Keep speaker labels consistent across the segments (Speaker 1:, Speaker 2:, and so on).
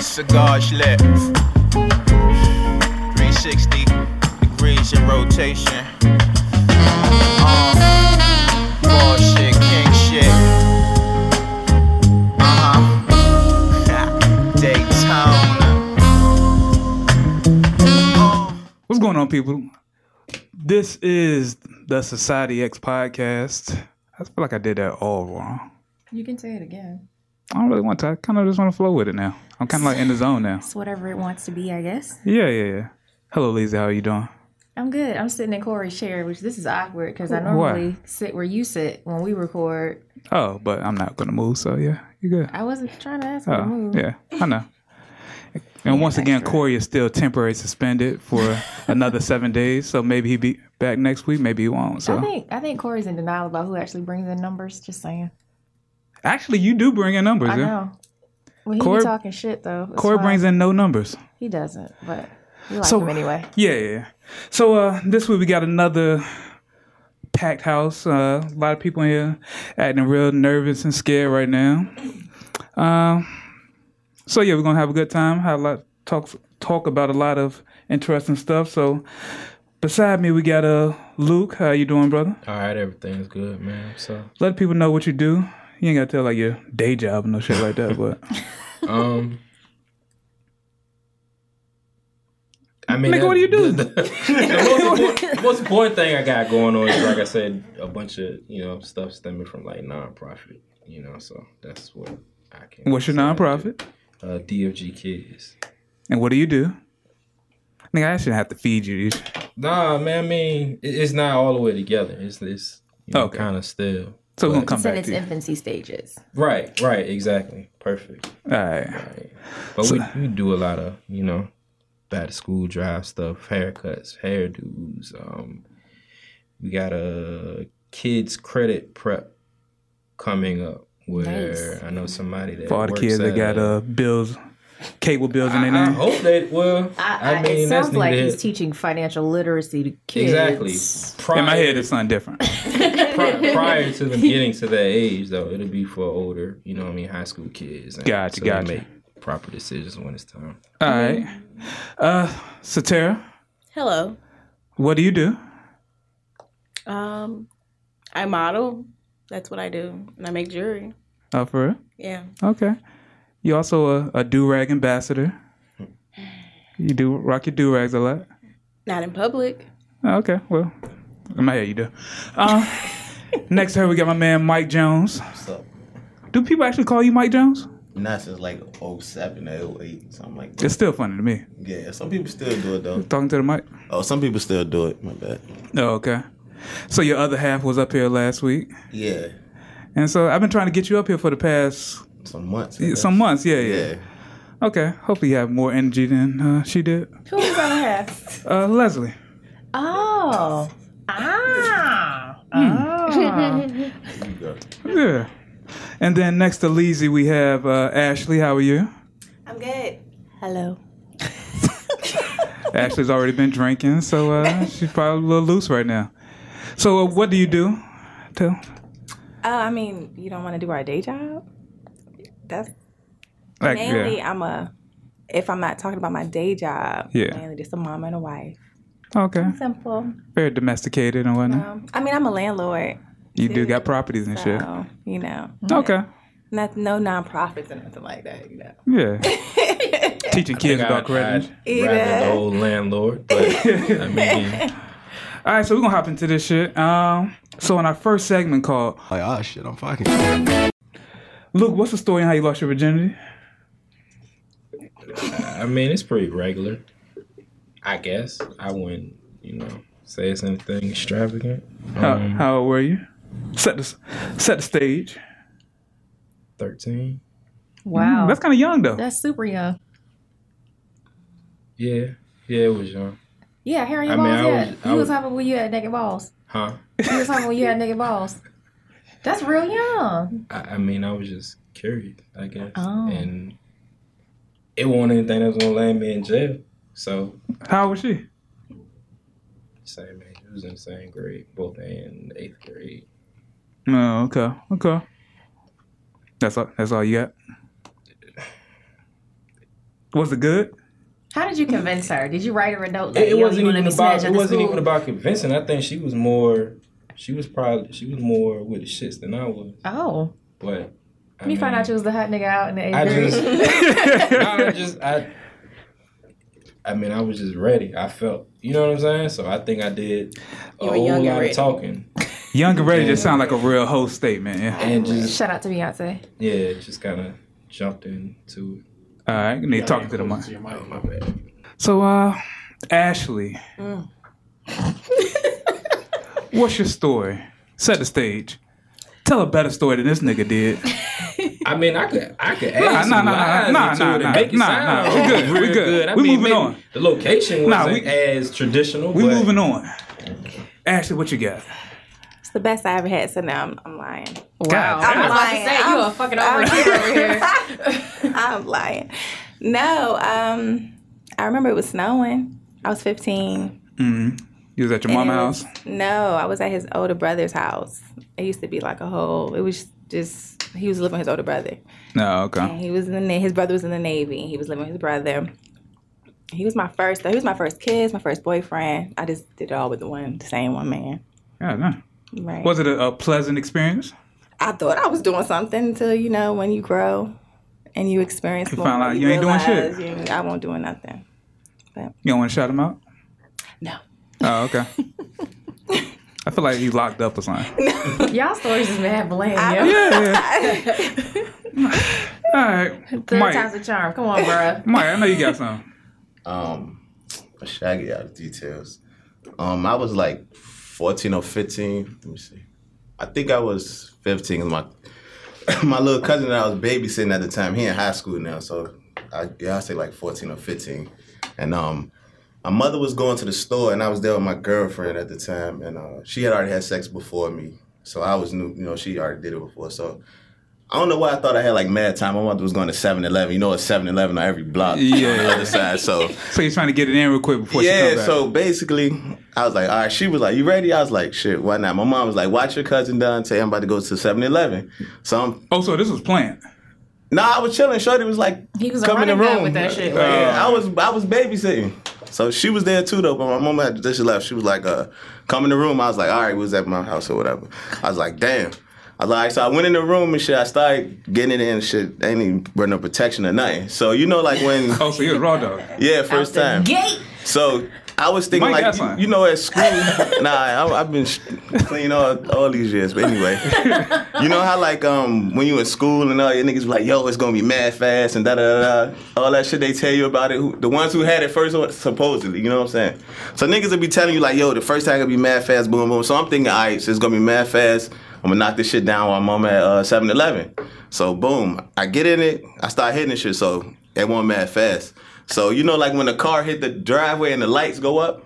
Speaker 1: Cigars lit. 360 degrees in rotation. Uh, ball shit, king shit. Uh huh. Uh-huh. Daytona. Uh.
Speaker 2: What's going on, people? This is the Society X podcast. I feel like I did that all wrong.
Speaker 3: You can say it again.
Speaker 2: I don't really want to. I kind of just want to flow with it now. I'm kind of like in the zone now.
Speaker 3: It's whatever it wants to be, I guess.
Speaker 2: Yeah, yeah, yeah. Hello, Lisa. How you doing?
Speaker 3: I'm good. I'm sitting in Corey's chair, which this is awkward because I normally sit where you sit when we record.
Speaker 2: Oh, but I'm not gonna move. So yeah, you good?
Speaker 3: I wasn't trying to ask you to
Speaker 2: Oh,
Speaker 3: move.
Speaker 2: yeah. I know. And once again,
Speaker 3: extra.
Speaker 2: Corey is still temporarily suspended for another seven days. So maybe he be back next week. Maybe he won't.
Speaker 3: I
Speaker 2: So
Speaker 3: think I think Corey's in denial about who actually brings in numbers. Just saying.
Speaker 2: actually, you do bring in numbers.
Speaker 3: I
Speaker 2: yeah?
Speaker 3: know. Well, he
Speaker 2: Corey-
Speaker 3: be talking shit though. It's
Speaker 2: Corey
Speaker 3: fine.
Speaker 2: brings in no numbers.
Speaker 3: He doesn't, but we like
Speaker 2: So-
Speaker 3: him anyway.
Speaker 2: Yeah, yeah, yeah. So uh, this week we got another packed house. Uh, a lot of people in here acting real nervous and scared right now. Um, so yeah, we're gonna have a good time. Have a lot talk talk about a lot of interesting stuff. So beside me we got uh, Luke. How you doing, brother?
Speaker 4: All right, everything's good, man. So,
Speaker 2: Let people know what you do. You ain't gotta tell like your day job and no shit like that. But
Speaker 4: um, I mean,
Speaker 2: Nigga, what do you do?
Speaker 4: The, most, important, the most important thing I got going on is, like I said, a bunch of you know stuff stemming from like nonprofit. You know, so that's what I can.
Speaker 2: what's your
Speaker 4: say I do.
Speaker 2: nonprofit
Speaker 4: Uh, DFG Kids.
Speaker 2: and what do you do? Nigga, I shouldn't have to feed you. these.
Speaker 4: Nah, man. I mean, it, it's not all the way together. It's it's you know,
Speaker 2: Okay.
Speaker 4: kind of still.
Speaker 2: So we're gonna come
Speaker 3: It's in
Speaker 2: back
Speaker 3: its
Speaker 2: to you.
Speaker 3: infancy stages.
Speaker 4: Right, right, exactly, perfect.
Speaker 2: All right.
Speaker 4: But
Speaker 2: So-
Speaker 4: we, we do a lot of, you know, back to school drive stuff, haircuts, hairdos. Um, we got a kids credit prep coming up where
Speaker 3: Nice.
Speaker 4: I know somebody that
Speaker 2: for all the
Speaker 4: works
Speaker 2: kids that
Speaker 4: at
Speaker 2: got
Speaker 4: a-
Speaker 2: uh bills, cable bills in
Speaker 4: I,
Speaker 2: their
Speaker 4: I
Speaker 2: name.
Speaker 4: hope that well. I,
Speaker 3: I, I,
Speaker 4: mean,
Speaker 3: it
Speaker 4: that's
Speaker 3: sounds like
Speaker 4: neither
Speaker 3: he's
Speaker 4: here-
Speaker 3: teaching financial literacy to kids.
Speaker 4: exactly. Prior,
Speaker 2: In my head, it's something different.
Speaker 4: prior, prior to them getting to that age, though, it'll be for older, you know, what I mean, high school kids. And
Speaker 2: Gotcha,
Speaker 4: they
Speaker 2: gotcha.
Speaker 4: Make proper decisions when it's time.
Speaker 2: All right. Uh, so Tara,
Speaker 5: Hello.
Speaker 2: what do you do?
Speaker 5: Um, I model. That's what I do, and I make jewelry.
Speaker 2: Uh, for real?
Speaker 5: Yeah.
Speaker 2: Okay. You also a, a do rag ambassador. You do rock your do rags a lot. Oh,
Speaker 5: Not in public.
Speaker 2: Okay. Well, in my head, you do. Uh, next to her, we got my man Mike Jones.
Speaker 6: What's up?
Speaker 2: Do people actually call you Mike Jones?
Speaker 6: Not since like 07 or 08, something like that.
Speaker 2: It's still funny to me.
Speaker 6: Yeah, some people still do it though.
Speaker 2: Talking to the mic.
Speaker 6: Oh, some people still do it. My bad.
Speaker 2: Oh, okay. So your other half was up here last week.
Speaker 6: Yeah,
Speaker 2: And so I've been trying to get you up here for the past
Speaker 6: some months. I
Speaker 2: yeah,
Speaker 6: guess.
Speaker 2: some months. Yeah, yeah,
Speaker 6: Yeah.
Speaker 2: Okay. Hopefully you have more energy than uh, she did.
Speaker 3: Who was on half?
Speaker 2: Uh, Leslie.
Speaker 3: Oh. Ah. Ah.
Speaker 6: There you go.
Speaker 2: Yeah. And then next to Leezy, we have uh, Ashley. How are you?
Speaker 5: I'm good. Hello.
Speaker 2: Ashley's already been drinking, so uh, she's probably a little loose right now. So uh, what do you do? Tell.
Speaker 5: Uh, I mean, you don't want to do our day job. That's
Speaker 2: Like,
Speaker 5: mainly.
Speaker 2: yeah.
Speaker 5: I'm a. If I'm not talking about my day job,
Speaker 2: Yeah.
Speaker 5: mainly just a mom and a wife.
Speaker 2: Okay.
Speaker 5: Simple.
Speaker 2: Very domesticated and whatnot.
Speaker 5: Um, I mean, I'm a landlord,
Speaker 2: you do got properties and
Speaker 5: so
Speaker 2: shit.
Speaker 5: you know,
Speaker 2: Okay.
Speaker 5: not no nonprofits or nothing like that. You know.
Speaker 2: Yeah. Teaching kids
Speaker 4: think
Speaker 2: about
Speaker 4: I'd-
Speaker 2: credit.
Speaker 4: I'd rather the old landlord, but I mean,
Speaker 2: All right, so we're gonna hop into this shit. Um, so in our first segment called
Speaker 6: Like, oh shit, I'm fucking.
Speaker 2: "Luke, what's the story on how you lost your virginity?"
Speaker 4: I mean, it's pretty regular. I guess I wouldn't, you know, say it's anything extravagant.
Speaker 2: How,
Speaker 4: Um,
Speaker 2: how old were you? Set the set the stage.
Speaker 4: Thirteen.
Speaker 3: Wow.
Speaker 2: Mm, That's kind of young though.
Speaker 3: That's super young.
Speaker 4: Yeah, yeah, it was young.
Speaker 3: Yeah, Harry
Speaker 4: I
Speaker 3: your
Speaker 4: mean,
Speaker 3: balls.
Speaker 4: I
Speaker 3: yeah,
Speaker 4: was- I
Speaker 3: you was
Speaker 4: was-
Speaker 3: hopping when you had naked balls.
Speaker 4: Huh?
Speaker 3: You was hopping when you had naked balls. That's real young.
Speaker 4: I, I mean, I was just curious, I guess,
Speaker 3: Oh.
Speaker 4: and it wasn't anything that was gonna land me in jail. So
Speaker 2: How old was she?
Speaker 4: same age. It was in the same grade, both in eighth grade.
Speaker 2: No, okay, okay. That's all. That's all you got. Was it good?
Speaker 3: How did you convince her? Did you write her a note? Like,
Speaker 4: It, it
Speaker 3: "Yo,
Speaker 4: wasn't
Speaker 3: you wanna
Speaker 4: even
Speaker 3: be
Speaker 4: about.
Speaker 3: snatched
Speaker 4: It
Speaker 3: at the
Speaker 4: wasn't
Speaker 3: school?"
Speaker 4: even about convincing. I think she was more. She was probably. She was more with the shits than I was.
Speaker 3: Oh,
Speaker 4: But I
Speaker 3: you find
Speaker 4: mean,
Speaker 3: out you was the hot nigga out in the eighth
Speaker 4: I
Speaker 3: grade.
Speaker 4: just. I just I I mean I was just ready. I felt you know what I'm saying? So I think I did a
Speaker 7: You were
Speaker 4: whole
Speaker 7: young and
Speaker 4: lot
Speaker 7: ready.
Speaker 4: of talking.
Speaker 2: Young and ready just sound like a real host statement. Yeah.
Speaker 4: And just
Speaker 3: Shout out to Beyonce.
Speaker 4: yeah, just kinda jumped into
Speaker 2: All right, you need to talk to the mic.
Speaker 6: Your
Speaker 4: it.
Speaker 6: mic.
Speaker 4: Oh, My bad.
Speaker 2: So, uh, Ashley,
Speaker 3: Mm.
Speaker 2: what's your story? Set the stage. Tell a better story than this nigga did.
Speaker 4: I mean I could I could add
Speaker 2: nah,
Speaker 4: some
Speaker 2: nah, nah,
Speaker 4: lines
Speaker 2: nah,
Speaker 4: into
Speaker 2: nah,
Speaker 4: it and
Speaker 2: nah,
Speaker 4: make it
Speaker 2: nah,
Speaker 4: sound
Speaker 2: nah. We good, we
Speaker 4: real
Speaker 2: good.
Speaker 4: I
Speaker 2: We
Speaker 4: mean,
Speaker 2: moving
Speaker 4: maybe
Speaker 2: on.
Speaker 4: The location
Speaker 2: Nah,
Speaker 4: wasn't
Speaker 2: we-
Speaker 4: as traditional.
Speaker 2: We
Speaker 4: but
Speaker 2: moving on. Ashley, what you got?
Speaker 5: It's the best I ever had, so now I'm, I'm lying.
Speaker 3: Wow.
Speaker 2: damn.
Speaker 3: I was about to
Speaker 5: lying.
Speaker 3: say, you
Speaker 5: I'm-
Speaker 3: a fucking overachiever over here.
Speaker 5: Um, I'm lying. No, um, I remember it was snowing. I was 15.
Speaker 2: You was at your
Speaker 5: and
Speaker 2: mama
Speaker 5: it was-
Speaker 2: house.
Speaker 5: No, I was at his older brother's house. It used to be like a whole. It was just he was living with his older brother.
Speaker 2: No, okay.
Speaker 5: And he was in the na- his brother was in the navy. and He was living with his brother. He was my first. He was my first kiss, my first boyfriend. I just did it all with the one, the same one man.
Speaker 2: Yeah, no.
Speaker 5: Right.
Speaker 2: Was it a, a pleasant experience?
Speaker 5: I thought I was doing something until you know when you grow and you experience
Speaker 2: You
Speaker 5: more,
Speaker 2: find out you ain't doing
Speaker 5: realize you- I won't doing nothing.
Speaker 2: You don't want to shout him out?
Speaker 5: No.
Speaker 2: Oh, okay. I feel like he locked up or something.
Speaker 3: Y'all stories is mad bland, yo.
Speaker 2: Yeah. All right,
Speaker 3: Third time's
Speaker 2: Mike.
Speaker 3: a charm. Come on, bruh.
Speaker 2: Mike, I know you got some.
Speaker 6: Um, should I get out of details? Um, I was like 14 or 15. Let me see. I think I was 15. 'cause My my little cousin that I was babysitting at the time, he in high school now, so I yeah, I say like 14 or 15. And um, my mother was going to the store, and I was there with my girlfriend at the time, and uh, she had already had sex before me, so I was new. You know, she already did it before, so. I don't know why I thought I had like mad time. My mother was going to 7 Eleven. You know, it's 7 Eleven on every block on
Speaker 2: Yeah.
Speaker 6: the other side. So
Speaker 2: So you're trying to get it in real quick before she
Speaker 6: yeah,
Speaker 2: comes back.
Speaker 6: so basically, I was like, all right, she was like, you ready? I was like, shit, why not? My mom was like, watch your cousin Dante. I'm about to go to 7 Eleven. So I'm,
Speaker 2: Oh, so this was planned.
Speaker 6: nah, I was chilling. Shorty was like,
Speaker 3: He was a
Speaker 6: come in the
Speaker 3: running gun
Speaker 6: room.
Speaker 3: with that shit.
Speaker 6: Yeah, I was, I was babysitting. So she was there too, though, but my mom had just left. She was like, uh, come in the room. I was like, all right, we was at my house or whatever. I was like, damn. I was like, so I went in the room and shit. I started getting it in and shit. They ain't even wearing no protection or nothing. So, you know, like when,
Speaker 2: Oh, so you're a raw dog.
Speaker 6: yeah, first time.
Speaker 3: Gate.
Speaker 6: So I was thinking,
Speaker 2: Mike
Speaker 6: like,
Speaker 2: Epson.
Speaker 6: you, you know, at school, nah, I, I've been sh- clean all, all these years. But anyway, you know how, like, um, when you in school and all your niggas be like, yo, it's gonna be mad fast and da da da, all that shit they tell you about it. Who, the ones who had it first, supposedly, you know what I'm saying? So niggas will be telling you, like, yo, the first time gonna be mad fast, boom, boom. So I'm thinking, all right, so it's gonna be mad fast. I'm gonna knock this shit down while I'm at 7 Eleven. So boom, I get in it, I start hitting this shit, so it went mad fast. So you know, like when the car hit the driveway and the lights go up.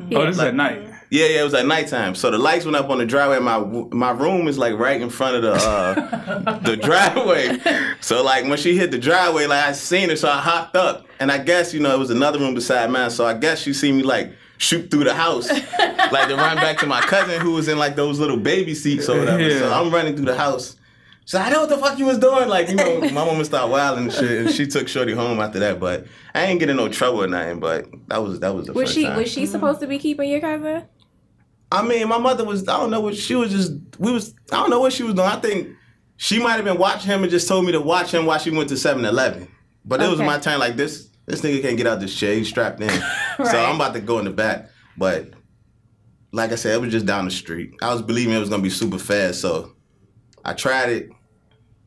Speaker 2: Oh, this is at night.
Speaker 6: Yeah, yeah, it was at nighttime. So the lights went up on the driveway. My my room is like right in front of the uh, the driveway. So like when she hit the driveway, like I seen her, so I hopped up. And I guess you know it was another room beside mine. So I guess she seen me like shoot through the house, like to run back to my cousin who was in like those little baby seats or whatever. So
Speaker 2: Yeah.
Speaker 6: I'm running through the house. So I know what the fuck you was doing. Like, you know, my mama started wilding and shit, and she took Shorty home after that. But I ain't get in no trouble or nothing. But that was that Mm-hmm. was the
Speaker 5: Was
Speaker 6: first
Speaker 5: she
Speaker 6: time.
Speaker 5: was she supposed to be keeping your cousin?
Speaker 6: I mean, my mother was. I don't know what she was. Just we was. I don't know what she was doing. I think she might have been watching him and just told me to watch him while she went to 7-Eleven. But it was
Speaker 5: Okay.
Speaker 6: my turn. Like this, this nigga can't get out this chair. He's strapped in. So I'm about to go in the back. But like I said, it was just down the street. I was believing it was gonna be super fast. So I tried it.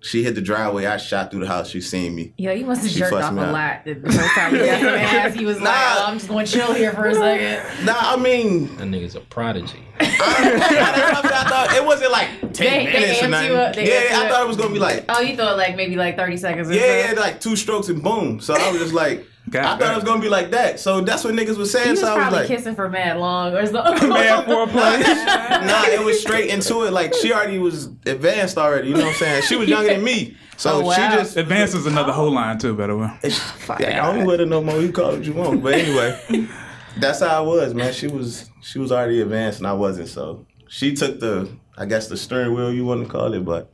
Speaker 6: She hit the driveway. I shot through the house. She seen me.
Speaker 3: Yo, you must have
Speaker 6: She
Speaker 3: jerked
Speaker 6: fussed
Speaker 3: off a
Speaker 6: me out.
Speaker 3: lot the first time you got some ass. He was like, oh, I'm just going to chill here for a second.
Speaker 6: Nah, I mean,
Speaker 4: That nigga's a prodigy.
Speaker 6: I thought it wasn't like ten
Speaker 3: They- they
Speaker 6: minutes
Speaker 3: amped
Speaker 6: or
Speaker 3: you
Speaker 6: nothing.
Speaker 3: up, they
Speaker 6: yeah,
Speaker 3: amped you
Speaker 6: I
Speaker 3: up.
Speaker 6: thought it was gonna be like
Speaker 3: Oh, you thought like maybe like 30 seconds or
Speaker 6: Yeah,
Speaker 3: so?
Speaker 6: yeah, like two strokes and boom. So I was just like,
Speaker 2: God
Speaker 6: I thought
Speaker 2: damn.
Speaker 6: it was gonna be like that. So that's what niggas was
Speaker 3: He
Speaker 6: saying.
Speaker 3: was
Speaker 6: so I was
Speaker 3: probably
Speaker 6: like,
Speaker 3: kissing for mad long or something.
Speaker 2: Bad foreplay.
Speaker 6: Nah, it was straight into it. Like she already was advanced already. You know what I'm saying? She was younger than me, so
Speaker 3: Oh, wow.
Speaker 6: she just.
Speaker 2: Advance is another whole line too, by the way.
Speaker 6: Yeah, I don't wear no more. You call it what you want, but anyway, that's how I was, man. She was she was already advanced and I wasn't. So she took the, I guess the steering wheel you want to call it, but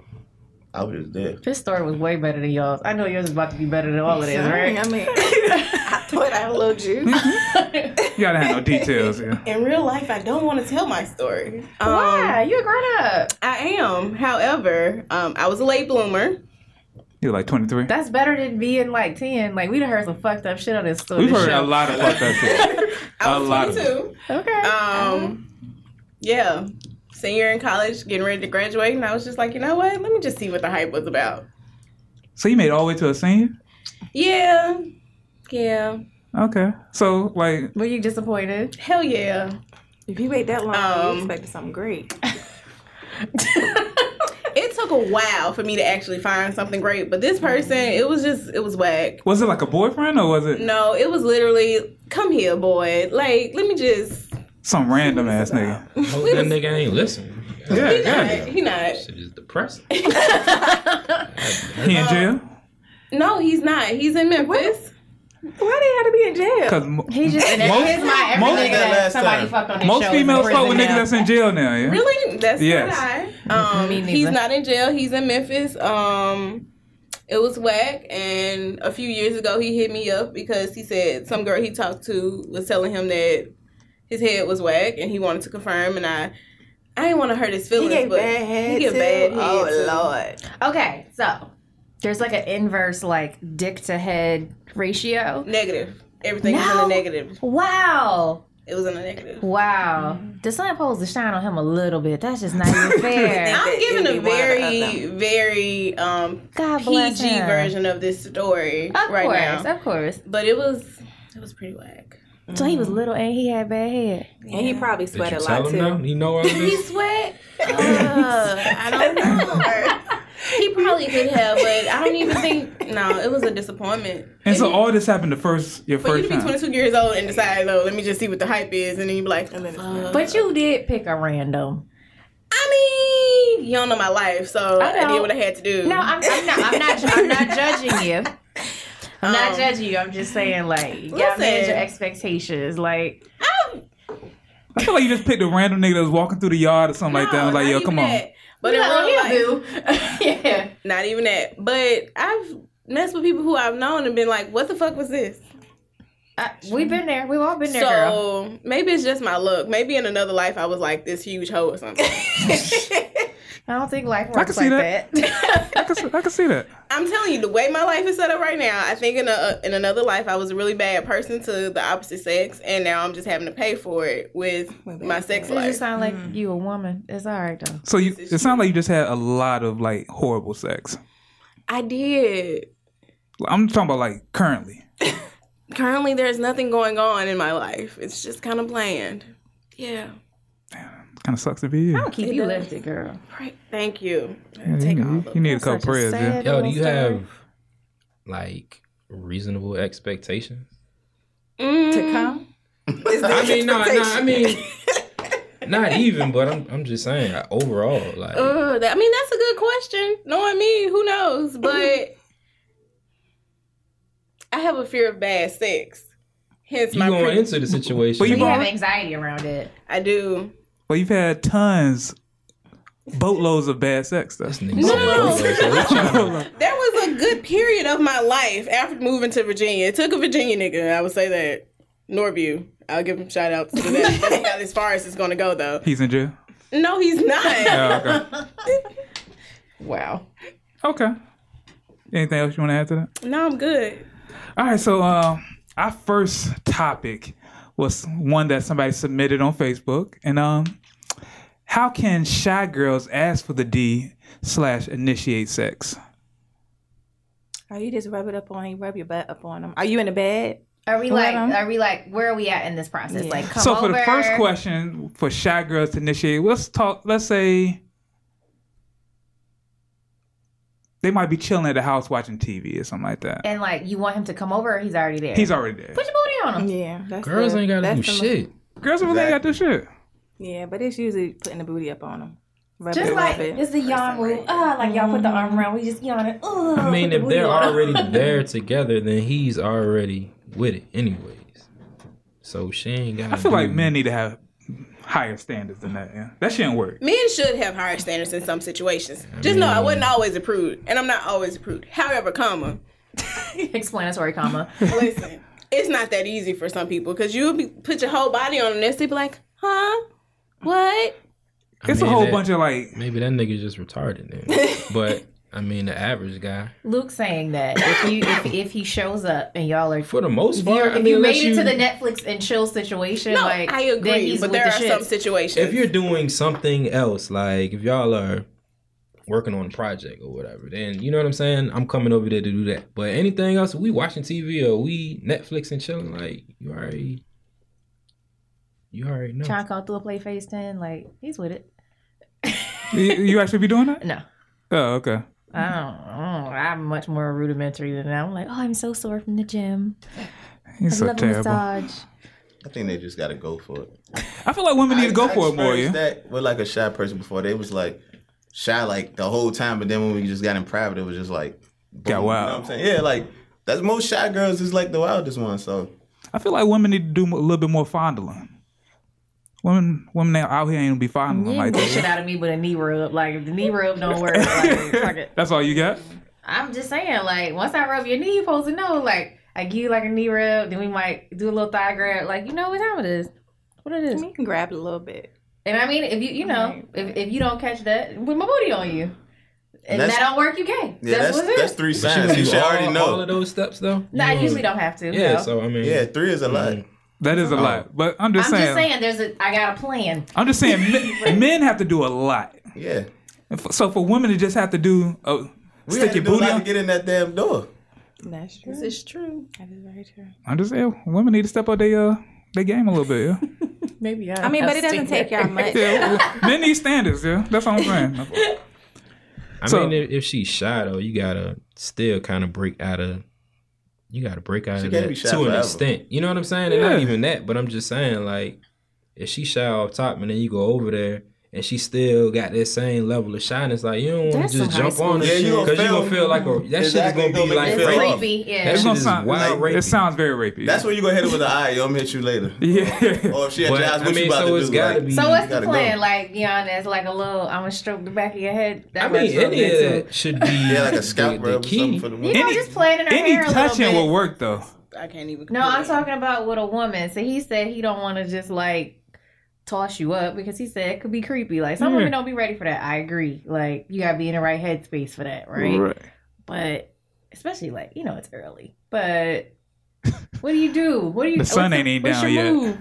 Speaker 6: I was just there.
Speaker 3: This story was way better than y'all's. I know yours is about to be better than all of this,
Speaker 5: Sorry,
Speaker 3: right?
Speaker 5: I mean, I thought I had a little juice.
Speaker 2: You gotta have no details. Yeah.
Speaker 5: In real life, I don't want to tell my story. Um,
Speaker 3: Why? You a grown up.
Speaker 5: I am. However, um, I was a late bloomer.
Speaker 2: You're like 23.
Speaker 3: That's better than being like 10. Like, we'd have heard some fucked up shit on this story.
Speaker 2: We've heard a lot of fucked up shit.
Speaker 5: I
Speaker 2: A
Speaker 5: was
Speaker 2: lot of
Speaker 5: 22.
Speaker 3: Okay.
Speaker 2: Uh,
Speaker 5: Um,
Speaker 7: Uh-huh.
Speaker 5: yeah, senior in college, getting ready to graduate, and I was just like, you know what? Let me just see what the hype was about.
Speaker 2: So you made it all the way to a senior?
Speaker 5: Yeah, yeah,
Speaker 2: Okay. So like,
Speaker 3: Were you disappointed?
Speaker 5: hell yeah.
Speaker 7: If you wait that long,
Speaker 5: Um,
Speaker 7: you expected something great.
Speaker 5: It took a while for me to actually find something great, but this person, it was just, it was whack.
Speaker 2: was it like a boyfriend or was it
Speaker 5: No, it was literally, come here, boy. Like, let me just.
Speaker 2: some random ass nigga?
Speaker 4: Hope that nigga ain't listening.
Speaker 2: Yeah,
Speaker 5: He not.
Speaker 2: yeah.
Speaker 5: He not.
Speaker 4: Shit is depressing.
Speaker 2: He in jail?
Speaker 5: No, he's not. He's in Memphis.
Speaker 7: Why they had to be in jail?
Speaker 2: Cause
Speaker 3: He just, and
Speaker 2: Most-
Speaker 3: here's my every
Speaker 2: most-
Speaker 3: nigga that
Speaker 6: Last
Speaker 3: somebody
Speaker 6: time.
Speaker 3: fucked on this
Speaker 2: most
Speaker 3: show is in
Speaker 2: females
Speaker 3: prison
Speaker 2: fuck with niggas
Speaker 3: now.
Speaker 2: that's in jail now. Yeah.
Speaker 5: Really? That's
Speaker 2: Yes.
Speaker 5: not I. Um,
Speaker 3: Me neither.
Speaker 5: he's not in jail. He's in Memphis. Um, it was whack. And a few years ago, he hit me up because he said some girl he talked to was telling him that his head was whack, and he wanted to confirm. And I, I didn't want to hurt his
Speaker 7: He
Speaker 5: feelings,
Speaker 7: gave
Speaker 5: but
Speaker 7: bad head.
Speaker 5: he gave
Speaker 7: too?
Speaker 5: bad head. too.
Speaker 7: Oh
Speaker 3: Okay, so there's like an inverse, like, dick to head ratio.
Speaker 5: Negative. Everything was in
Speaker 3: No.
Speaker 5: the negative.
Speaker 3: Wow.
Speaker 5: It was in the negative.
Speaker 3: Wow.
Speaker 2: Mm-hmm.
Speaker 3: The sun supposed to shine on him a little bit. That's just not even fair.
Speaker 5: I'm
Speaker 7: that
Speaker 5: giving
Speaker 7: it'd
Speaker 5: a
Speaker 7: be one or the
Speaker 5: very, very um,
Speaker 3: God bless
Speaker 5: PG
Speaker 3: him.
Speaker 5: version of this story
Speaker 3: Of
Speaker 5: right
Speaker 3: course,
Speaker 5: now,
Speaker 3: of course.
Speaker 5: but it was it was pretty whack.
Speaker 3: So he
Speaker 2: Mm-hmm.
Speaker 3: was little and he had bad head.
Speaker 7: Lord. And he probably
Speaker 4: Did you
Speaker 7: sweat a
Speaker 4: tell
Speaker 7: lot
Speaker 4: him
Speaker 7: too.
Speaker 4: now? You know all of
Speaker 5: He
Speaker 4: this?
Speaker 5: sweat. Uh, I don't know. he probably could have, but I don't even think. No, it was a disappointment.
Speaker 2: And so all this happened the first your
Speaker 5: But
Speaker 2: first
Speaker 5: you to be
Speaker 2: time.
Speaker 5: 22 years old and decide, though, let me just see what the hype is, and then you be like,
Speaker 7: then it's
Speaker 5: "Fuck."
Speaker 3: But you did pick a random.
Speaker 5: I mean, you don't know my life, so
Speaker 3: I
Speaker 5: I,
Speaker 3: know.
Speaker 5: did what I had to do.
Speaker 3: No, I'm, I'm not. I'm not. I'm not judging you. I'm not
Speaker 5: Um,
Speaker 3: judging you. I'm just saying, like, you gotta manage
Speaker 5: listen.
Speaker 3: your expectations. Like,
Speaker 2: I feel like you just picked a random nigga that was walking through the yard or something like that. I was
Speaker 5: No,
Speaker 2: like,
Speaker 5: not
Speaker 2: yo,
Speaker 5: even
Speaker 2: come on.
Speaker 5: that. But in
Speaker 3: oh,
Speaker 5: real life,
Speaker 3: he'll do. yeah.
Speaker 5: not even that. But I've messed with people who I've known and been like, "What the fuck was this?"
Speaker 3: I, Uh, we've been there. We've all been there, girl.
Speaker 5: so maybe it's just my look. Maybe in another life I was like this huge hoe or something.
Speaker 3: I don't think life works
Speaker 2: I can see that.
Speaker 3: like that.
Speaker 2: I can, see- I can see that.
Speaker 5: I'm telling you, the way my life is set up right now, I think in a in another life I was a really bad person to the opposite sex, and now I'm just having to pay for it with my sex
Speaker 3: You
Speaker 5: life.
Speaker 3: sound like you a woman. It's all right though.
Speaker 2: So you, it sounds like you just had a lot of like horrible sex.
Speaker 5: I did.
Speaker 2: I'm talking about like currently.
Speaker 5: Currently, there's nothing going on in my life. It's just kind of bland. Yeah.
Speaker 2: Kind of sucks to be you.
Speaker 3: Don't keep you lifted, girl.
Speaker 5: Right. Thank you.
Speaker 2: Yeah, you, need- you need a couple
Speaker 3: Such a
Speaker 2: prayers. Yeah.
Speaker 3: sad
Speaker 4: Yo, do
Speaker 3: little
Speaker 4: you
Speaker 3: story.
Speaker 4: have like reasonable expectations?
Speaker 7: To
Speaker 5: Mm,
Speaker 7: come?
Speaker 4: I mean, no, no, I mean, not even. But I'm, I'm just saying like, overall, like,
Speaker 3: Oh,
Speaker 5: uh, that- I mean, that's a good question. Knowing me, who knows? But I have a fear of bad sex. Hence
Speaker 4: you
Speaker 5: my.
Speaker 4: going
Speaker 5: pre-
Speaker 4: into the situation.
Speaker 2: But you
Speaker 3: You have
Speaker 2: bought,
Speaker 3: anxiety around it.
Speaker 5: I do.
Speaker 2: well, you've had tons, boatloads of bad sex though.
Speaker 4: This nigga said, "Oh, so we tryna-"
Speaker 5: There was a good period of my life after moving to Virginia. It took a Virginia nigga, I would say that. Norview. I'll give him shout out to that. That's about as far as it's gonna go though.
Speaker 2: He's in jail.
Speaker 5: No, he's not.
Speaker 2: Oh, okay.
Speaker 3: Wow.
Speaker 2: Okay. Anything else you want to add to that?
Speaker 5: No, I'm good.
Speaker 2: All right. So, uh, our first topic was one that somebody submitted on Facebook, and um, how can shy girls ask for the D slash initiate sex?
Speaker 7: Or Oh, you just rub it up on you, rub your butt up on them. Are you in the bed?
Speaker 3: Are we like?
Speaker 7: Let 'em.
Speaker 3: Are we like? Where are we at in this process? Like, come
Speaker 2: so, for the
Speaker 3: over.
Speaker 2: first question for shy girls to initiate, let's talk. Let's say they might be chilling at the house watching TV or something like that.
Speaker 3: and like, you want him to come over? or He's already there.
Speaker 2: He's already there.
Speaker 3: Put your booty on him.
Speaker 7: Yeah. That's
Speaker 4: girls
Speaker 7: the-
Speaker 4: ain't gotta do
Speaker 7: that's the-
Speaker 4: shit.
Speaker 2: Girls really ain't got this shit.
Speaker 7: Yeah, but it's usually putting the booty up on them. Rub
Speaker 3: Just
Speaker 7: it,
Speaker 3: like
Speaker 7: rub it.
Speaker 3: it's the yawn move. Ah, like y'all put the arm around. We just yawning. Ugh,
Speaker 4: I mean,
Speaker 3: put the
Speaker 4: if
Speaker 3: booty
Speaker 4: they're
Speaker 3: on 'em.
Speaker 4: already there together, then he's already with it, anyways. So she ain't got. Mm-hmm.
Speaker 2: I feel like men need to have higher standards than that. Yeah, that shouldn't work.
Speaker 5: Men should have higher standards in some situations. Just know I wasn't always approved, and I'm not always approved. However, comma,
Speaker 3: Explanatory comma.
Speaker 5: listen, it's not that easy for some people because you be, put your whole body on this. They be like, huh, what?
Speaker 2: It's a
Speaker 4: mean,
Speaker 2: whole
Speaker 4: that-
Speaker 2: bunch of like.
Speaker 4: Maybe that nigga just retarded then. but I mean, the average guy,
Speaker 3: Luke saying that if you if, if he shows up and y'all are
Speaker 4: for the most
Speaker 3: if,
Speaker 4: part,
Speaker 3: you're,
Speaker 4: I
Speaker 3: if
Speaker 4: mean,
Speaker 3: you
Speaker 4: unless
Speaker 3: made it to the Netflix and chill situation,
Speaker 5: No,
Speaker 3: like
Speaker 5: I
Speaker 3: then
Speaker 5: agree,
Speaker 3: he's
Speaker 5: but
Speaker 3: with
Speaker 5: there
Speaker 3: the
Speaker 5: are
Speaker 3: shits.
Speaker 5: some situations.
Speaker 4: if you're doing something else, like if y'all are working on a project or whatever, then you know what I'm saying. I'm coming over there to do that. But anything else, we watching TV or we Netflix and chilling, like you already, you already know.
Speaker 3: Trying to call through a play face ten, like he's with it.
Speaker 2: You, you actually be doing that?
Speaker 3: No.
Speaker 2: Oh, okay.
Speaker 3: I don't, I don't- I'm much more rudimentary than that. I'm like, oh, I'm so sore from the gym.
Speaker 2: He's
Speaker 3: I
Speaker 2: so
Speaker 3: love
Speaker 2: terrible.
Speaker 3: a massage.
Speaker 6: I think they just gotta go for it.
Speaker 2: I feel like women need to go
Speaker 6: I- I
Speaker 2: for it more.
Speaker 6: experienced
Speaker 2: Yeah.
Speaker 6: That with like a shy person before. They was like shy like the whole time, but then when we just got in private, it was just like boom,
Speaker 2: Got wild.
Speaker 6: You know what I'm saying? Yeah, like that's most shy girls is like the wildest one. So
Speaker 2: I feel like women need to do a little bit more fondling. Women, women out here ain't gonna be fondling
Speaker 3: You
Speaker 2: like
Speaker 3: beat the shit
Speaker 2: that.
Speaker 3: out of me with a knee rub. Like if the knee rub don't work, like, fuck it.
Speaker 2: That's all you got.
Speaker 3: I'm just saying, like once I rub your knee, you supposed to know. Like I give you like a knee rub, then we might do a little thigh grab. Like you know what time it is. What it is.
Speaker 7: You can grab it a little bit.
Speaker 3: And I mean, if you you know if, if you don't catch that with my booty on you, and
Speaker 6: That's-
Speaker 3: that don't work, you gay.
Speaker 6: yeah,
Speaker 3: that's,
Speaker 6: that's
Speaker 3: what it
Speaker 6: that's,
Speaker 3: is.
Speaker 4: But
Speaker 6: three
Speaker 4: you
Speaker 6: signs. You
Speaker 4: do
Speaker 6: should
Speaker 4: all-
Speaker 6: already
Speaker 4: all of
Speaker 6: know.
Speaker 4: those steps though.
Speaker 3: No, I
Speaker 4: Mm.
Speaker 3: usually don't have to.
Speaker 4: Yeah,
Speaker 3: no.
Speaker 4: so I mean,
Speaker 6: Yeah, three is a lot.
Speaker 4: Mm-hmm.
Speaker 2: That is a lot. But I'm just
Speaker 3: I'm
Speaker 2: saying.
Speaker 3: just saying, there's a I got a plan.
Speaker 2: I'm just saying. men, men have to do a lot.
Speaker 6: Yeah.
Speaker 2: And f- So for women to just have to do a
Speaker 6: We
Speaker 2: stick
Speaker 6: had to
Speaker 2: your
Speaker 6: do a
Speaker 2: booty
Speaker 6: lot to
Speaker 2: on.
Speaker 6: get in that damn door.
Speaker 7: That's true.
Speaker 5: it's true.
Speaker 7: That is very true.
Speaker 2: I'm just saying. Women need to step up their uh, their game a little bit. Yeah.
Speaker 3: Maybe
Speaker 7: I mean, but it doesn't take y'all much.
Speaker 2: yeah w- men need standards. Yeah. That's what I'm saying.
Speaker 4: I
Speaker 2: So-
Speaker 4: mean, if, if she's shy though, you gotta still kind of break out of. You gotta break out
Speaker 6: She
Speaker 4: of
Speaker 6: can't
Speaker 4: that
Speaker 6: be
Speaker 4: to
Speaker 6: shy
Speaker 4: an
Speaker 6: forever.
Speaker 4: extent. You know what I'm saying? And
Speaker 2: Yeah.
Speaker 4: not even that, but I'm just saying like, if she shy off top and then you go over there and she still got that same level of shyness, like you don't want
Speaker 3: That's
Speaker 4: to just
Speaker 3: some high
Speaker 4: jump on
Speaker 3: school
Speaker 4: her
Speaker 6: shit. Yeah, you
Speaker 4: because
Speaker 6: gonna
Speaker 4: you gonna
Speaker 6: feel-
Speaker 4: feel like a, that
Speaker 6: Exactly,
Speaker 4: shit is gonna
Speaker 6: gonna
Speaker 4: be
Speaker 6: make
Speaker 4: like
Speaker 6: you
Speaker 3: It's
Speaker 6: feel
Speaker 4: rape.
Speaker 6: off.
Speaker 3: creepy. Yeah.
Speaker 4: That
Speaker 2: It's
Speaker 4: shit
Speaker 2: gonna
Speaker 4: is
Speaker 2: sound.
Speaker 4: wild
Speaker 2: it
Speaker 4: rapey.
Speaker 2: sounds very rapey.
Speaker 6: That's when you go hit her with the eye. Yo, I'm gonna hit you later.
Speaker 2: yeah.
Speaker 6: Or if she at
Speaker 4: But,
Speaker 6: your house,
Speaker 4: I mean,
Speaker 6: what you about
Speaker 4: so
Speaker 6: to
Speaker 4: it's
Speaker 6: do?
Speaker 4: gotta
Speaker 6: Like,
Speaker 4: be-
Speaker 3: so
Speaker 4: you
Speaker 3: what's the
Speaker 6: gotta
Speaker 3: plan?
Speaker 6: go.
Speaker 3: Like beyond that's like a little. I'm gonna stroke the back of your head. That
Speaker 4: I mean,
Speaker 3: works real
Speaker 4: any
Speaker 3: good,
Speaker 4: of
Speaker 3: too.
Speaker 4: that should be
Speaker 6: yeah, like
Speaker 4: the-
Speaker 6: a scalp
Speaker 4: the
Speaker 6: rub or something
Speaker 4: key.
Speaker 6: for the
Speaker 3: You
Speaker 6: women.
Speaker 3: know,
Speaker 2: Any-
Speaker 3: just playing in her
Speaker 2: Any
Speaker 3: hair a little
Speaker 2: touching
Speaker 3: bit.
Speaker 2: will work though.
Speaker 5: I can't even.
Speaker 3: No, I'm
Speaker 5: completely-
Speaker 3: talking about with a woman. So he said he don't want to just like toss you up because he said it could be creepy. Like some
Speaker 2: Yeah.
Speaker 3: women don't be ready for that. I agree. Like you gotta be in the right headspace for that, right? But especially like you know it's early. But what do you do? What do you?
Speaker 2: The sun
Speaker 3: what's
Speaker 2: ain't even
Speaker 3: what's
Speaker 2: down
Speaker 3: your
Speaker 2: yet.
Speaker 3: Move?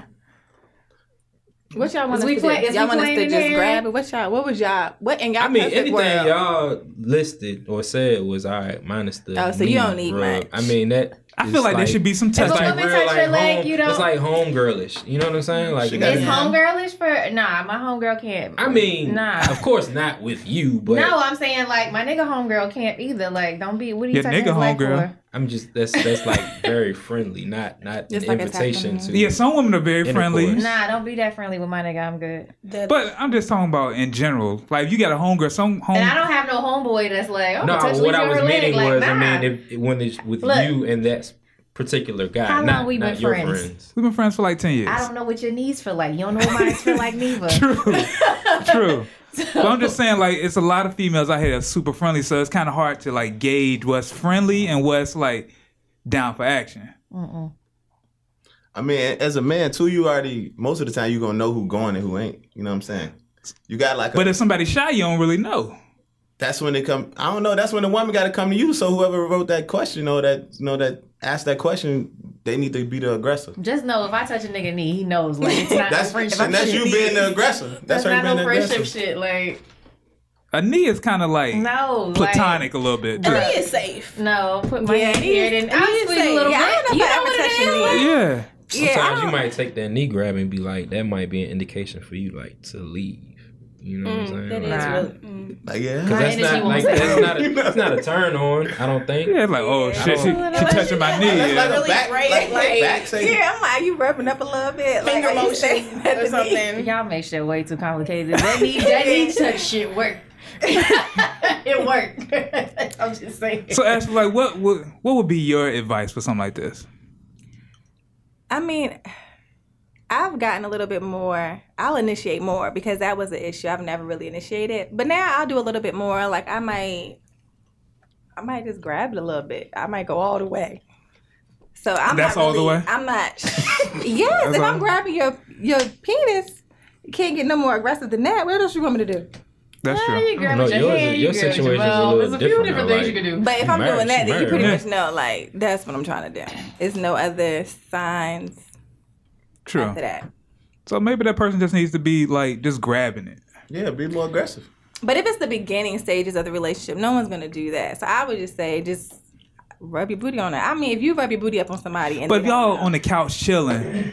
Speaker 7: What y'all want
Speaker 3: Is
Speaker 7: us
Speaker 3: we
Speaker 7: to
Speaker 3: play-
Speaker 7: do?
Speaker 3: is
Speaker 7: Y'all
Speaker 3: we
Speaker 7: want us
Speaker 3: playing
Speaker 7: to
Speaker 3: in
Speaker 7: just
Speaker 3: here?
Speaker 7: grab it? What y'all? What was y'all? What in y'all
Speaker 4: I mean,
Speaker 7: perfect
Speaker 4: anything
Speaker 7: world?
Speaker 4: y'all listed or said was all right, minus the.
Speaker 7: Oh, so you
Speaker 4: knee
Speaker 7: don't need
Speaker 4: rub.
Speaker 7: much.
Speaker 4: I mean that.
Speaker 2: I
Speaker 4: is
Speaker 2: feel like, there should be some
Speaker 4: it's
Speaker 2: touching.
Speaker 3: woman touch your leg,
Speaker 4: home,
Speaker 3: you don't-
Speaker 4: It's like homegirlish. You know what I'm saying? Like
Speaker 6: She
Speaker 4: it
Speaker 6: gotta
Speaker 3: Is
Speaker 4: gotta
Speaker 6: be-
Speaker 4: be-
Speaker 3: homegirlish for nah? My homegirl can't.
Speaker 4: I mean,
Speaker 3: nah.
Speaker 4: of course not with you, but
Speaker 3: no, I'm saying like my nigga homegirl can't either. Like, don't be. What are you
Speaker 2: Your
Speaker 3: touching
Speaker 2: nigga
Speaker 3: his leg
Speaker 2: homegirl.
Speaker 3: for?
Speaker 4: I'm just that's that's like very friendly, not not
Speaker 7: Just
Speaker 4: an
Speaker 7: like a tap on
Speaker 4: invitation
Speaker 7: the
Speaker 4: to.
Speaker 2: yeah, some women are very
Speaker 4: Intercourse.
Speaker 2: friendly.
Speaker 3: Nah, don't be that friendly with my nigga. I'm good.
Speaker 5: That-
Speaker 2: But I'm just talking about in general. Like you got a homegirl, some home.
Speaker 3: And I don't have no homeboy that's like, oh,
Speaker 4: No,
Speaker 3: touch
Speaker 4: what
Speaker 3: Lisa
Speaker 4: I was
Speaker 3: her leg.
Speaker 4: meaning
Speaker 3: like,
Speaker 4: was,
Speaker 3: nah.
Speaker 4: I mean, if, when it's with
Speaker 3: Look.
Speaker 4: you and that particular guy,
Speaker 3: How long
Speaker 4: not,
Speaker 3: we
Speaker 4: not
Speaker 3: been
Speaker 4: your
Speaker 3: friends?
Speaker 4: friends.
Speaker 2: We've been friends for like ten years.
Speaker 3: I don't know what your knees feel like. You don't know what mine feel like neither.
Speaker 2: True, true. But I'm just saying, like, it's a lot of females out here that's super friendly, so it's kind of hard to like gauge what's friendly and what's like down for action.
Speaker 6: I mean, as a man too, you already most of the time you gonna know who going and who ain't. You know what I'm saying? You got like, a,
Speaker 2: But if somebody's shy, you don't really know.
Speaker 6: that's when they come. I don't know. That's when the woman got to come to you. So whoever wrote that question or that you know that asked that question, they need to be the aggressor.
Speaker 3: Just know if I touch a nigga knee, he knows. Like, it's not
Speaker 6: That's
Speaker 3: no friendship.
Speaker 6: and that's you being the aggressor. That's,
Speaker 3: That's
Speaker 6: her
Speaker 3: not
Speaker 6: being
Speaker 3: no
Speaker 6: the
Speaker 3: friendship
Speaker 6: aggressor.
Speaker 3: shit. Like,
Speaker 2: A knee is kind of like
Speaker 3: no. like-
Speaker 2: platonic a little bit. too.
Speaker 5: He is safe.
Speaker 3: no, put my
Speaker 7: Yeah,
Speaker 3: hand
Speaker 7: he
Speaker 3: here.
Speaker 7: is-
Speaker 3: Then
Speaker 7: he
Speaker 3: I'll
Speaker 7: is
Speaker 3: squeeze a little
Speaker 7: safe.
Speaker 3: bit.
Speaker 7: Yeah, I don't know
Speaker 3: you
Speaker 7: if
Speaker 3: know
Speaker 7: I ever
Speaker 3: what
Speaker 7: touched
Speaker 3: it
Speaker 7: a
Speaker 3: is.
Speaker 7: knee.
Speaker 3: Like,
Speaker 2: Yeah.
Speaker 4: Sometimes you might take that knee grab and be like, that might be an indication for you, like to leave. You know what I'm saying?
Speaker 5: That is
Speaker 4: Like,
Speaker 3: Nah.
Speaker 5: really. mm.
Speaker 6: Like yeah,
Speaker 4: Cause
Speaker 3: My
Speaker 4: that's
Speaker 3: energy
Speaker 4: not
Speaker 3: won't
Speaker 4: like
Speaker 3: say
Speaker 4: that's
Speaker 3: no.
Speaker 4: not a, that's not a turn on. I don't think.
Speaker 2: Yeah, like oh shit, she, she touching my knee.
Speaker 6: that's
Speaker 2: yeah.
Speaker 6: like a back,
Speaker 5: Really
Speaker 6: like,
Speaker 5: great,
Speaker 6: back say,
Speaker 7: Yeah, I'm like you rubbing up a little bit, like,
Speaker 5: Finger
Speaker 7: are you
Speaker 5: motion
Speaker 7: saying that
Speaker 5: or
Speaker 7: to me?
Speaker 5: something.
Speaker 3: Y'all make shit way too complicated. That knee, that knee touch shit work. it worked. I'm just saying.
Speaker 2: So Ashley, like, what would what would be your advice for something like this?
Speaker 7: I mean, I've gotten a little bit more. I'll initiate more because that was the issue. I've never really initiated, but now I'll do a little bit more. Like I might, I might just grab it a little bit. I might go all the way. So I'm
Speaker 2: That's
Speaker 7: not
Speaker 2: all the
Speaker 7: really-
Speaker 2: way?
Speaker 7: I'm not. yes,
Speaker 2: That's
Speaker 7: if
Speaker 2: all?
Speaker 7: I'm grabbing your your penis, you can't get no more aggressive than that. What else you want me to do?
Speaker 2: That's
Speaker 3: Well,
Speaker 2: true.
Speaker 3: You grab
Speaker 4: No,
Speaker 3: your
Speaker 4: yours-
Speaker 3: hand,
Speaker 4: your
Speaker 3: you grab
Speaker 4: situation's a
Speaker 3: your mouth.
Speaker 4: little
Speaker 3: There's a few
Speaker 4: different,
Speaker 3: different
Speaker 4: though,
Speaker 3: things you
Speaker 4: like-
Speaker 3: can do.
Speaker 7: But if I'm
Speaker 4: married,
Speaker 7: doing that,
Speaker 4: she
Speaker 7: then you pretty
Speaker 2: married.
Speaker 7: much know, like, that's what I'm trying to do. There's no other signs
Speaker 2: True.
Speaker 7: after that.
Speaker 2: So maybe that person just needs to be like just grabbing it.
Speaker 6: Yeah, be more aggressive.
Speaker 7: But if it's the beginning stages of the relationship, no one's going to do that. So I would just say, just rub your booty on it. I mean, if you rub your booty up on somebody, and
Speaker 2: But if
Speaker 7: they
Speaker 2: y'all
Speaker 7: don't know-
Speaker 2: on the couch chilling,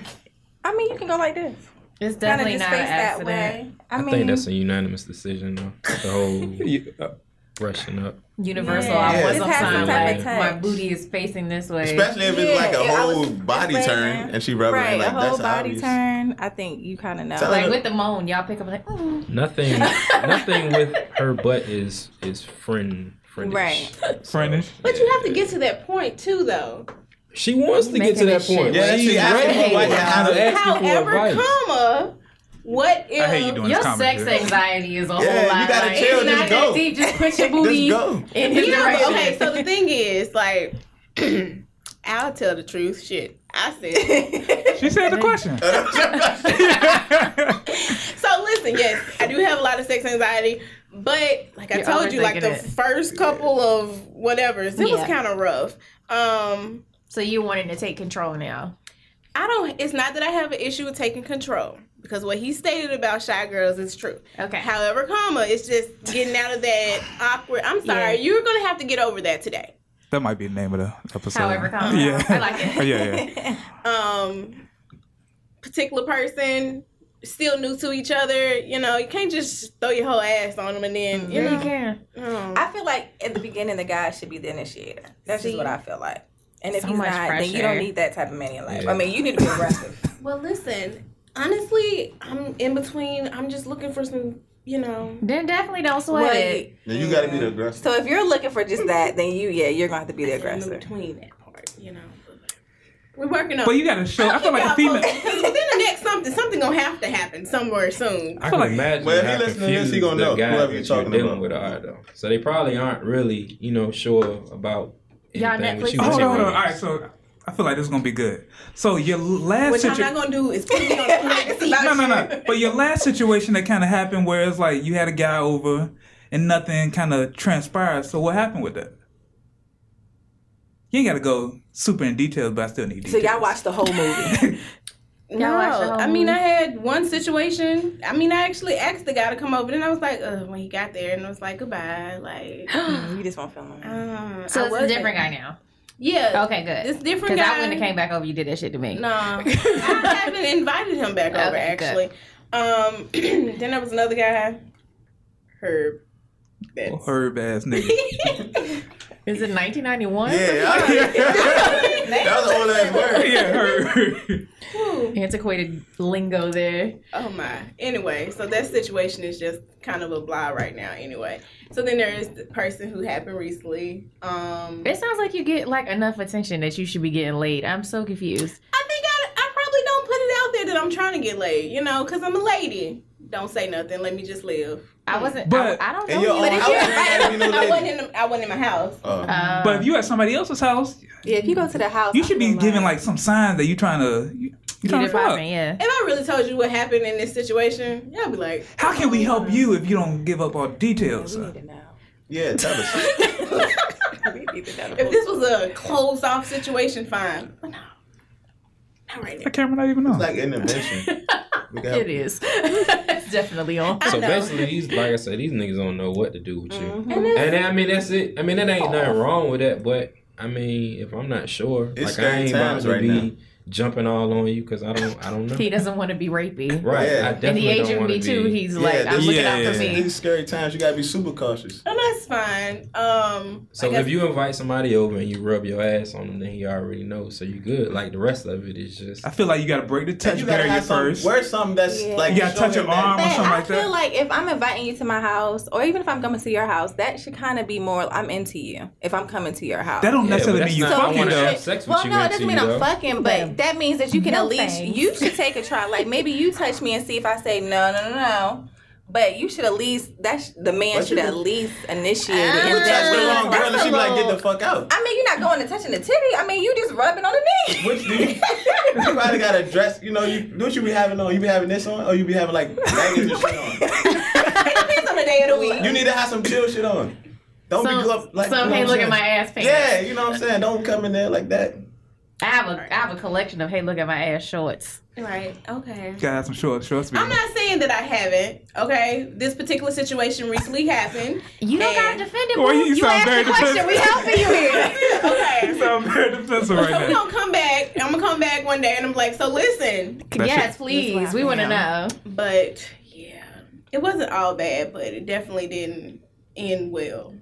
Speaker 7: I mean, you can go like this.
Speaker 3: It's
Speaker 7: Kind of
Speaker 3: definitely
Speaker 7: just
Speaker 3: not
Speaker 7: face
Speaker 3: an
Speaker 7: that
Speaker 3: accident.
Speaker 7: way.
Speaker 4: I,
Speaker 7: I, mean,
Speaker 4: think that's a unanimous decision. Though. The whole
Speaker 2: you- uh,
Speaker 4: brushing up.
Speaker 3: Universal,
Speaker 7: Yeah.
Speaker 3: I was
Speaker 6: Just
Speaker 3: on
Speaker 6: have
Speaker 3: time.
Speaker 6: some type
Speaker 3: Like
Speaker 7: of
Speaker 3: my
Speaker 7: touch.
Speaker 3: booty is facing this way.
Speaker 6: Especially if it's
Speaker 7: Yeah,
Speaker 6: like a
Speaker 7: yeah, I
Speaker 6: whole
Speaker 7: was
Speaker 6: body
Speaker 7: explaining
Speaker 6: turn
Speaker 7: that.
Speaker 6: and she rubbing
Speaker 7: right,
Speaker 6: it like
Speaker 7: a whole
Speaker 6: that's
Speaker 7: body
Speaker 6: obvious.
Speaker 7: turn. I think you kind of know.
Speaker 6: Tell
Speaker 7: Like,
Speaker 3: like with the moan, y'all pick up like, "Oh, ooh.
Speaker 4: Nothing. nothing with her butt is is friend friendish.
Speaker 7: Right.
Speaker 2: Friendish?
Speaker 5: But you have to get to that point too, though.
Speaker 4: She wants to get
Speaker 3: Making
Speaker 4: to that
Speaker 3: this
Speaker 4: point.
Speaker 3: shit.
Speaker 6: Yeah,
Speaker 4: She's
Speaker 6: she asking
Speaker 4: ready.
Speaker 6: for advice. How to-
Speaker 4: She's asking for
Speaker 5: However,
Speaker 4: advice.
Speaker 5: comma, what if
Speaker 2: I hate you doing
Speaker 3: Your
Speaker 2: this
Speaker 3: sex
Speaker 2: commentary.
Speaker 3: anxiety is a whole
Speaker 6: Yeah, you
Speaker 3: lot.
Speaker 6: gotta
Speaker 3: like,
Speaker 6: chill,
Speaker 3: It's
Speaker 6: just
Speaker 3: not
Speaker 6: go.
Speaker 3: that deep. Just put your booty
Speaker 6: Just go.
Speaker 3: in his
Speaker 5: Yeah, but
Speaker 3: direction.
Speaker 5: okay, so the thing is, like, I'll tell the truth. Shit, I said.
Speaker 2: she said the question.
Speaker 5: so listen, yes, I do have a lot of sex anxiety, but like I
Speaker 3: You're
Speaker 5: told you, like the
Speaker 3: overthinking it.
Speaker 5: first couple of whatever's, it was
Speaker 3: Yeah.
Speaker 5: kind of rough. Um,
Speaker 3: So you wanting to take control now?
Speaker 5: I don't. It's not that I have an issue with taking control because what he stated about shy girls is true.
Speaker 3: Okay.
Speaker 5: However, comma, it's just getting out of that awkward. I'm sorry,
Speaker 3: Yeah.
Speaker 5: you're gonna have to get over that today.
Speaker 2: That might be the name of the episode.
Speaker 3: However, comma.
Speaker 2: yeah.
Speaker 3: I like it.
Speaker 2: oh, yeah, yeah.
Speaker 5: um particular person still new to each other you know you can't just throw your whole ass on them and then you
Speaker 3: Yeah, you
Speaker 2: Mm-hmm.
Speaker 5: know
Speaker 3: can.
Speaker 5: um,
Speaker 7: I feel like at the beginning, the guy should be the initiator. That's
Speaker 5: See?
Speaker 7: just what I feel like. And if
Speaker 3: So
Speaker 7: he's
Speaker 3: much
Speaker 7: not, then you don't
Speaker 3: pressure.
Speaker 7: need that type of man in your life.
Speaker 4: Yeah.
Speaker 7: I mean, you need to be aggressive.
Speaker 5: well listen honestly i'm in between i'm just looking for some you know
Speaker 3: Then definitely don't sweat
Speaker 7: Well,
Speaker 3: it.
Speaker 6: Then you gotta be the aggressive.
Speaker 7: So if you're looking for just that, then you yeah, you're gonna have to be the
Speaker 5: in
Speaker 7: aggressor.
Speaker 5: between that part you know we're working on
Speaker 2: But you gotta show. I feel like a female.
Speaker 5: Because within the next something, something gonna have to happen somewhere soon.
Speaker 4: I
Speaker 2: feel
Speaker 4: can
Speaker 2: like-
Speaker 4: imagine.
Speaker 6: Well, if
Speaker 4: how
Speaker 6: he listening to this, he
Speaker 4: confused
Speaker 6: gonna
Speaker 4: the
Speaker 6: know
Speaker 4: guys
Speaker 6: whoever
Speaker 4: that
Speaker 6: you're talking
Speaker 4: dealing
Speaker 6: about.
Speaker 4: with are though. So they probably aren't really, you know, sure about anything.
Speaker 3: Y'all
Speaker 4: but
Speaker 3: Netflix
Speaker 4: you
Speaker 2: Oh, Hold on,
Speaker 4: anyway.
Speaker 2: hold on. All right, so I feel like this is gonna be good. So your last
Speaker 5: Which I'm
Speaker 2: situation.
Speaker 5: not gonna do is put me on the back seat.
Speaker 2: No, no, no. But your last situation that kind of happened, where it's like you had a guy over and nothing kind of transpired. So what happened with that? You ain't gotta go super in detail, but I still need
Speaker 7: So
Speaker 2: details.
Speaker 7: y'all watch the whole movie.
Speaker 5: no,
Speaker 3: watch the whole
Speaker 5: I mean, I
Speaker 3: movie?
Speaker 5: had one situation. I mean, I actually asked the guy to come over, and I was like, Ugh, when he got there, and I was like, goodbye. Like,
Speaker 7: Mm-hmm, you just won't feel it.
Speaker 3: So
Speaker 5: um, I
Speaker 3: it's a
Speaker 5: wasn't-
Speaker 3: different guy now.
Speaker 5: Yeah.
Speaker 3: Okay, good.
Speaker 5: This different
Speaker 3: Because I
Speaker 5: guy.
Speaker 3: wouldn't have came back over. You did that shit to me.
Speaker 5: No, I haven't invited him back over
Speaker 3: Okay,
Speaker 5: actually. Um, then there was another guy, Herb. That's-
Speaker 2: Herb ass nigga.
Speaker 3: Is it 1991?
Speaker 6: Yeah, I- that was an old ass word.
Speaker 2: yeah, Herb.
Speaker 5: Whew.
Speaker 3: Antiquated lingo there.
Speaker 5: Oh my. Anyway, so that situation is just kind of a blah right now. Anyway, so then there is the person who happened recently. Um,
Speaker 3: It sounds like you get like enough attention that you should be getting laid. I'm so confused.
Speaker 5: I think I, I probably don't put it out there that I'm trying to get laid, you know, because I'm a lady. Don't say nothing. Let me just live.
Speaker 3: I wasn't.
Speaker 2: But-
Speaker 3: I, I don't
Speaker 6: In
Speaker 3: know.
Speaker 6: your
Speaker 3: you.
Speaker 6: own house, you ain't gotta be no
Speaker 5: I wasn't
Speaker 6: lady.
Speaker 5: in the, I wasn't in my house.
Speaker 6: Uh,
Speaker 3: Uh,
Speaker 2: But if you at somebody else's house,
Speaker 7: Yeah, if you go to the house,
Speaker 2: you
Speaker 7: I
Speaker 2: should be
Speaker 7: feel
Speaker 2: giving like some signs that you trying to you, you
Speaker 3: you
Speaker 2: trying to fuck.
Speaker 3: department, yeah.
Speaker 5: If I really told you what happened in this situation, y'all be like,
Speaker 2: How can we help you if you don't give up all details?
Speaker 7: we
Speaker 2: sir?
Speaker 7: need to know.
Speaker 6: yeah, tell us.
Speaker 7: We need to know.
Speaker 5: if this was a closed off situation, fine. But no, not right
Speaker 2: The
Speaker 5: now.
Speaker 2: camera not even on.
Speaker 6: like intervention. We can help
Speaker 3: It is. it's definitely on.
Speaker 5: I
Speaker 4: So
Speaker 5: know.
Speaker 4: basically, these like I said, these niggas don't know what to do with you.
Speaker 5: And then,
Speaker 4: And I mean, that's it. I mean, that ain't nothing wrong with that. But I mean, if I'm not sure,
Speaker 6: It's
Speaker 4: like I
Speaker 6: scary
Speaker 4: ain't about
Speaker 6: times
Speaker 4: to
Speaker 6: right
Speaker 4: be
Speaker 6: now.
Speaker 4: jumping all on you because I don't, I don't know.
Speaker 3: He doesn't want to be rapey.
Speaker 4: Right.
Speaker 6: Yeah.
Speaker 4: I
Speaker 6: And the
Speaker 3: In the
Speaker 4: definitely
Speaker 3: age
Speaker 4: don't
Speaker 3: of
Speaker 4: wanna
Speaker 3: Me Too,
Speaker 4: be-
Speaker 3: he's like, I'm
Speaker 6: this-
Speaker 3: looking out
Speaker 2: yeah.
Speaker 3: for me.
Speaker 6: These scary times, you gotta be super cautious.
Speaker 5: and that's fine. Um, I
Speaker 4: So
Speaker 5: guess-
Speaker 4: if you invite somebody over and you rub your ass on them, then he already knows. So you good. Like the rest of it is just.
Speaker 2: I feel like you gotta break the
Speaker 6: And
Speaker 2: touch
Speaker 6: you gotta
Speaker 2: barrier
Speaker 6: have some,
Speaker 2: first.
Speaker 6: wear something that's
Speaker 7: Yeah.
Speaker 6: like
Speaker 2: You gotta
Speaker 6: show
Speaker 2: touch your
Speaker 6: him that-
Speaker 2: arm or
Speaker 7: But
Speaker 2: something
Speaker 7: I
Speaker 2: like
Speaker 7: feel
Speaker 2: that.
Speaker 7: like if I'm inviting you to my house, or even if I'm coming to your house, that should kind of be more. I'm into you. if I'm coming to your house.
Speaker 2: That don't
Speaker 4: Yeah, but
Speaker 2: necessarily
Speaker 4: that's
Speaker 2: mean you
Speaker 4: not- I
Speaker 2: fucking
Speaker 4: wanna
Speaker 2: though.
Speaker 4: have sex with
Speaker 7: well,
Speaker 4: you
Speaker 7: no, it
Speaker 4: into
Speaker 7: doesn't mean
Speaker 4: you,
Speaker 7: I'm
Speaker 4: though.
Speaker 7: fucking, but But that means that you can
Speaker 3: No
Speaker 7: at least
Speaker 3: thanks.
Speaker 7: you should take a try. Like maybe you touch me and see if I say no, no, no, no. But you should at least that's the man
Speaker 6: But you
Speaker 7: should
Speaker 6: can-
Speaker 7: at least initiate it.
Speaker 5: Ah,
Speaker 6: You
Speaker 7: And
Speaker 6: touch the
Speaker 7: that
Speaker 6: wrong
Speaker 7: means-
Speaker 6: girl and she be like, get the fuck out.
Speaker 7: I mean, you're not going to touching the titty. I mean, you just rubbing on the knee.
Speaker 6: What do you, you probably got a dress, you know, you what you be having on? You be having this on or you be having like leggings and shit on?
Speaker 7: it depends on the day of the week.
Speaker 6: You need to have some chill shit on. Don't
Speaker 3: Some,
Speaker 6: be gluff, like
Speaker 3: some
Speaker 6: you know
Speaker 3: hey,
Speaker 6: what
Speaker 3: look
Speaker 6: I'm
Speaker 3: at my
Speaker 6: saying?
Speaker 3: ass pants.
Speaker 6: Yeah, you know what I'm saying? Don't come in there like that.
Speaker 3: I have a I have a collection of hey, look at my ass shorts.
Speaker 5: Right. Okay.
Speaker 2: Gotta have some short shorts.
Speaker 5: I'm not saying that I haven't. Okay. This particular situation recently happened.
Speaker 3: You don't
Speaker 5: And-
Speaker 3: gotta defend it.
Speaker 2: Boy,
Speaker 3: boo.
Speaker 2: you
Speaker 3: you
Speaker 2: sound
Speaker 3: asked
Speaker 2: very
Speaker 3: the
Speaker 2: defensive.
Speaker 3: question. We helping you here.
Speaker 5: okay.
Speaker 2: You sound very defensive
Speaker 5: So
Speaker 2: right
Speaker 5: we're
Speaker 2: now.
Speaker 5: gonna come back. I'm gonna come back one day and I'm like, so listen,
Speaker 2: That
Speaker 3: yes,
Speaker 2: shit-
Speaker 3: please. We want to know.
Speaker 5: but yeah, it wasn't all bad, but it definitely didn't end well,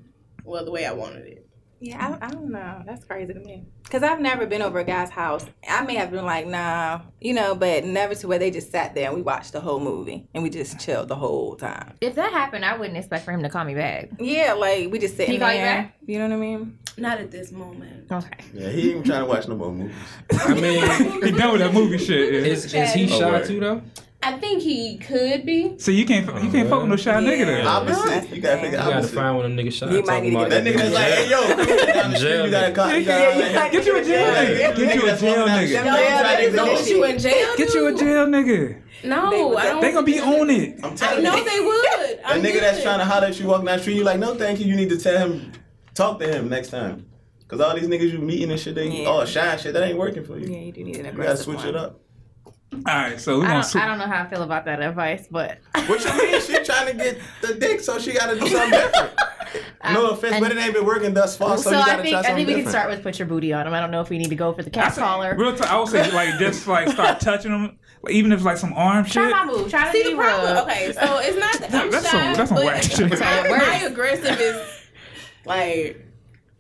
Speaker 5: well the way I wanted it.
Speaker 7: Yeah, I, I don't know. That's crazy to me. Cause I've never been over a guy's house. I may have been like, nah, you know, but never to where they just sat there and we watched the whole movie and we just chilled the whole time.
Speaker 3: If that happened, I wouldn't expect for him to call me back.
Speaker 7: Yeah, like we just
Speaker 3: He
Speaker 7: sitting
Speaker 3: call you
Speaker 7: there. You, know what I mean?
Speaker 5: Not at this moment.
Speaker 3: Okay.
Speaker 6: Yeah, he ain't even trying to watch no more movies.
Speaker 4: I mean,
Speaker 2: He done with that movie shit. Yeah.
Speaker 4: is, is he
Speaker 6: Oh,
Speaker 4: shy
Speaker 6: word.
Speaker 4: too though?
Speaker 5: I think he could be.
Speaker 2: So you can't you can't fuck with no shy nigga
Speaker 7: Yeah.
Speaker 2: then.
Speaker 6: Opposite. You gotta
Speaker 7: You
Speaker 6: figure
Speaker 4: You gotta
Speaker 6: opposite.
Speaker 4: find one of them niggas shy.
Speaker 7: You might
Speaker 4: Talking
Speaker 7: need to
Speaker 4: about
Speaker 6: That
Speaker 7: get
Speaker 6: nigga that's like, hey, yo, come here down the street, you gotta call. You
Speaker 7: Yeah,
Speaker 6: gotta,
Speaker 7: you gotta
Speaker 2: Get you a jail nigga. Get you a jail nigga.
Speaker 6: I'm
Speaker 7: Don't
Speaker 5: Don't
Speaker 6: telling you,
Speaker 5: you in jail?
Speaker 2: Get you a
Speaker 5: dude?
Speaker 2: jail nigga.
Speaker 5: No, I don't.
Speaker 2: They gonna be on it.
Speaker 6: I'm
Speaker 5: I
Speaker 6: telling
Speaker 5: know
Speaker 6: you.
Speaker 5: they would.
Speaker 6: A nigga that's trying to holler at you walking down the street, you like, no, thank you. You need to tell him, talk to him next time. Cause all these niggas you meeting and shit, they
Speaker 7: Yeah.
Speaker 6: all shy and shit, that ain't working for you.
Speaker 7: Yeah, you do need an
Speaker 6: You gotta
Speaker 7: aggressive
Speaker 6: switch
Speaker 7: one.
Speaker 6: it up.
Speaker 2: All right, so we
Speaker 3: I
Speaker 2: gonna
Speaker 3: don't,
Speaker 2: switch.
Speaker 3: I don't know how I feel about that advice, but
Speaker 6: What you mean? She trying to get the dick, so she gotta do something different. No offense,
Speaker 3: and-
Speaker 6: but it ain't been working thus far, Oh, so,
Speaker 3: so
Speaker 6: you
Speaker 3: I
Speaker 6: gotta
Speaker 3: think
Speaker 6: try
Speaker 3: I
Speaker 6: something
Speaker 3: think we
Speaker 6: different.
Speaker 3: can start with put your booty on him. I don't know if we need to go for the cat collar.
Speaker 2: Real talk, I would say like just like start touching them, like, even if like some arm
Speaker 3: Try
Speaker 2: shit.
Speaker 3: my move. Try to
Speaker 5: See
Speaker 3: be
Speaker 5: the problem?
Speaker 3: rude.
Speaker 5: Okay, so it's not that I'm
Speaker 2: That's
Speaker 5: shy,
Speaker 2: some- that's some
Speaker 5: but
Speaker 2: whack shit.
Speaker 5: my,
Speaker 3: Worse.
Speaker 5: my aggressive is like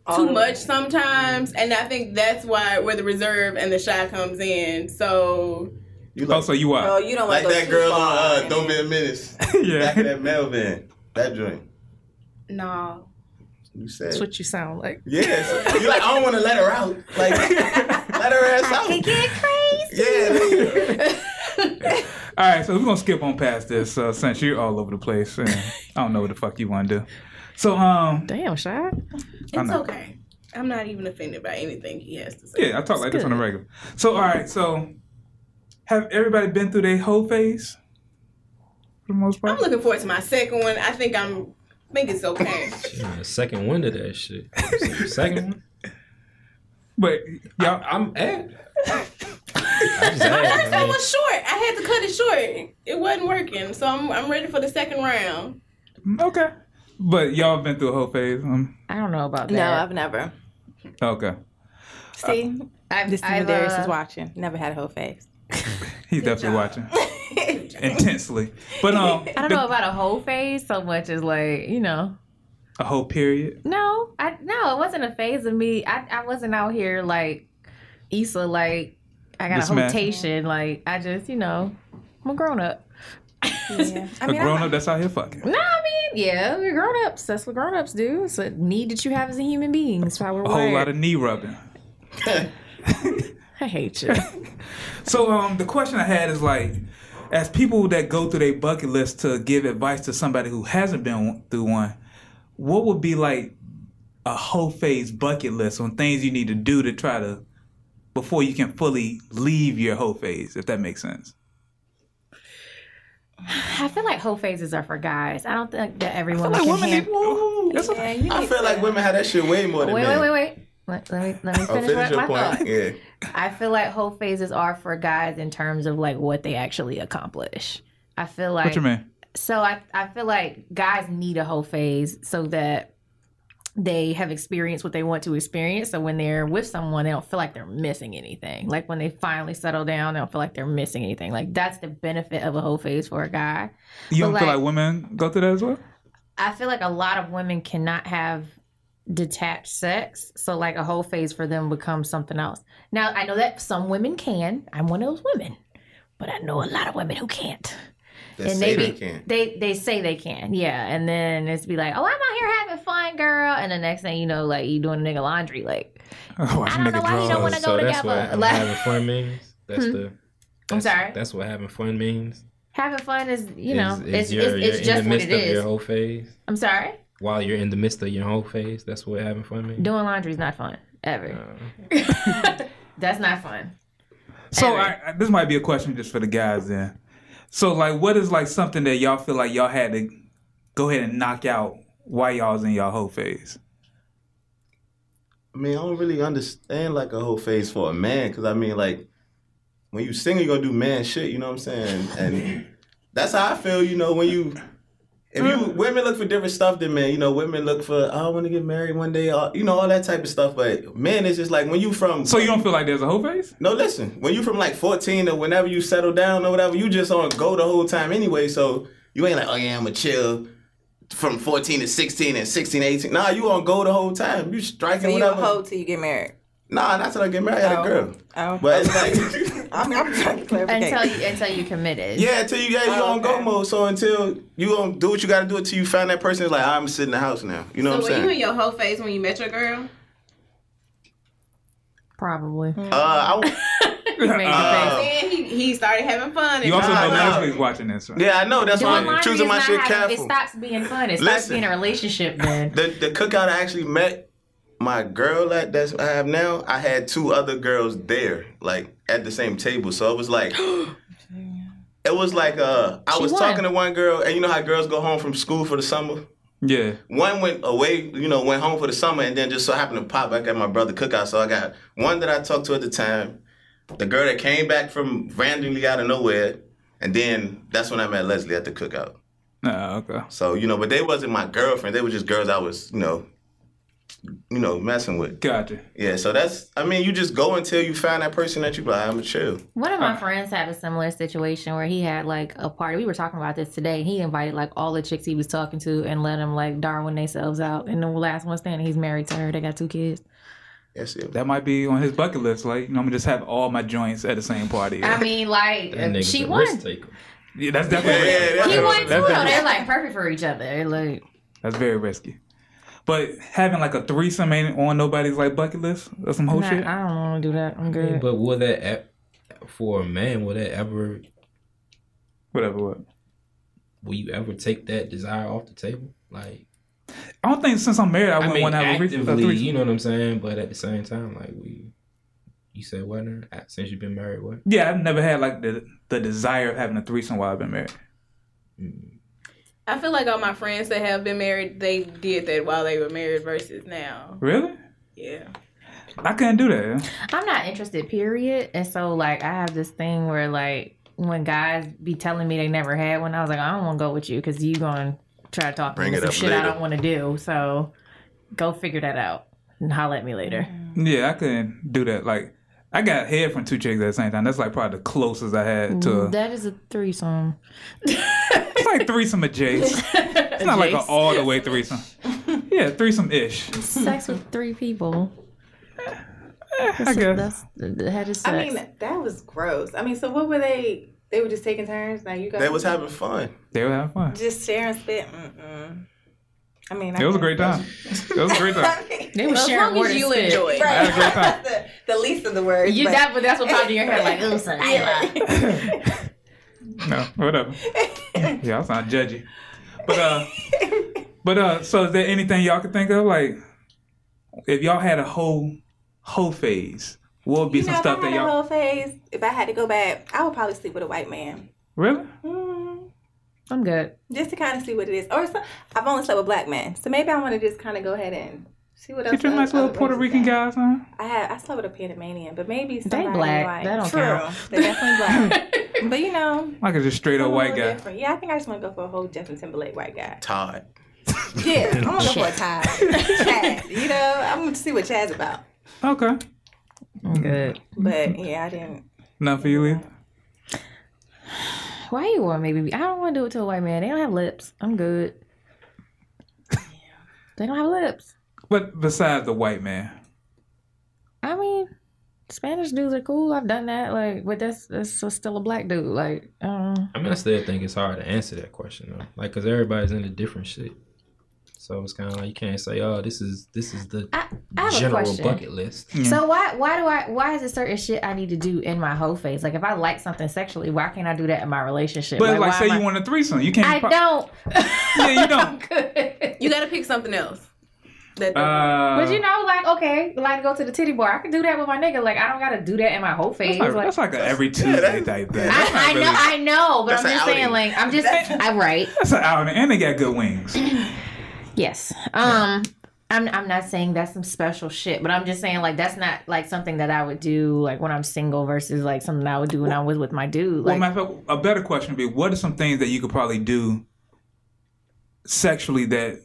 Speaker 7: All
Speaker 5: too
Speaker 7: the-
Speaker 5: much sometimes, and I think that's why where the reserve and the shy comes in. So
Speaker 6: You like,
Speaker 2: Oh, so you
Speaker 7: Oh,
Speaker 2: are.
Speaker 7: you don't
Speaker 6: like
Speaker 7: want
Speaker 6: that girl on uh, Don't Be a Menace. Back in
Speaker 2: yeah.
Speaker 6: that Melvin. That joint.
Speaker 5: no,
Speaker 6: You said.
Speaker 3: That's what you sound like.
Speaker 6: Yes. You like, I don't want to let her out. Like, let her ass out.
Speaker 3: Get crazy.
Speaker 6: Yeah.
Speaker 2: All right, so we're gonna skip on past this uh, since you're all over the place. And I don't know what the fuck you want to do. So um,
Speaker 3: Damn, shot.
Speaker 2: I
Speaker 5: it's
Speaker 2: know.
Speaker 5: okay. I'm not even offended by anything he has to say.
Speaker 2: yeah, I talk like this on the regular. So all right, so have everybody been through their whole phase for the most
Speaker 5: I'm
Speaker 2: part?
Speaker 5: looking forward to my second one. I think I'm. I think it's okay.
Speaker 4: Yeah, second one to that shit. Second one. Eh.
Speaker 2: But y'all,
Speaker 4: I'm at. I just asked,
Speaker 5: That
Speaker 4: man.
Speaker 5: was short. I had to cut it short. It wasn't working, so I'm I'm ready for the second round.
Speaker 2: Mm, okay. But y'all been through a whole phase. Um,
Speaker 3: I don't know about that.
Speaker 7: No, I've never.
Speaker 2: okay.
Speaker 7: See,
Speaker 3: I've,
Speaker 7: this
Speaker 3: I've,
Speaker 7: is Darius
Speaker 3: uh,
Speaker 7: is watching. Never had a whole face.
Speaker 2: He's definitely watching intensely. But um,
Speaker 3: I don't
Speaker 2: the-
Speaker 3: know about a whole phase so much as like you know.
Speaker 2: a whole period.
Speaker 3: No, I no, it wasn't a phase of me. I I wasn't out here like Issa like I got
Speaker 2: This
Speaker 3: a
Speaker 2: man.
Speaker 3: rotation. Like I just you know I'm a grown up.
Speaker 7: Yeah. I
Speaker 2: A
Speaker 7: mean,
Speaker 2: grown
Speaker 7: I,
Speaker 2: up that's out here fucking.
Speaker 3: No, I mean, yeah, we're grown ups. That's what grown ups do. It's a need that you have as a human being. That's why we're
Speaker 2: a whole
Speaker 3: wired.
Speaker 2: lot of knee rubbing.
Speaker 3: I hate you.
Speaker 2: So um, the question I had is like, as people that go through their bucket list to give advice to somebody who hasn't been through one, what would be like a whole phase bucket list on things you need to do to try to before you can fully leave your whole phase, if that makes sense.
Speaker 3: I feel like whole phases are for guys. I don't think that everyone
Speaker 2: Like
Speaker 3: can
Speaker 2: women need
Speaker 3: handle.
Speaker 2: woo, that's
Speaker 7: yeah,
Speaker 2: a,
Speaker 7: you
Speaker 6: I
Speaker 7: need
Speaker 6: feel
Speaker 7: to-
Speaker 6: like women have that shit way more than
Speaker 3: Wait, wait,
Speaker 6: men.
Speaker 3: wait, wait. Let, let me let me
Speaker 6: Oh,
Speaker 3: finish,
Speaker 6: finish your
Speaker 3: my, my
Speaker 6: point.
Speaker 3: thought.
Speaker 6: Yeah.
Speaker 3: I feel like whole phases are for guys in terms of like what they actually accomplish. I feel like
Speaker 2: what you mean?
Speaker 3: so I, I feel like guys need a whole phase so that they have experienced what they want to experience. So when they're with someone, they don't feel like they're missing anything. Like when they finally settle down, they don't feel like they're missing anything. Like that's the benefit of a whole phase for a guy.
Speaker 2: You
Speaker 3: But
Speaker 2: don't feel
Speaker 3: like-
Speaker 2: like women go through that as well?
Speaker 3: I feel like a lot of women cannot have detached sex. So like a whole phase for them becomes something else. Now I know that some women can. I'm one of those women. But I know a lot of women who can't.
Speaker 6: That
Speaker 3: and they,
Speaker 6: Satan
Speaker 3: be-
Speaker 6: can.
Speaker 3: they they say they can, yeah. And then it's be like, oh, I'm out here having fun, fine, girl. And the next thing you know, like you doing nigga laundry, like
Speaker 2: Oh, watch
Speaker 3: I don't know
Speaker 2: nigga
Speaker 3: why he
Speaker 2: draw.
Speaker 3: don't wanna go
Speaker 4: so that's what
Speaker 3: together.
Speaker 4: having,
Speaker 3: Like-
Speaker 4: having fun means. That's the.
Speaker 3: I'm
Speaker 4: that's-
Speaker 3: sorry?
Speaker 4: That's what having fun means.
Speaker 3: having fun is you know
Speaker 4: Is- is
Speaker 3: it's
Speaker 4: you're-
Speaker 3: it's,
Speaker 4: you're
Speaker 3: it's just
Speaker 4: in the
Speaker 3: what
Speaker 4: midst
Speaker 3: it
Speaker 4: of your
Speaker 3: is.
Speaker 4: whole phase.
Speaker 3: I'm sorry,
Speaker 4: While you're in the midst of your whole phase, that's what having fun means.
Speaker 3: doing laundry is not fun ever.
Speaker 4: Uh,
Speaker 3: That's not fun.
Speaker 2: So
Speaker 3: Anyway.
Speaker 2: I, I- this might be a question just for the guys then. So like, what is like something that y'all feel like y'all had to go ahead and knock out while y'all was in y'all whole phase?
Speaker 6: I mean, I don't really understand like a whole phase for a man because I mean, like when you sing, you gonna do man shit. You know what I'm saying? And that's how I feel. You know, when you if you women look for different stuff than men. You know, women look for "Oh, I want to get married one day. All, you know, all that type of stuff. But men, it's just like when you from.
Speaker 2: So you don't feel like there's a whole phase?
Speaker 6: No, listen. When you from like 14 or whenever you settle down or whatever, you just on go the whole time anyway. So you ain't like, oh yeah, I'ma chill from 14 to 16 and 16 to 18. Nah, you on go the whole time. You striking
Speaker 7: So you a
Speaker 6: whatever.
Speaker 7: hoe till you get married.
Speaker 6: Nah, not till I get married. I had a
Speaker 7: Oh.
Speaker 6: girl.
Speaker 7: Oh,
Speaker 6: But it's like,
Speaker 7: I'm, I'm trying to
Speaker 3: Until
Speaker 7: clarify.
Speaker 3: you until you committed.
Speaker 6: yeah, until you, yeah, you
Speaker 7: Oh,
Speaker 6: on go
Speaker 7: okay.
Speaker 6: mode. So until you on do what you gotta do until you find that person, it's like, I'm sitting in the house now. You know
Speaker 5: So
Speaker 6: what
Speaker 5: were
Speaker 6: I'm
Speaker 5: you in
Speaker 6: saying?
Speaker 5: your whole phase when you met your girl?
Speaker 3: Probably.
Speaker 6: Uh, I, w-
Speaker 3: Major
Speaker 6: Uh,
Speaker 3: phase.
Speaker 5: Then he, he started having fun. And
Speaker 2: You also know
Speaker 6: Nah, nah.
Speaker 2: Nashville's watching this, right?
Speaker 6: yeah, I know. That's why
Speaker 3: Doing
Speaker 6: I'm
Speaker 3: laundry is
Speaker 6: choosing my
Speaker 3: not
Speaker 6: shit
Speaker 3: having,
Speaker 6: careful.
Speaker 3: it stops being fun. It stops
Speaker 6: Listen.
Speaker 3: being a relationship then.
Speaker 6: the the cookout I actually met my girl at that's I have now. I had two other girls there, like at the same table. So it was like, it was like uh, I
Speaker 3: She
Speaker 6: was
Speaker 3: won.
Speaker 6: talking to one girl, and you know how girls go home from school for the summer.
Speaker 2: Yeah.
Speaker 6: One went away, you know, went home for the summer, and then just so happened to pop back at my brother cookout. So I got one that I talked to at the time, the girl that came back from randomly out of nowhere, and then that's when I met Leslie at the cookout.
Speaker 2: Nah, okay.
Speaker 6: So you know, but they wasn't my girlfriend. They were just girls I was, you know, you know, messing with.
Speaker 2: Gotcha.
Speaker 6: Yeah. So that's. I mean, you just go until you find that person that you be like. I'm a chill.
Speaker 3: One of my friends had a similar situation where he had like a party. We were talking about this today. He invited like all the chicks he was talking to and let them like Darwin themselves out. And the last one standing, he's married to her. They got two kids.
Speaker 6: That's it.
Speaker 2: That might be on his bucket list. Like, you know, I'm gonna just have all my joints at the same party.
Speaker 6: Ah.
Speaker 3: I mean, like
Speaker 4: that nigga's
Speaker 3: she
Speaker 4: a
Speaker 3: won.
Speaker 4: risk taker.
Speaker 2: yeah, that's
Speaker 6: Yeah,
Speaker 2: definitely
Speaker 6: yeah, yeah.
Speaker 3: He won too.
Speaker 2: That's-
Speaker 3: though. They're like perfect for each other. They're, Like
Speaker 2: that's very risky. But having like a threesome ain't on nobody's like bucket list or some whole
Speaker 3: nah,
Speaker 2: shit.
Speaker 3: I don't want to do that. I'm good.
Speaker 4: But will that e- for a man? Will that ever?
Speaker 2: Whatever. What.
Speaker 4: Will you ever take that desire off the table? Like
Speaker 2: I don't think since I'm married, I
Speaker 4: I,
Speaker 2: wouldn't
Speaker 4: mean,
Speaker 2: want to have a, re- a
Speaker 4: actively,
Speaker 2: threesome.
Speaker 4: you know what I'm saying. But at the same time, like we, you said what? now? Uh, Since you've been married, what?
Speaker 2: Yeah, I've never had like the the desire of having a threesome while I've been married.
Speaker 5: I feel like all my friends that have been married, they did that while they were married versus now.
Speaker 2: Really?
Speaker 5: Yeah.
Speaker 2: I couldn't do that.
Speaker 3: I'm not interested, period. And so, like, I have this thing where, like, when guys be telling me they never had one, I was like, I don't want to go with you because you going to try to talk
Speaker 6: Bring
Speaker 3: me
Speaker 6: it
Speaker 3: into some
Speaker 6: up
Speaker 3: shit I
Speaker 6: later.
Speaker 3: don't want to do. So, go figure that out and holler at me later.
Speaker 2: Yeah, I couldn't do that. Like, I got head from two chicks at the same time. That's like probably the closest I had to. a-
Speaker 3: That is a threesome.
Speaker 2: It's like threesome of Jace. It's not like an
Speaker 3: Jace.
Speaker 2: all the way threesome. Yeah, threesome ish.
Speaker 3: Sex with three people.
Speaker 2: I guess.
Speaker 3: That's that is
Speaker 7: I
Speaker 3: sex.
Speaker 7: mean, that was gross. I mean, so what were they? They were just taking turns. Now you guys.
Speaker 6: They was having fun.
Speaker 2: They were having fun.
Speaker 7: just sharing spit. Mm-mm. I mean, I
Speaker 2: It was a
Speaker 7: can't-
Speaker 2: great time. It was a great time.
Speaker 3: they were
Speaker 5: As
Speaker 3: sharing
Speaker 5: long
Speaker 3: water
Speaker 5: as you
Speaker 3: spit.
Speaker 5: enjoy it.
Speaker 7: Right.
Speaker 2: had a great time.
Speaker 7: the, the least of the words.
Speaker 3: You,
Speaker 7: but-
Speaker 3: that, but that's what popped in your head, like, ooh, saliva.
Speaker 2: No, whatever. Yeah, I sound judgy. But uh, but uh, so is there anything y'all can think of? Like, if y'all had a whole whole phase, what would be
Speaker 7: You
Speaker 2: some
Speaker 7: know,
Speaker 2: stuff
Speaker 7: if I
Speaker 2: that
Speaker 7: had a
Speaker 2: y'all
Speaker 7: whole phase, if I had to go back, I would probably sleep with a white man.
Speaker 2: really?
Speaker 7: Mm,
Speaker 3: I'm good.
Speaker 7: just to kind of see what it is. Or so, I've only slept with black men, so maybe I want to just kind of go ahead and see what else.
Speaker 2: Get your nice
Speaker 7: other
Speaker 2: little Puerto
Speaker 7: races
Speaker 2: Rican
Speaker 7: got.
Speaker 2: guys, huh?
Speaker 7: I had I slept with a Panamanian, but maybe somebody
Speaker 3: black.
Speaker 7: Like,
Speaker 3: That don't
Speaker 7: true.
Speaker 3: count.
Speaker 7: They definitely black. but you know,
Speaker 2: Like a just straight up
Speaker 7: I'm a
Speaker 2: white
Speaker 7: little
Speaker 2: guy.
Speaker 7: different. Yeah, I think I just want to go for a whole Justin Timberlake white guy.
Speaker 6: Todd.
Speaker 7: Yeah, I'm gonna go for a Chad. Chad, you know, I'm gonna see what Chad's about.
Speaker 2: Okay.
Speaker 3: I'm
Speaker 2: Mm-hmm.
Speaker 3: good.
Speaker 7: But yeah, I didn't.
Speaker 2: Not for you either.
Speaker 3: Why you want maybe? I don't want to do it to a white man. They don't have lips. I'm good. They don't have lips.
Speaker 2: But besides the white man,
Speaker 3: I mean, Spanish dudes are cool. I've done that. Like, but that's that's so still a black dude. Like, um,
Speaker 4: I mean, I still think it's hard to answer that question though, like because everybody's into different shit. So it's kind of like you can't say, "Oh, this is this is the
Speaker 3: I, I have a
Speaker 4: general
Speaker 3: question.
Speaker 4: bucket list."
Speaker 2: Yeah.
Speaker 3: So why why do I why is it certain shit I need to do in my whole phase? Like if I like something sexually, why can't I do that in my relationship?
Speaker 2: But like,
Speaker 3: why
Speaker 2: say
Speaker 3: am
Speaker 2: you
Speaker 3: I-
Speaker 2: want a threesome, you can't.
Speaker 3: I
Speaker 2: pro-
Speaker 3: don't.
Speaker 2: Yeah, you don't.
Speaker 3: Good.
Speaker 5: You gotta pick something else. That
Speaker 2: Uh,
Speaker 3: But you know, like okay, like go to the titty bar. I can do that with my nigga. Like I don't gotta do that in my whole phase.
Speaker 2: that's like,
Speaker 3: Like,
Speaker 2: that's like a every
Speaker 6: Yeah,
Speaker 2: Tuesday
Speaker 6: that-
Speaker 2: type thing.
Speaker 6: yeah, that's
Speaker 3: I,
Speaker 6: not
Speaker 3: I
Speaker 6: really-
Speaker 3: know, I know, but I'm
Speaker 6: That's
Speaker 3: just
Speaker 6: an
Speaker 3: saying,
Speaker 6: outing.
Speaker 3: like I'm just, I right.
Speaker 2: That's an outing, and they got good wings.
Speaker 3: Yes. Um I'm I'm not saying that's some special shit, but I'm just saying like that's not like something that I would do like when I'm single versus like something that I would do when I was with my dude.
Speaker 2: well,
Speaker 3: Like
Speaker 2: matter of fact, a better question would be: What are some things that you could probably do sexually that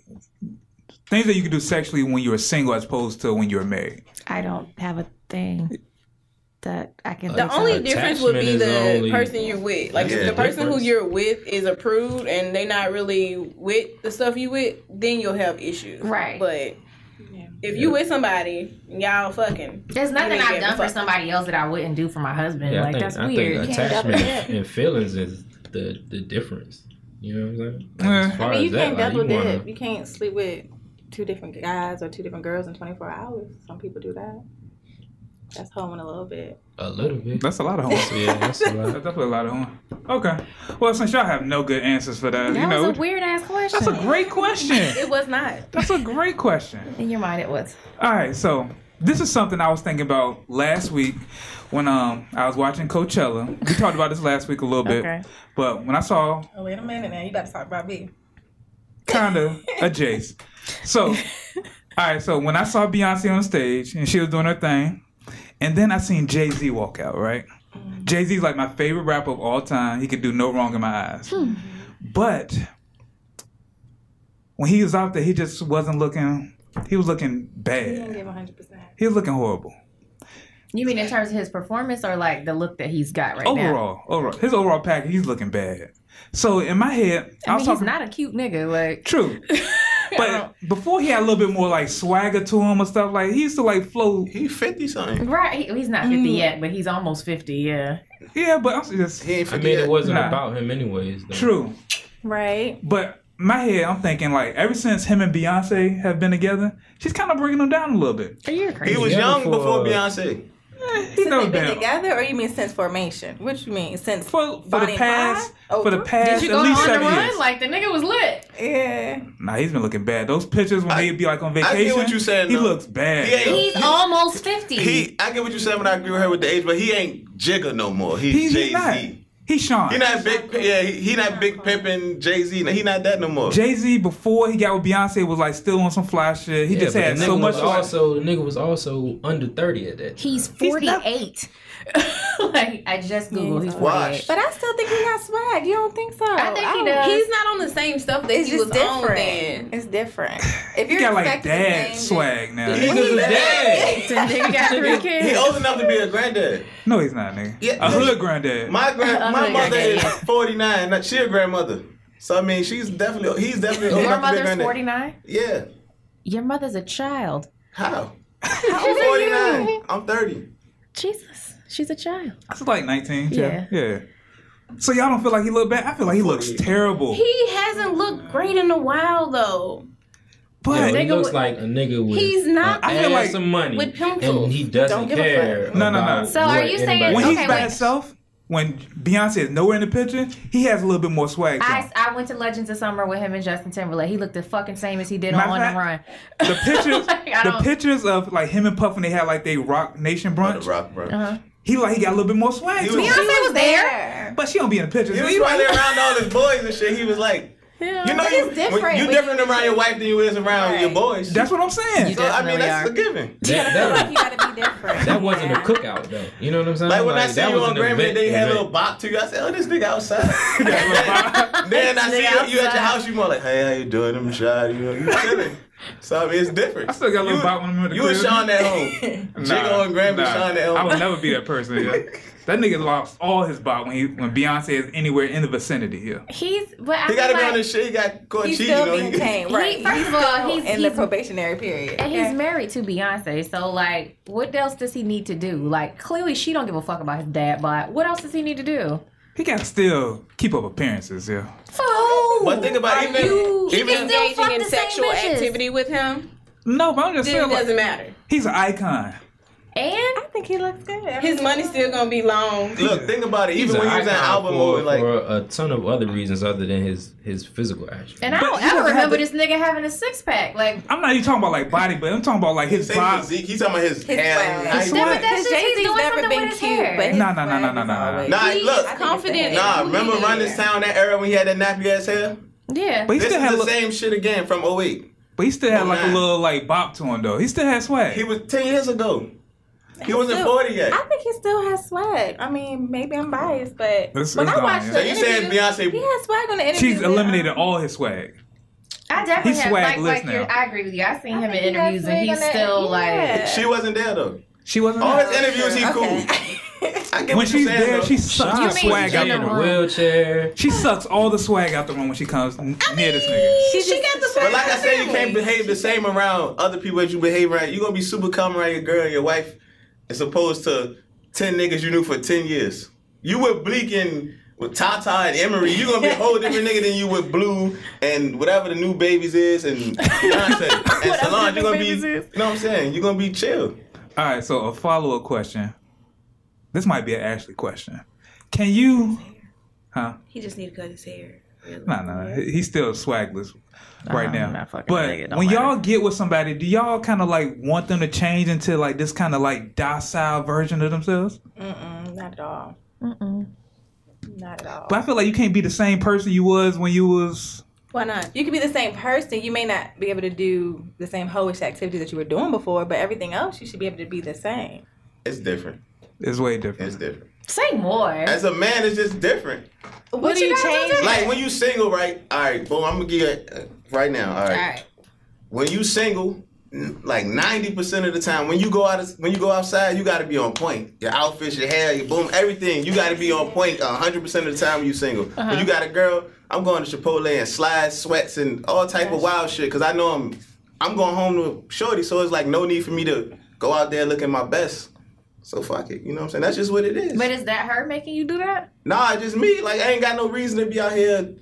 Speaker 2: things that you could do sexually when you were single as opposed to when you were married?
Speaker 3: I don't have a thing that I can
Speaker 5: the
Speaker 3: think
Speaker 5: only
Speaker 4: attachment
Speaker 5: difference would be
Speaker 4: is
Speaker 5: the
Speaker 4: the only-
Speaker 5: person you're with. Like
Speaker 6: Yeah,
Speaker 5: if the person who
Speaker 4: difference.
Speaker 5: you're with is approved and they not really with the stuff you with, then you'll have issues.
Speaker 3: Right.
Speaker 5: But if you with somebody, and y'all fucking.
Speaker 3: There's nothing
Speaker 5: You didn't
Speaker 3: I've
Speaker 5: get
Speaker 3: done for
Speaker 5: fucked.
Speaker 3: somebody else that I wouldn't do for my husband.
Speaker 4: Yeah,
Speaker 3: like
Speaker 4: I think
Speaker 3: that's
Speaker 4: I
Speaker 3: weird.
Speaker 4: think attachment and feelings is the the difference. You know what I'm saying? Like,
Speaker 2: Yeah.
Speaker 4: as far
Speaker 7: I mean,
Speaker 4: as
Speaker 7: you
Speaker 4: that,
Speaker 7: can't
Speaker 4: like,
Speaker 7: double
Speaker 4: you
Speaker 7: dip.
Speaker 4: wanna-
Speaker 7: You can't sleep with two different guys or two different girls in 24 hours. Some people do that. That's homing a little bit.
Speaker 4: a little bit.
Speaker 2: That's a lot of horns.
Speaker 4: So, yeah, that's a lot.
Speaker 2: That's definitely a lot of horns. Okay. Well, since y'all have no good answers for that,
Speaker 3: that
Speaker 2: you know,
Speaker 3: was a weird ass question.
Speaker 2: that's a great question.
Speaker 5: It was not.
Speaker 2: That's a great question.
Speaker 3: In your mind, it was.
Speaker 2: All right, so this is something I was thinking about last week when um I was watching Coachella. We talked about this last week a little bit,
Speaker 3: Okay.
Speaker 2: but when I saw
Speaker 7: Oh, wait a minute now. You got to talk about me.
Speaker 2: kind of a Jace. So, all right, so when I saw Beyonce on stage and she was doing her thing, and then I seen Jay Z walk out, right? Jay Z's like my favorite rapper of all time. He could do no wrong in my eyes. But when he was out there, he just wasn't looking, he was looking
Speaker 7: You didn't
Speaker 2: bad.
Speaker 7: give 100%.
Speaker 2: He was looking horrible.
Speaker 3: You mean in terms of his performance or like the look that he's got right now?
Speaker 2: overall, overall, his overall package, he's looking bad. So in my head, I,
Speaker 3: I
Speaker 2: was
Speaker 3: mean, he's
Speaker 2: talking
Speaker 3: not a cute nigga. Like
Speaker 2: true, but before he had a little bit more like swagger to him and stuff. Like he used to like flow,
Speaker 6: He fifty something.
Speaker 3: right? He, he's not fifty yet, but he's almost fifty. Yeah.
Speaker 2: yeah. But I'm just
Speaker 6: He ain't
Speaker 4: I
Speaker 6: fifty.
Speaker 4: mean, it wasn't
Speaker 2: Nah.
Speaker 4: about him anyways. Though.
Speaker 2: true.
Speaker 7: Right?
Speaker 2: But in my head, I'm thinking like ever since him and Beyonce have been together, she's kind of bringing him down a little bit.
Speaker 3: But You're
Speaker 6: He
Speaker 3: crazy.
Speaker 6: was
Speaker 4: Together
Speaker 6: young
Speaker 4: for-
Speaker 6: before Beyonce.
Speaker 2: Eh, he
Speaker 7: Since
Speaker 2: never
Speaker 7: they've been
Speaker 2: been.
Speaker 7: together, or you mean since formation? What you mean? Since
Speaker 2: For, for
Speaker 7: Bonnie
Speaker 2: the
Speaker 7: and
Speaker 2: past,
Speaker 7: Clyde? Oh,
Speaker 2: for the
Speaker 7: did
Speaker 2: past
Speaker 3: Did you
Speaker 2: at
Speaker 3: go
Speaker 2: least
Speaker 3: on the
Speaker 2: seven
Speaker 3: run?
Speaker 2: years.
Speaker 3: Like the nigga was lit.
Speaker 7: yeah.
Speaker 2: nah, he's been looking bad. Those pictures when
Speaker 6: I-
Speaker 2: he'd be like on
Speaker 6: get
Speaker 2: vacation.
Speaker 6: what you're saying,
Speaker 2: He
Speaker 6: though.
Speaker 2: looks bad.
Speaker 6: He ain't-
Speaker 3: He's almost fifty.
Speaker 6: He, I get what you said when I agree with her with the age, but he ain't Jigga no more.
Speaker 2: He's,
Speaker 6: He's
Speaker 2: he's
Speaker 6: Jay
Speaker 2: not.
Speaker 6: Z.
Speaker 2: He's Sean.
Speaker 6: He not big. Yeah, he, he not big pimping Jay Z. He not that no more.
Speaker 2: Jay Z before he got with Beyonce was like still on some fly shit. He
Speaker 4: Yeah,
Speaker 2: just
Speaker 4: but
Speaker 2: had
Speaker 4: the nigga
Speaker 2: so much.
Speaker 4: was also the nigga was also under thirty at that.
Speaker 3: He's
Speaker 2: He's not-
Speaker 3: 48. like, I just Googled. he's 48.
Speaker 6: Washed.
Speaker 7: But I still think he got swag. You don't think so?
Speaker 3: I think he
Speaker 7: don't-
Speaker 3: does.
Speaker 5: He's not on the same stuff that
Speaker 7: It's
Speaker 5: he
Speaker 7: just
Speaker 5: was on
Speaker 7: different.
Speaker 5: then.
Speaker 7: It's different. If
Speaker 2: he
Speaker 7: you're
Speaker 2: got like
Speaker 7: expecting the
Speaker 2: dad
Speaker 7: same
Speaker 2: swag now.
Speaker 4: Niggas is dead.
Speaker 3: The nigga got three
Speaker 6: He
Speaker 3: kids.
Speaker 6: old enough to be a granddad.
Speaker 2: No, he's not, nigga.
Speaker 6: Yeah,
Speaker 2: a
Speaker 6: nigga.
Speaker 2: hood granddad.
Speaker 6: My grand, my
Speaker 3: Oh,
Speaker 6: mother
Speaker 3: yeah, yeah,
Speaker 6: is
Speaker 3: yeah.
Speaker 6: forty nine. Not she a grandmother. So I mean, she's definitely he's definitely old
Speaker 3: Your
Speaker 6: enough to be
Speaker 3: mother's
Speaker 6: a granddad.
Speaker 3: 49?
Speaker 6: Yeah.
Speaker 3: Your mother's a child.
Speaker 6: How? I'm forty nine. I'm thirty.
Speaker 3: Jesus, she's a child.
Speaker 2: That's like nineteen. Yeah.
Speaker 3: Yeah.
Speaker 2: yeah. So y'all don't feel like he look bad. I feel like he looks terrible.
Speaker 5: He hasn't looked great in a while though.
Speaker 4: Yeah,
Speaker 2: But
Speaker 4: he
Speaker 5: nigga
Speaker 4: looks
Speaker 5: with-
Speaker 4: like a nigga with
Speaker 2: Uh,
Speaker 5: He's not
Speaker 4: I feel
Speaker 2: good
Speaker 4: like some money
Speaker 5: with
Speaker 4: and
Speaker 5: pimples.
Speaker 4: he doesn't
Speaker 7: Don't give a
Speaker 4: care.
Speaker 7: fuck.
Speaker 2: No, no, no.
Speaker 4: about
Speaker 3: So are
Speaker 4: what
Speaker 3: you saying-
Speaker 4: anybody-
Speaker 2: when he's
Speaker 3: Okay,
Speaker 2: by
Speaker 3: wait.
Speaker 2: himself, when Beyonce is nowhere in the picture, he has a little bit more swag. to
Speaker 3: I,
Speaker 2: him.
Speaker 3: I went to Legends of Summer with him and Justin Timberlake. He looked the fucking same as he did on
Speaker 2: Matter
Speaker 3: On
Speaker 2: of
Speaker 3: the Run.
Speaker 2: The pictures,
Speaker 3: Like, I
Speaker 2: the
Speaker 3: don't-
Speaker 2: pictures of like him and Puff when they had like they Rock Nation
Speaker 6: Oh,
Speaker 2: brunch.
Speaker 6: the rock, bro.
Speaker 3: Uh-huh.
Speaker 2: He like he got a little bit more swag.
Speaker 6: He
Speaker 2: To
Speaker 6: was-
Speaker 3: Beyonce
Speaker 2: him.
Speaker 3: was there.
Speaker 2: But she don't be in the pictures.
Speaker 6: He was
Speaker 2: He
Speaker 6: probably around all his boys and shit. He was like, you know,
Speaker 7: but
Speaker 6: you
Speaker 7: it's different
Speaker 6: when- you
Speaker 7: when
Speaker 6: different
Speaker 7: you-
Speaker 6: around your wife than you is around
Speaker 7: Right.
Speaker 6: your boys.
Speaker 2: That's what I'm saying.
Speaker 3: You
Speaker 6: so I
Speaker 3: Definitely
Speaker 6: mean, that's
Speaker 3: are.
Speaker 6: a given.
Speaker 4: That,
Speaker 7: I feel like
Speaker 4: that,
Speaker 7: you gotta be different.
Speaker 4: that wasn't a cookout though. You know what I'm saying?
Speaker 6: Like when I see
Speaker 4: that
Speaker 6: you
Speaker 4: was
Speaker 6: on
Speaker 4: an
Speaker 6: Grammy,
Speaker 4: event-
Speaker 6: they had a
Speaker 4: event.
Speaker 6: little bop to you. I said, oh, this nigga outside. then I see you, you at your house, you more like, hey, how you doing? I'm shy. You know, you chilling. So I mean, it's different.
Speaker 2: I still got a little
Speaker 6: you,
Speaker 2: bop when I'm in the
Speaker 6: You
Speaker 2: crib.
Speaker 6: and Sean at home. Jigga on Grammy, Sean at home.
Speaker 2: I would never be that person. Yeah. that nigga lost all his bop when he when Beyonce is anywhere in the vicinity. Yeah.
Speaker 3: He's, but I
Speaker 6: He gotta
Speaker 3: feel
Speaker 6: be
Speaker 3: like,
Speaker 6: on this shit. He got caught
Speaker 7: He's
Speaker 6: cheating.
Speaker 7: still
Speaker 6: on
Speaker 7: being
Speaker 6: you.
Speaker 7: tame,
Speaker 3: He-
Speaker 7: right?
Speaker 3: first of all,
Speaker 7: still
Speaker 3: he's-
Speaker 7: in
Speaker 3: he's-
Speaker 7: the probationary period.
Speaker 3: and
Speaker 7: okay?
Speaker 3: he's married to Beyonce, so like, what else does he need to do? Like, clearly she don't give a fuck about his dad bod. What else does he need to do?
Speaker 2: He gotta still keep up appearances. Yeah.
Speaker 3: For who?
Speaker 6: But think about
Speaker 5: Are
Speaker 6: even
Speaker 5: you
Speaker 6: even
Speaker 8: can still
Speaker 5: engaging
Speaker 8: fuck
Speaker 5: in
Speaker 8: the same
Speaker 5: sexual
Speaker 8: bitches.
Speaker 5: activity with him?
Speaker 2: No, but I'm just
Speaker 5: Then
Speaker 2: saying,
Speaker 5: it
Speaker 2: like,
Speaker 5: doesn't matter.
Speaker 2: he's an icon.
Speaker 3: And
Speaker 7: I think he looks good.
Speaker 5: His money's still gonna be long.
Speaker 6: look, think about it.
Speaker 4: He's
Speaker 6: Even when
Speaker 4: an
Speaker 6: he was in
Speaker 4: icon
Speaker 6: album
Speaker 4: for,
Speaker 6: mode, like
Speaker 4: for a ton of other reasons other than his his physical action.
Speaker 3: and I
Speaker 2: But
Speaker 3: don't
Speaker 2: you
Speaker 3: ever
Speaker 2: don't have
Speaker 3: remember
Speaker 2: to-
Speaker 3: this nigga having a six pack. Like
Speaker 2: I'm not even talking about like body, but I'm talking about like his
Speaker 6: Same
Speaker 2: vibe.
Speaker 6: physique. He's talking about his,
Speaker 7: His
Speaker 6: hair.
Speaker 7: smile.
Speaker 6: Nice.
Speaker 2: His smile.
Speaker 3: but that's
Speaker 7: Because
Speaker 3: just he's
Speaker 7: Jay-Z's
Speaker 3: doing
Speaker 7: never
Speaker 3: something
Speaker 7: been
Speaker 3: with his
Speaker 7: cute,
Speaker 3: hair.
Speaker 7: but his
Speaker 2: No, no, no, no,
Speaker 7: swag
Speaker 2: no,
Speaker 7: is
Speaker 2: no, no.
Speaker 7: always-
Speaker 6: Nah, look.
Speaker 5: He's confident. in
Speaker 6: Nah,
Speaker 5: who he
Speaker 6: remember Run This
Speaker 5: is.
Speaker 6: Town that era when he had that nappy ass hair?
Speaker 3: yeah,
Speaker 2: But he
Speaker 6: This
Speaker 2: still
Speaker 6: is
Speaker 2: had,
Speaker 6: the
Speaker 2: look,
Speaker 6: same shit again from 08.
Speaker 2: but he still had
Speaker 6: Oh,
Speaker 2: like a
Speaker 6: man.
Speaker 2: little like bop to him though. He still had swag.
Speaker 6: He was 10 years ago. He wasn't
Speaker 7: Still-
Speaker 6: 40 yet.
Speaker 7: I think he still has swag. I mean, maybe I'm biased, but
Speaker 2: It's-
Speaker 7: when
Speaker 2: it's
Speaker 7: I
Speaker 2: gone,
Speaker 7: watched
Speaker 2: yeah.
Speaker 7: the
Speaker 6: So you saying
Speaker 7: interview,
Speaker 6: Beyonce-
Speaker 7: He has swag on the interview.
Speaker 2: She's eliminated all his swag.
Speaker 3: I definitely
Speaker 2: He's
Speaker 3: have
Speaker 2: swag
Speaker 3: like
Speaker 2: list
Speaker 3: like your,
Speaker 2: now.
Speaker 3: I agree with you. I seen
Speaker 7: I
Speaker 3: him in
Speaker 7: think he has
Speaker 3: interviews and
Speaker 7: swag
Speaker 3: he's
Speaker 7: on that-
Speaker 3: still
Speaker 7: yeah.
Speaker 3: like
Speaker 6: She wasn't there though.
Speaker 2: She wasn't.
Speaker 6: All
Speaker 2: there.
Speaker 6: his interviews, he cool. I
Speaker 2: when
Speaker 6: get what you're
Speaker 2: she's
Speaker 6: saying.
Speaker 2: there,
Speaker 6: though.
Speaker 2: she sucks
Speaker 4: You
Speaker 2: the
Speaker 4: mean
Speaker 2: swag
Speaker 4: Jay
Speaker 2: out
Speaker 4: in
Speaker 2: the
Speaker 4: a
Speaker 2: room.
Speaker 4: wheelchair.
Speaker 2: She sucks all the swag out the room when she comes n- near this nigga.
Speaker 7: She, she got the swag.
Speaker 6: But like I said, you can't behave the same around other people that you behave around. You're gonna be super calm around your girl and your wife as opposed to ten niggas you knew for ten years. You with Bleak and with Tata and Emery, you're gonna be a whole different nigga than you with Blue and whatever the new babies is and Beyonce and Salon. You're gonna be, you know what I'm saying? You're gonna be chill.
Speaker 2: All right, so a follow up question. This might be an Ashley question. Can you? Huh?
Speaker 5: He just need to cut his hair.
Speaker 2: No, no, no. He's still swagless right
Speaker 3: I'm
Speaker 2: now.
Speaker 3: not fucking
Speaker 2: but
Speaker 3: with it. It don't
Speaker 2: when
Speaker 3: matter.
Speaker 2: y'all get with somebody, do y'all kind of like want them to change into like this kind of like docile version of themselves?
Speaker 7: Mm-mm, not at all. Mm-mm. Not at all.
Speaker 2: But I feel like you can't be the same person you was when you was.
Speaker 7: Why not? You could be the same person. You may not be able to do the same hoish activities that you were doing before, but everything else you should be able to be the same.
Speaker 6: It's different.
Speaker 2: It's way different.
Speaker 6: It's different.
Speaker 3: say more.
Speaker 6: As a man, it's just different.
Speaker 7: What,
Speaker 3: What
Speaker 7: do
Speaker 3: you
Speaker 7: you
Speaker 3: gotta
Speaker 7: change?
Speaker 3: do?
Speaker 6: Like when you single, right? All right, boom. I'm gonna give you uh, right now. All
Speaker 3: All
Speaker 6: right.
Speaker 3: right.
Speaker 6: when you single, n- like ninety percent of the time, when you go out, when you go outside, you got to be on point. Your outfits, your hair, your boom, everything. You got to be on point hundred percent of the time when you single. When you got a girl, I'm going to Chipotle and slides, sweats, and all type of wild shit because I know I'm, I'm going home to shorty, so it's like no need for me to go out there looking my best. So fuck it, you know what I'm saying? That's just what it is.
Speaker 3: But is that her making you do that?
Speaker 6: nah, it's just me. Like I ain't got no reason to be out here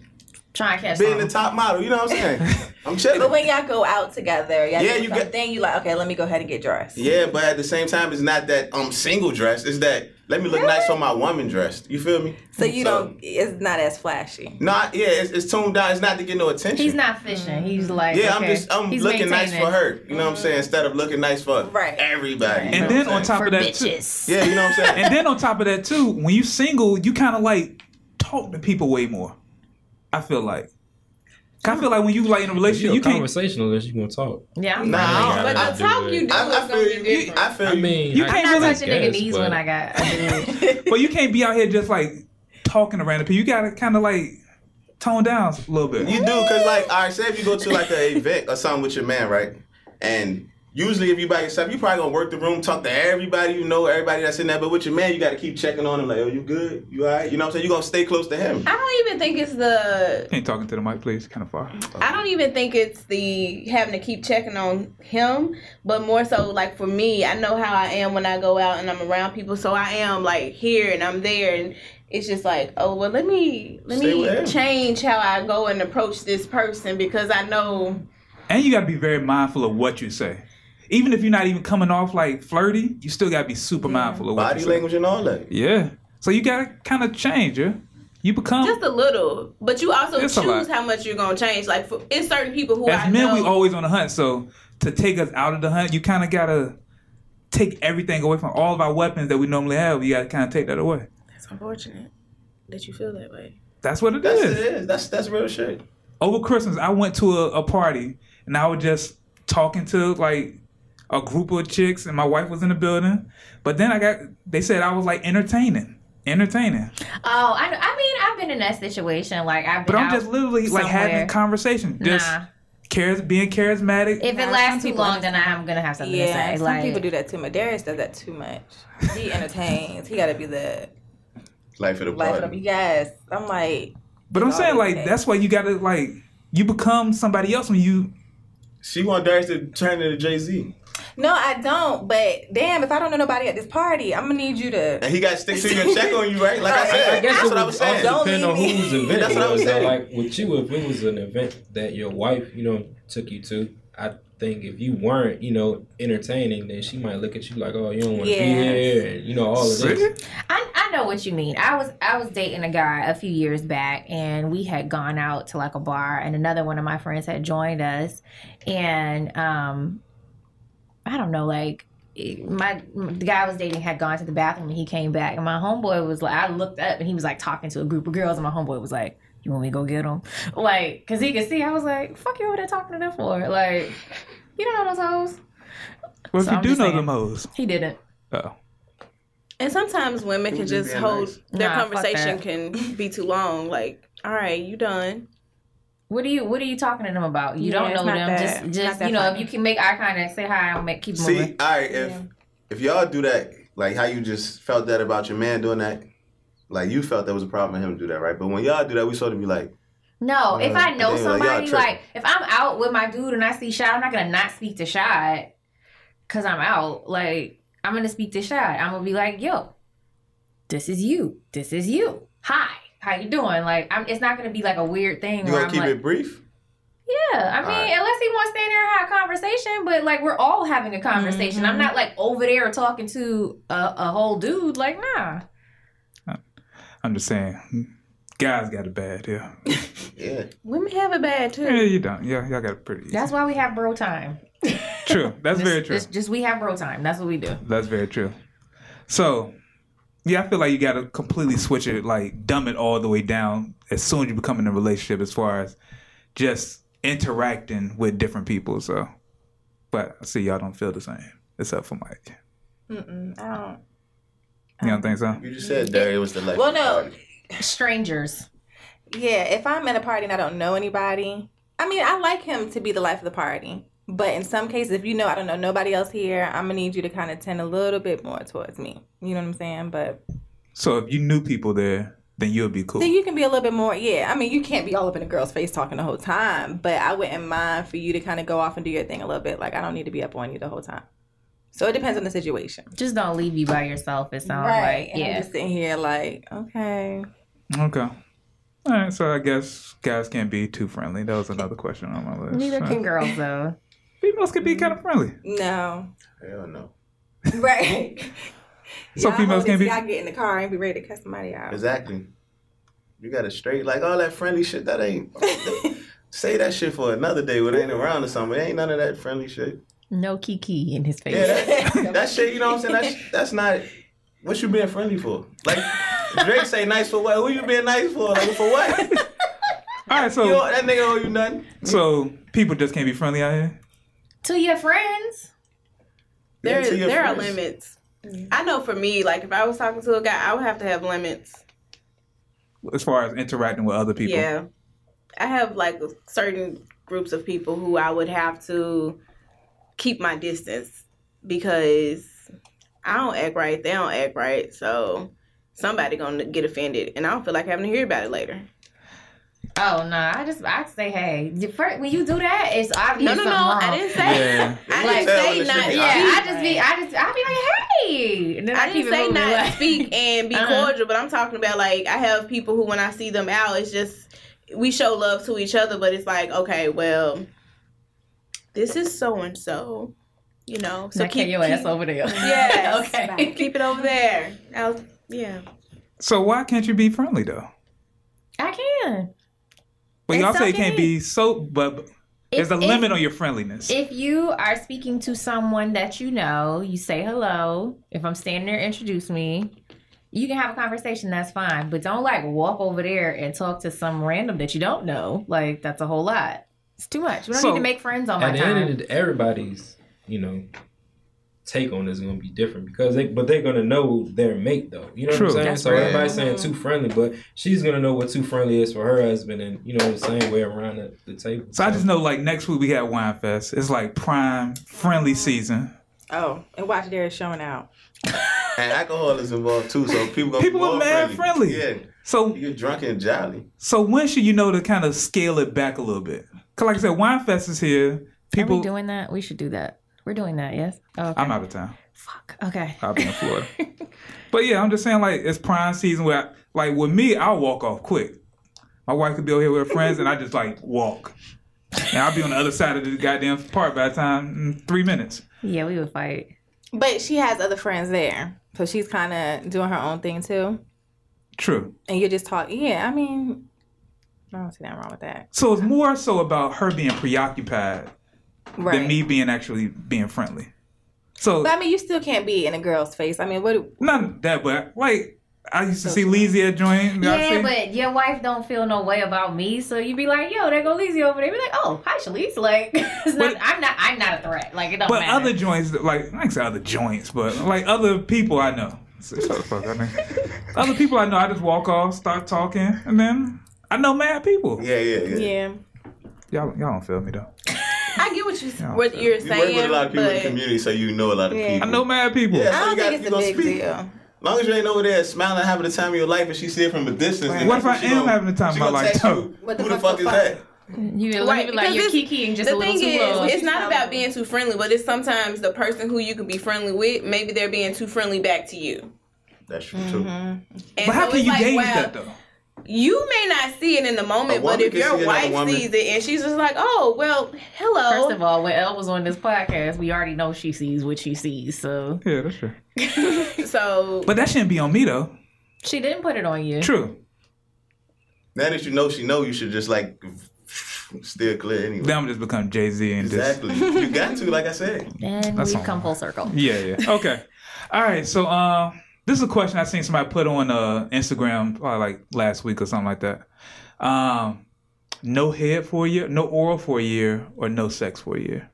Speaker 3: Try and catch
Speaker 6: being the
Speaker 3: something.
Speaker 6: top model. You know what I'm saying? I'm
Speaker 7: But
Speaker 6: chilling.
Speaker 7: when y'all go out together, y'all
Speaker 6: Yeah,
Speaker 7: do
Speaker 6: you got-
Speaker 7: something, you like, okay, let me go ahead and get dressed.
Speaker 6: Yeah, but at the same time, it's not that I'm single dressed. It's that let me look nice on my woman dressed. You feel me?
Speaker 7: So you don't, it's not as flashy.
Speaker 6: Not yeah, it's, it's toned down. It's not to get no attention.
Speaker 3: He's not fishing. He's like okay.
Speaker 6: Yeah, I'm just I'm
Speaker 3: He's
Speaker 6: looking nice
Speaker 3: maintaining.
Speaker 6: for her. You know what I'm saying? Instead of looking nice for
Speaker 7: Right.
Speaker 6: everybody. you
Speaker 2: And
Speaker 6: know
Speaker 2: then
Speaker 6: what I'm
Speaker 2: on top
Speaker 3: For
Speaker 2: of that, too,
Speaker 3: bitches.
Speaker 6: saying? yeah, you know what I'm saying.
Speaker 2: and then on top of that too, when you single, you kind of like talk to people way more. I feel like. 'Cause I feel like when you like in a
Speaker 4: If
Speaker 2: relationship,
Speaker 4: you're
Speaker 2: you
Speaker 4: a
Speaker 2: can't.
Speaker 4: conversationalist, you gonna talk.
Speaker 3: Yeah, I'm
Speaker 6: Nah,
Speaker 3: not-
Speaker 6: I don't-
Speaker 5: But
Speaker 6: I-
Speaker 5: the talk you do
Speaker 6: I, I
Speaker 5: is gonna be
Speaker 6: feel you.
Speaker 5: different.
Speaker 6: I feel
Speaker 4: I
Speaker 6: you.
Speaker 4: mean,
Speaker 2: You
Speaker 4: I
Speaker 2: can't
Speaker 3: I'm
Speaker 2: really-
Speaker 3: not touching nigga
Speaker 4: guess,
Speaker 3: knees
Speaker 4: but-
Speaker 3: when I got.
Speaker 2: But you can't be out here just like talking to random people. You gotta kind of like tone down a little bit.
Speaker 6: You do, cause like, all right, say if you go to like an event or something with your man, right? And usually, if you by yourself, you probably gonna work the room, talk to everybody you know, everybody that's in there. But with your man, you gotta keep checking on him, like, oh, you good? You all right? You know what I'm saying? You gonna stay close to him.
Speaker 5: I don't even think it's the
Speaker 2: Can't talking to the mic, please. Kind of far.
Speaker 5: I don't even think it's the having to keep checking on him, but more so like for me, I know how I am when I go out and I'm around people, so I am like here and I'm there and it's just like, oh well let me let
Speaker 6: Stay with him.
Speaker 5: me change how I go and approach this person because I know
Speaker 2: And you gotta be very mindful of what you say. Even if you're not even coming off like flirty, you still gotta be super mindful of what
Speaker 6: Body
Speaker 2: you say.
Speaker 6: language and all that.
Speaker 2: Yeah. So you gotta kind of change, yeah. You become
Speaker 5: just a little. But you also
Speaker 2: It's a lot.
Speaker 5: choose how much you're gonna change. Like for, it's certain people who I
Speaker 2: as men,
Speaker 5: know
Speaker 2: we always on the hunt. So to take us out of the hunt, you kind of gotta take everything away from all of our weapons that we normally have. You gotta kind of take that away.
Speaker 5: It's unfortunate that you feel that way.
Speaker 2: That's what it is.
Speaker 6: That's it is. That's that's real shit.
Speaker 2: Over Christmas, I went to a, a party and I was just talking to like a group of chicks, and my wife was in the building. But then I got they said I was like entertaining, entertaining.
Speaker 3: Oh, I, I mean, I've been in that situation. Like I've been.
Speaker 2: But I'm
Speaker 3: out
Speaker 2: just literally like
Speaker 3: somewhere.
Speaker 2: having conversation, just
Speaker 3: Nah.
Speaker 2: charis- being charismatic.
Speaker 3: If it
Speaker 7: Nah,
Speaker 3: lasts
Speaker 7: some
Speaker 3: too
Speaker 7: people
Speaker 3: long, then I'm gonna have something
Speaker 7: Yeah,
Speaker 3: to say.
Speaker 7: some
Speaker 3: Like,
Speaker 7: people do that too much. Darius does that too much. He entertains. He got to be the
Speaker 6: Life of the
Speaker 7: life of the
Speaker 6: party.
Speaker 7: yes. I'm like,
Speaker 2: but I'm
Speaker 7: all
Speaker 2: saying
Speaker 7: they
Speaker 2: like
Speaker 7: say.
Speaker 2: that's why you gotta like you become somebody else when you
Speaker 6: She want Darius to turn into Jay Z.
Speaker 7: No, I don't. But damn, if I don't know nobody at this party, I'm gonna need you to.
Speaker 6: And he got sticks in your check on you, right? Like I
Speaker 4: I
Speaker 6: said,
Speaker 4: guess
Speaker 6: that's
Speaker 4: it
Speaker 6: what I
Speaker 4: would
Speaker 6: was saying.
Speaker 4: also
Speaker 7: Don't
Speaker 4: depend on
Speaker 7: leave me.
Speaker 4: whose event.
Speaker 6: That's what I
Speaker 4: it
Speaker 6: was saying.
Speaker 4: Like with you, if it was an event that your wife, you know, took you to, I think if you weren't, you know, entertaining, then she might look at you like, oh, you don't want to
Speaker 7: Yes.
Speaker 4: be here, and you know, all of
Speaker 2: See?
Speaker 4: this.
Speaker 3: I, I know what you mean. I was I was dating a guy a few years back, and we had gone out to like a bar, and another one of my friends had joined us, and um, I don't know, like it- my the guy I was dating had gone to the bathroom, and he came back, and my homeboy was like, I looked up, and he was like talking to a group of girls, and my homeboy was like. You want me to go get him? Like, cause he could see. I was like, "Fuck you over there talking to them for?" Like, you don't know those hoes.
Speaker 2: Well, if
Speaker 3: So
Speaker 2: you
Speaker 3: I'm
Speaker 2: do
Speaker 3: just
Speaker 2: know
Speaker 3: saying.
Speaker 2: the most,
Speaker 3: He didn't.
Speaker 2: oh,
Speaker 5: And sometimes women can
Speaker 6: Would you
Speaker 5: just
Speaker 6: be
Speaker 5: hold
Speaker 6: nice?
Speaker 5: their
Speaker 3: Nah, fuck
Speaker 5: conversation
Speaker 3: that.
Speaker 5: can be too long. Like, all right, you done.
Speaker 3: What are you What are you talking to them about? You
Speaker 7: Yeah,
Speaker 3: don't
Speaker 7: it's
Speaker 3: know
Speaker 7: not
Speaker 3: them.
Speaker 7: that-
Speaker 3: Just,
Speaker 7: not
Speaker 3: just
Speaker 7: that
Speaker 3: you know, if
Speaker 7: funny.
Speaker 3: you can make eye contact, say hi, and make keep
Speaker 6: See,
Speaker 3: moving.
Speaker 6: all right, if if y'all do that, like how you just felt that about your man doing that, like you felt there was a problem with him do that, right? But when y'all do that, we sort of be like,
Speaker 3: No, if I know
Speaker 6: Yeah, y'all
Speaker 3: somebody,
Speaker 6: tripping.
Speaker 3: like if I'm out with my dude and I see Shad, I'm not gonna not speak to Shad because I'm out. Like I'm gonna speak to Shad. I'm gonna be like, yo, this is you. This is you. Hi, how you doing? Like I'm. It's not gonna be like a weird thing
Speaker 6: you
Speaker 3: where
Speaker 6: gonna
Speaker 3: I'm
Speaker 6: keep
Speaker 3: like,
Speaker 6: it brief?
Speaker 3: yeah. I mean,
Speaker 6: Alright.
Speaker 3: unless he wants to stay in there and have a conversation, but like we're all having a conversation.
Speaker 7: Mm-hmm.
Speaker 3: I'm not like over there talking to a, a whole dude. Like nah.
Speaker 2: I'm just saying, guys got it bad. Yeah,
Speaker 6: Yeah.
Speaker 5: Women have it bad too.
Speaker 2: yeah, you don't. Yeah, y'all got it pretty. easy.
Speaker 3: That's why we have bro time.
Speaker 2: true. That's
Speaker 3: It's-
Speaker 2: very true.
Speaker 3: It's just we have bro time. That's what we do.
Speaker 2: That's very true. So, yeah, I feel like you got to completely switch it, like dumb it all the way down as soon as you become in a relationship, as far as just interacting with different people. So, but I see y'all don't feel the same, except for Mike.
Speaker 7: Mm-mm, I don't.
Speaker 2: You don't think so?
Speaker 6: You just said Derry was the left.
Speaker 7: Well, no.
Speaker 3: Strangers.
Speaker 7: Yeah, if I'm at a party and I don't know anybody, I mean, I like him to be the life of the party. But in some cases, if you know I don't know nobody else here, I'm gonna need you to kind of tend a little bit more towards me. You know what I'm saying? But
Speaker 2: So, if you knew people there, then you'll be cool.
Speaker 7: then you can be a little bit more. Yeah, I mean, you can't be all up in a girl's face talking the whole time. But I wouldn't mind for you to kind of go off and do your thing a little bit. Like I don't need to be up on you the whole time. So it depends on the situation.
Speaker 3: Just don't leave you by yourself. It sounds like
Speaker 7: And I'm
Speaker 3: yeah.
Speaker 7: just sitting here like, okay.
Speaker 2: Okay. All right. So, I guess guys can't be too friendly. That was another question on my list.
Speaker 3: Neither
Speaker 2: Uh,
Speaker 3: can girls though.
Speaker 2: Females can be kind of friendly.
Speaker 7: No.
Speaker 6: Hell no.
Speaker 7: Right.
Speaker 2: So
Speaker 7: Y'all
Speaker 2: females
Speaker 7: hold it
Speaker 2: can't be-
Speaker 7: till Y'all get in the car and be ready to cut somebody out.
Speaker 6: Exactly. You got to straight like all that friendly shit. That ain't. Say that shit for another day when it ain't around or something. It ain't none of that friendly shit.
Speaker 3: No kiki in his face.
Speaker 6: Yeah, that, that shit. You know what I'm saying? That's that's not. What you being friendly for? Like Drake say, nice for what? Who you being nice for? Like for what? You
Speaker 2: All right. So,
Speaker 6: don't- that nigga owe you nothing.
Speaker 2: so people just can't be friendly out here.
Speaker 3: To your friends.
Speaker 6: Yeah,
Speaker 5: There is
Speaker 6: to your
Speaker 5: there are
Speaker 6: friends.
Speaker 5: limits. I know for me, like if I was talking to a guy, I would have to have limits.
Speaker 2: as far as interacting with other people.
Speaker 5: Yeah. I have like certain groups of people who I would have to keep my distance because I don't act right, they don't act right. So somebody going to get offended and I don't feel like having to hear about it later.
Speaker 3: Oh no, I just I say hey. The fir- When you do that, it's obvious.
Speaker 5: No, no, no. I didn't say
Speaker 4: Yeah.
Speaker 5: I
Speaker 3: Like,
Speaker 5: didn't
Speaker 6: tell
Speaker 5: say
Speaker 6: the
Speaker 5: not.
Speaker 6: shit.
Speaker 3: Yeah, I just be I just I be like hey. And then I,
Speaker 5: I
Speaker 3: keep
Speaker 5: didn't
Speaker 3: it
Speaker 5: say
Speaker 3: moving,
Speaker 5: not
Speaker 3: like-
Speaker 5: speak and be
Speaker 3: Uh-huh.
Speaker 5: cordial, but I'm talking about like I have people who when I see them out, it's just we show love to each other, but it's like okay, well, this is so and so, you know. So
Speaker 3: Now
Speaker 5: keep,
Speaker 3: get your ass over there.
Speaker 5: Yes.
Speaker 3: okay.
Speaker 5: keep, keep it over there. I'll, yeah,
Speaker 2: So why can't you be friendly though?
Speaker 3: I can.
Speaker 2: But
Speaker 3: It's
Speaker 2: y'all say it
Speaker 3: okay.
Speaker 2: can't be so, but but there's a
Speaker 3: If- if-
Speaker 2: limit on your friendliness.
Speaker 3: If you are speaking to someone that you know, you say hello. If I'm standing there, introduce me. You can have a conversation, that's fine. But don't like walk over there and talk to some random that you don't know. Like that's a whole lot. It's too much. We don't
Speaker 2: So,
Speaker 3: need to make friends on my
Speaker 4: At the end
Speaker 3: time.
Speaker 4: of the, everybody's, you know, take on it is going to be different because they, but they're going to know their mate though. You know
Speaker 2: True.
Speaker 4: what I'm saying?
Speaker 3: That's
Speaker 4: so
Speaker 3: right.
Speaker 4: everybody's saying too friendly, but she's going to know what too friendly is for her husband, and you know the same way around the, the table.
Speaker 2: so I just know like next week we got Wine Fest. It's like prime friendly season.
Speaker 7: Oh, and watch Darius showing out.
Speaker 6: And alcohol is involved too, so people gonna
Speaker 2: People
Speaker 6: be
Speaker 2: are
Speaker 6: more
Speaker 2: mad
Speaker 6: friendly.
Speaker 2: friendly.
Speaker 6: Yeah,
Speaker 2: So
Speaker 6: you get drunk and jolly.
Speaker 2: so when should you know to kind of scale it back a little bit? Cause like I said, Wine Fest is here.
Speaker 3: People
Speaker 2: People
Speaker 3: doing that? We should do that. We're doing that, yes? Oh, okay.
Speaker 2: I'm out of town.
Speaker 3: Fuck. Okay.
Speaker 2: I'll be in Florida. but yeah, I'm just saying like it's prime season where I, like with me, I'll walk off quick. My wife could be over here with her friends and I just like walk. And I'll be on the other side of the goddamn park by the time mm, three minutes.
Speaker 3: Yeah, we would fight.
Speaker 7: But she has other friends there, so she's kind of doing her own thing too.
Speaker 2: True.
Speaker 7: And you're just talking. Yeah, I mean, I don't see nothing wrong with that.
Speaker 2: So it's more so about her being preoccupied
Speaker 7: Right.
Speaker 2: than me being actually being friendly. So
Speaker 7: But I mean, you still can't be in a girl's face. I mean, what?
Speaker 2: not that, but like I used to see Leezy at joint. I
Speaker 3: Yeah,
Speaker 2: see-
Speaker 3: but your wife don't feel no way about me, so you be like, "Yo, there go Lizzie over there." Be like, "Oh, hi, Shalise." Like, it's not,
Speaker 2: But-
Speaker 3: I'm not, I'm not a threat. Like, it don't
Speaker 2: But
Speaker 3: matter.
Speaker 2: other joints, like I can say other joints, but like other people I know. Shut the fuck up, nigga. other people I know, I just walk off, start talking, and then I know mad people.
Speaker 6: Yeah, yeah, yeah.
Speaker 7: Yeah,
Speaker 2: Y'all, y'all don't feel me though.
Speaker 5: I get what you
Speaker 2: Yeah,
Speaker 5: what you're
Speaker 6: You
Speaker 5: saying.
Speaker 6: work with a lot of people in the
Speaker 5: but-
Speaker 6: community, so you know a lot of
Speaker 7: Yeah.
Speaker 6: people.
Speaker 2: I know mad people.
Speaker 6: Yeah,
Speaker 7: I
Speaker 6: so
Speaker 7: don't
Speaker 6: you got-
Speaker 7: think
Speaker 6: you
Speaker 7: it's a
Speaker 6: gonna
Speaker 7: big
Speaker 6: speak.
Speaker 7: deal.
Speaker 6: long as you ain't over there smiling, having the time of your life, and she see it from a distance. then
Speaker 2: What if I
Speaker 6: she
Speaker 2: am
Speaker 6: gonna-
Speaker 2: having the time of
Speaker 6: she
Speaker 2: my
Speaker 6: gonna
Speaker 2: life,
Speaker 6: text
Speaker 2: though?
Speaker 6: you, Who the fuck is that?
Speaker 3: you be
Speaker 5: Right,
Speaker 3: like, like you're
Speaker 5: because it's-
Speaker 3: kikiing just a
Speaker 5: the
Speaker 3: little
Speaker 5: thing
Speaker 3: too
Speaker 5: is,
Speaker 3: low.
Speaker 5: it's not
Speaker 7: Probably.
Speaker 5: about being too friendly, but it's sometimes the person who you can be friendly with, maybe they're being too friendly back to you.
Speaker 6: That's true too.
Speaker 7: Mm-hmm.
Speaker 5: And
Speaker 2: But how
Speaker 5: so
Speaker 2: can
Speaker 5: it's
Speaker 2: you
Speaker 5: like,
Speaker 2: gauge
Speaker 5: wow,
Speaker 2: that though?
Speaker 5: You may not see it in the moment,
Speaker 6: A
Speaker 5: but
Speaker 6: woman
Speaker 5: if
Speaker 6: can see
Speaker 5: your
Speaker 6: another
Speaker 5: wife
Speaker 6: woman.
Speaker 5: sees it and she's just like, "Oh, well, hello."
Speaker 3: First of all, when Elle was on this podcast, we already know she sees what she sees. So
Speaker 2: Yeah, that's true.
Speaker 5: so
Speaker 2: But that shouldn't be on me though.
Speaker 3: she didn't put it on you.
Speaker 2: True.
Speaker 6: Now that you know she know, you should just like steer clear anyway.
Speaker 2: Then I'm just become Jay Z and just
Speaker 6: exactly. you got to, like I said.
Speaker 3: And
Speaker 2: That's
Speaker 3: we've
Speaker 2: all.
Speaker 3: come full circle.
Speaker 2: Yeah, yeah. Okay. All right. So, um, this is a question I seen somebody put on uh Instagram probably like last week or something like that. Um, no head for a year, no oral for a year, or no sex for a year,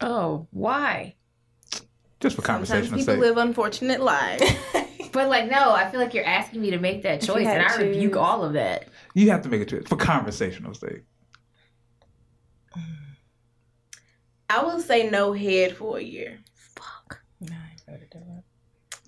Speaker 3: Oh, why?
Speaker 2: just for
Speaker 5: sometimes
Speaker 2: conversation's
Speaker 5: people
Speaker 2: sake.
Speaker 5: live unfortunate lives.
Speaker 3: But like, no, I feel like you're asking me to make that choice,
Speaker 7: had
Speaker 3: and I
Speaker 7: to choose.
Speaker 3: rebuke all of that.
Speaker 2: you have to make a choice for conversational sake.
Speaker 5: I will say no head for a year